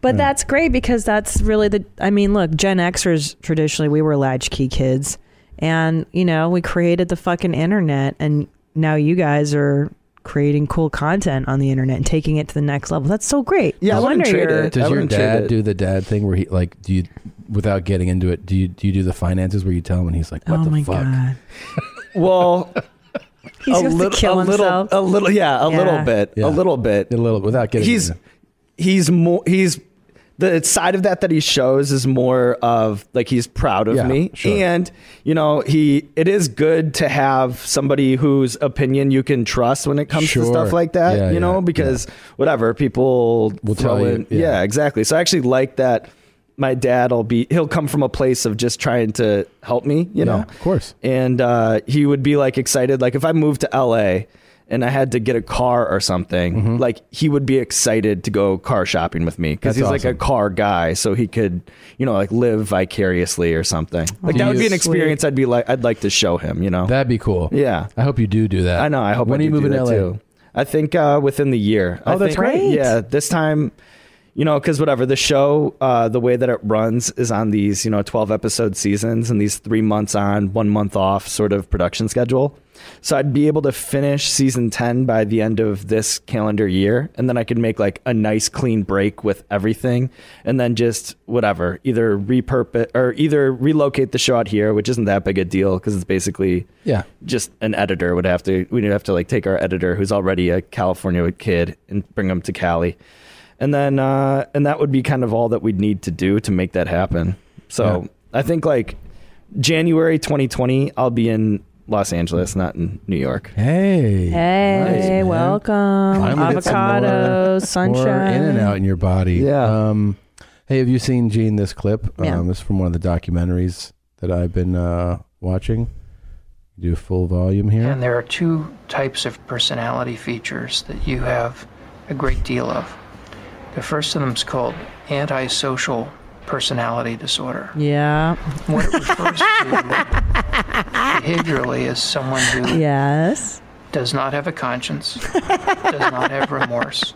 S2: But that's great because that's really the. I mean, look, Gen Xers traditionally we were latchkey kids, and you know we created the fucking internet, and now you guys are creating cool content on the internet and taking it to the next level. That's so great.
S3: Yeah, I
S2: no
S3: wouldn't
S2: wonder
S3: trade
S2: you're.
S3: it. I
S1: Does your
S3: wouldn't trade
S1: dad
S3: it.
S1: do the dad thing where he like do you without getting into it, do you do you do the finances where you tell him and he's like, What
S2: Oh
S1: the
S2: my
S1: fuck?
S2: god!
S3: Well,
S2: He's supposed to kill
S3: a little, oh,
S2: himself.
S3: a little, yeah, a
S2: Yeah.
S3: little bit, a little bit,
S1: a little without getting.
S3: He's he's more he's the side of that that he shows is more of like he's proud of
S1: Yeah,
S3: me,
S1: sure.
S3: and you know he it is good to have somebody whose opinion you can trust when it comes
S1: Sure.
S3: to stuff like that,
S1: Yeah,
S3: you know,
S1: yeah,
S3: because whatever people
S1: Will
S3: throw
S1: tell you,
S3: in,
S1: yeah.
S3: yeah, exactly. So I actually like that my dad will be he'll come from a place of just trying to help me, you know.
S1: Yeah, of course.
S3: And uh, he would be like excited like if I moved to LA and I had to get a car or something, like he would be excited to go car shopping with me cuz
S1: Mm-hmm. That's
S3: he's like a
S1: awesome.
S3: car guy so he could, you know, like live vicariously or something. Like that would be an
S1: Sweet.
S3: experience I'd be like I'd like to show him, you know.
S1: That'd be cool.
S3: Yeah.
S1: I hope you do do that.
S3: I know. I hope
S1: When are
S3: I
S1: you
S3: do do
S1: moving to
S3: that,
S1: LA?
S3: Too. I think uh, within the year.
S1: Oh,
S3: I
S1: that's
S3: think-
S1: great.
S3: Yeah, this time, you know, because whatever the show, uh, the way that it runs is on these, you know, twelve episode seasons and these three months on, one month off sort of production schedule. So I'd be able to finish season ten by the end of this calendar year, and then I could make like a nice clean break with everything, and then just whatever, either repurpose or either relocate the show out here, which isn't that big a deal because it's basically
S1: Yeah.
S3: just an editor would have to we'd have to like take our editor who's already a california kid and bring him to cali and then uh and that would be kind of all that we'd need to do to make that happen so i think like january 2020 i'll be in los angeles not in new york
S1: Hey.
S2: Hey, welcome.
S1: Finally get some more-
S3: uh,
S2: Avocado, sunshine.
S1: More in and out in your body. Yeah. Um, hey, have you seen Gene this clip?
S2: Yeah.
S1: Um, this is from one of the documentaries that I've been uh, watching. Do full volume here.
S17: And there are two types of personality features that you have a great deal of. The first of them is called antisocial personality disorder.
S2: Yeah.
S17: What it refers to behaviorally is someone who
S2: yes.
S17: does not have a conscience, does not have remorse,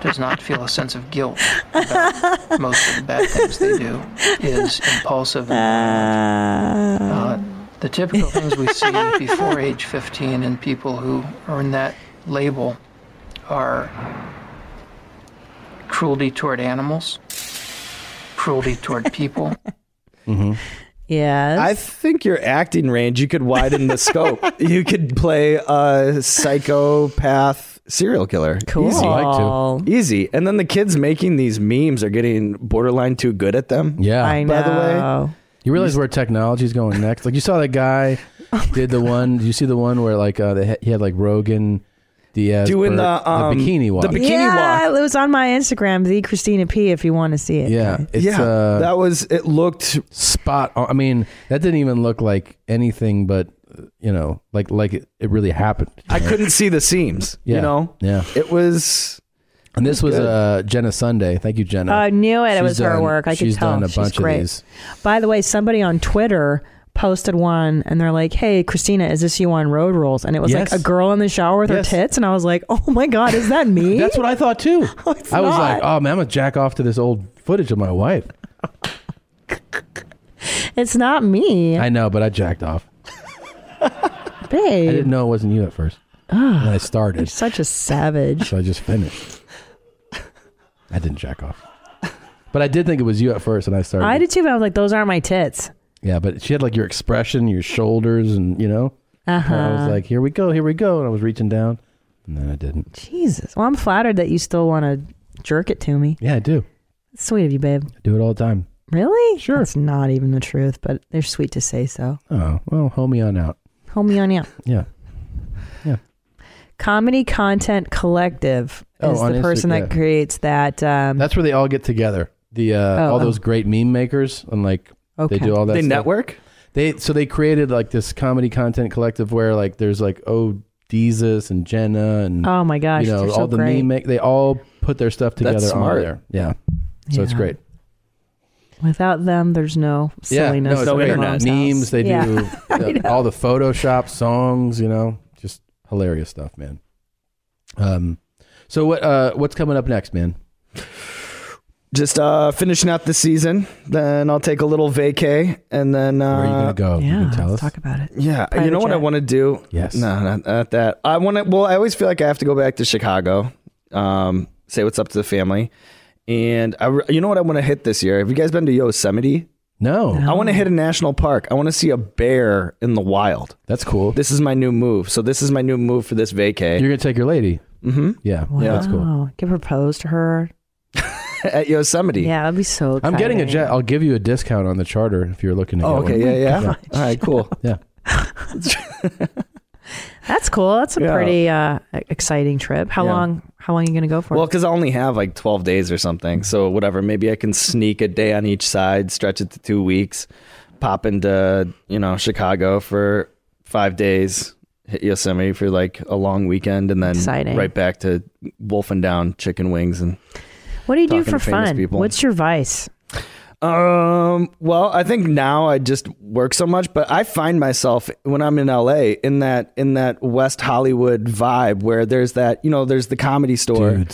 S17: does not feel a sense of guilt about most of the bad things they do, is impulsive. and violent. Uh, the typical things we see before age 15 in people who earn that label are cruelty toward animals, cruelty toward people.
S2: Yes.
S3: I think your acting range, you could widen the scope.
S2: <laughs>
S3: You could play a psychopath serial killer.
S2: Cool.
S3: Easy.
S2: Like
S3: Easy. And then the kids making these memes are getting borderline too good at them.
S1: Yeah.
S3: I By the way,
S1: You realize where technology's going next? Like you saw that
S2: <laughs>
S1: guy
S2: Oh
S1: did the one. Did you see the one where like uh, they ha- he had like Rogan Diaz
S3: Doing
S1: Burt-
S3: the, um,
S1: bikini walk?
S2: yeah, it was on my Instagram, the Christina P. If you want to see it.
S1: Yeah, it's,
S3: Yeah,
S1: Uh,
S3: that was it. Looked
S1: spot. on. I mean, that didn't even look like anything, but uh, you know, like like it, it really happened.
S3: I couldn't see the seams.
S1: Yeah,
S3: You know?
S1: yeah,
S3: it was.
S1: And this was
S3: good.
S1: uh, Jenna Sunday. Thank you, Jenna.
S2: I knew it.
S1: She's
S2: it was her
S1: done-
S2: work. I could
S1: she's
S2: tell.
S1: done a
S2: she's
S1: bunch
S2: great.
S1: of these.
S2: By the way, somebody on Twitter posted one and they're like, Hey, Christina, is this you on road rules? And it was
S1: Yes.
S2: like a girl in the shower with
S1: Yes.
S2: her tits. And I was like, Oh my God,
S1: <laughs>
S2: is that me? <laughs>
S1: That's what I thought too.
S2: it's
S1: I was like,
S2: not.
S1: oh man, I'm gonna jack off to this old footage of my wife.
S2: It's not me.
S1: I know, but I jacked off.
S2: Babe.
S1: I didn't know it wasn't you at first.
S2: Ah.
S1: and I started.
S2: such a savage.
S1: So I just finished. I didn't jack off. But I did think it was you at first, and I started.
S2: I did too, but I was like, Those aren't my tits.
S1: yeah, but she had like your expression, your shoulders, and you know.
S2: Uh-huh.
S1: And I was like, here we go, here we go. And I was reaching down, and then I didn't.
S2: Jesus. Well, I'm flattered that you still want to jerk it to me.
S1: Yeah, I do.
S2: Sweet of you, babe.
S1: I do it all the time.
S2: Really? Sure. It's not even the truth, but they're sweet to say so.
S1: Oh, well, homie on out.
S2: Homie on you.
S1: Yeah.
S2: Comedy Content Collective
S1: Oh,
S2: is
S1: on
S2: the person
S1: Insta-
S2: that
S1: yeah.
S2: creates that. Um,
S1: That's where they all get together. The uh,
S2: Oh,
S1: all
S2: oh.
S1: those great meme makers and like
S2: Okay.
S1: they do all that.
S3: They
S1: stuff.
S3: network?
S1: They so they created like this comedy content collective where like there's like oh Jesus and Jenna and
S2: Oh my gosh,
S1: you know
S2: they're so
S1: all the
S2: great.
S1: meme make they all put their stuff together
S3: That's
S1: on
S3: smart.
S1: there. Yeah, so it's
S2: Yeah.
S1: great.
S2: without them, there's no
S1: Yeah,
S2: silliness.
S1: it's
S2: at
S1: great.
S2: my mom's
S1: memes.
S2: house.
S1: They
S2: Yeah.
S1: do
S2: <laughs> I
S1: uh,
S2: know.
S1: all the Photoshop songs. You know, just hilarious stuff, man. Um, so what uh what's coming up next, man?
S3: just uh, finishing out the season. Then I'll take a little vacay, and then uh,
S1: Where are you gonna go? Oh, You can tell us.
S2: Talk about it.
S3: Yeah, you
S1: Private
S3: know what I
S1: jet.
S3: want to do?
S1: Yes.
S3: No, not, not that. I want to. Well, I always feel like I have to go back to Chicago, um, say what's up to the family, and I. re- You know what I want to hit this year? Have you guys been to Yosemite?
S1: No.
S3: I want to hit a national park. I want to see a bear in the wild.
S1: That's cool.
S3: This is my new move. So this is my new move for this vacay.
S1: You're gonna take your lady.
S3: Mm-hmm.
S1: Yeah, yeah, that's cool.
S2: Wow. Give propose to her.
S3: At Yosemite.
S2: Yeah, that'd be so.
S1: I'm getting a
S2: exciting.
S1: jet. I'll give you a discount on the charter if you're looking to
S3: Oh,
S1: get
S3: okay.
S1: one.
S3: Yeah, yeah. All right. Cool.
S2: <laughs>
S1: Yeah.
S2: That's cool. That's a
S1: Yeah.
S2: pretty uh, exciting trip. How
S1: Yeah.
S2: long? How long are you going to go for?
S3: Well, because I only have like 12 days or something. So, whatever. Maybe I can sneak a day on each side, stretch it to two weeks, pop into, you know, Chicago for five days, hit Yosemite for like a long weekend, and then
S2: Exciting.
S3: right back to wolfing down chicken wings. And
S2: What do you do
S3: talking
S2: for
S3: to famous
S2: fun?
S3: people.
S2: What's your vice?
S3: Um, well, I think now I just work so much, but I find myself when I'm in LA in that in that West Hollywood vibe where there's that, you know, there's the comedy store.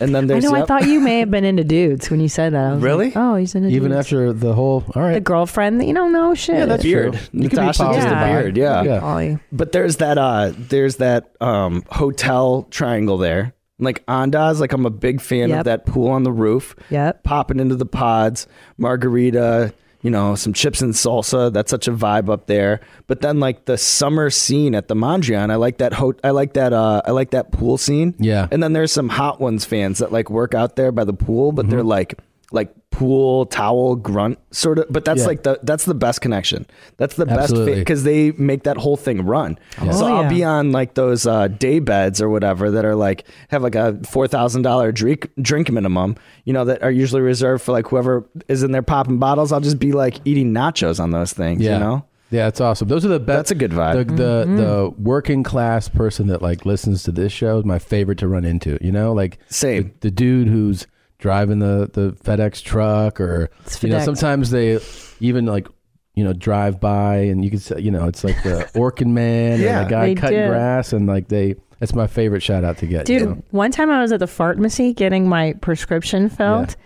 S3: And then
S2: I
S3: there's
S2: know. I
S3: yep.
S2: thought you may have been into dudes when you said that. I was like,
S3: Really?
S2: oh, he's into <laughs>
S1: Even
S2: dudes.
S1: after the whole all right,
S2: the girlfriend. You don't know shit.
S3: Yeah, that's beard. Natasha just a beard. Yeah. But there's that uh there's that um hotel triangle there. Like Andaz, like I'm a big fan
S2: Yep.
S3: of that pool on the roof.
S2: Yep.
S3: Popping into the pods, margarita, you know, some chips and salsa. That's such a vibe up there. But then like the summer scene at the Mondrian, I like that ho- I like that uh I like that pool scene.
S1: Yeah.
S3: And then there's some hot ones fans that like work out there by the pool, but
S1: Mm-hmm.
S3: they're like like pool towel grunt sort of but that's
S1: Yeah.
S3: like the that's the best connection that's the best fit
S1: Absolutely.
S3: because they make that whole thing run.
S1: Yeah.
S3: So
S1: Oh,
S3: I'll
S1: yeah.
S3: be on like those uh, day beds or whatever that are like have like a four thousand dollar drink drink minimum. You know that are usually reserved for like whoever is in there popping bottles. I'll just be like eating nachos on those things.
S1: Yeah.
S3: You know.
S1: Yeah, that's awesome. Those are the best.
S3: That's a good vibe.
S1: The the, the working class person that like listens to this show is my favorite to run into. You know, like
S3: same
S1: the, the dude who's driving the the FedEx truck, or you know,
S3: FedEx.
S1: sometimes they even like you know drive by and you can say you know it's like
S3: <laughs>
S1: the Orkin man
S2: Yeah.
S1: and the guy
S2: They
S1: cutting
S2: do.
S1: grass and like they. That's my favorite shout out to get.
S2: Dude,
S1: you know?
S2: one time I was at the pharmacy getting my prescription filled,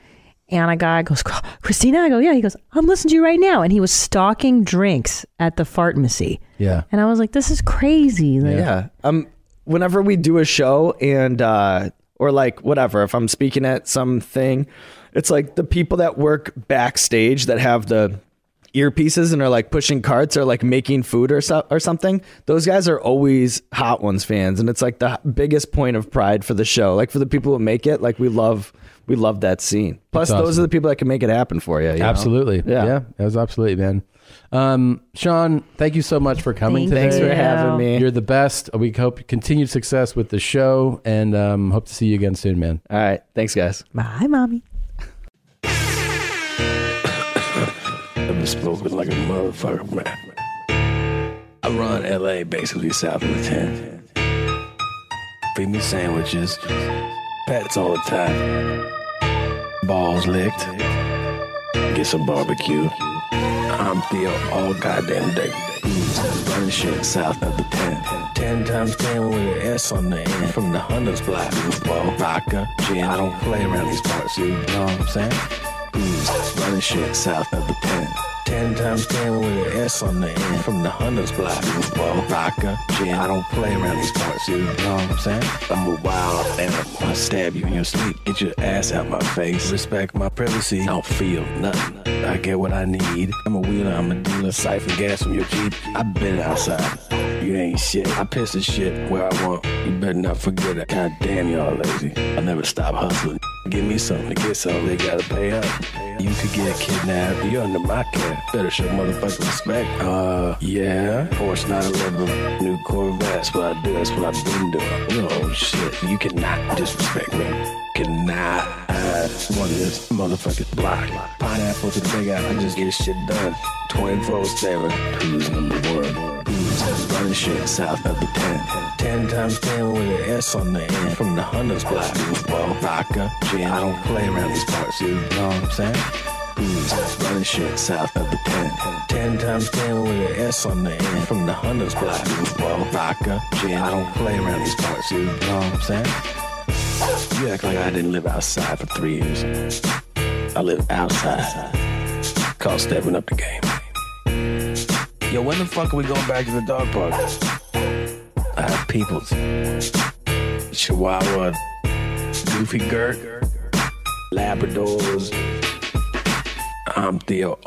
S2: and a guy goes, Christina, I go, yeah. He goes, I'm listening to you right now. And he was stocking drinks at the pharmacy.
S1: Yeah.
S2: And I was like, this is crazy. Like,
S3: Yeah. Um. Whenever we do a show and uh, or like whatever, if I'm speaking at something, it's like the people that work backstage that have the earpieces and are like pushing carts or like making food or so- or something. Those guys are always hot ones fans, and it's like the h- biggest point of pride for the show. Like for the people who make it, like we love we love that scene. Plus,
S1: That's
S3: those
S1: awesome.
S3: are the people that can make it happen for you. you know?
S1: Absolutely. Yeah. yeah. That was absolutely, man. Um, Sean, thank you so much for coming
S3: Thank
S1: today.
S3: Thanks for you. having me.
S1: You're the best. We hope continued success with the show and um, hope to see you again soon, man.
S3: All right. Thanks, guys.
S2: Bye, mommy.
S18: I've been smoking like a motherfucker, man. I run LA basically south of the 10th. Feed me sandwiches, pets all the time, balls licked, get some barbecue. I'm Theo all goddamn day. Mm, Burn shit south of the 10th. 10 times 10 with an S on the end. From the Hunter's block. Well, vodka, gin. I don't play around these parts, you know what I'm saying? Mm, running shit south of the pen. Ten times ten with an S on the end from the hunters block. Well, vodka, gin. I don't play around these parts, you know what I'm saying? I'm a wild animal. I stab you in your sleep. Get your ass out my face. Respect my privacy. I don't feel nothing. I get what I need. I'm a wheeler. I'm a dealer. Siphon gas from your jeep. I've been outside. You ain't shit. I piss the shit where I want. You better not forget it. God damn y'all lazy. I never stop hustling. Give me something to get something. They gotta pay up. You could get kidnapped. You're under my care. Better show motherfucking respect. Uh, yeah. Porsche 911, new Corvettes. What I do, that's what I've been doing. Oh shit. You cannot disrespect me. Cannot. Uh, one of this motherfucking block. Pineapple to the big eye. I just get shit done. 24 7. Who's number one? Who's running shit south of the pen? 10 times 10 with an S on the end. From the hunters block. Well, vodka, gin. I don't play around these parts, you know what I'm saying? Mm, running shit south of the pen. Ten times ten with an S on the end from the hunters block. Well, vodka, gin. I don't play around these parts, you know what I'm saying? You act like I didn't live outside for three years. I live outside. Call stepping up the game. Yo, when the fuck are we going back to the dog park? I have peoples. Chihuahua, Goofy Gert, Labradors. I'm Theo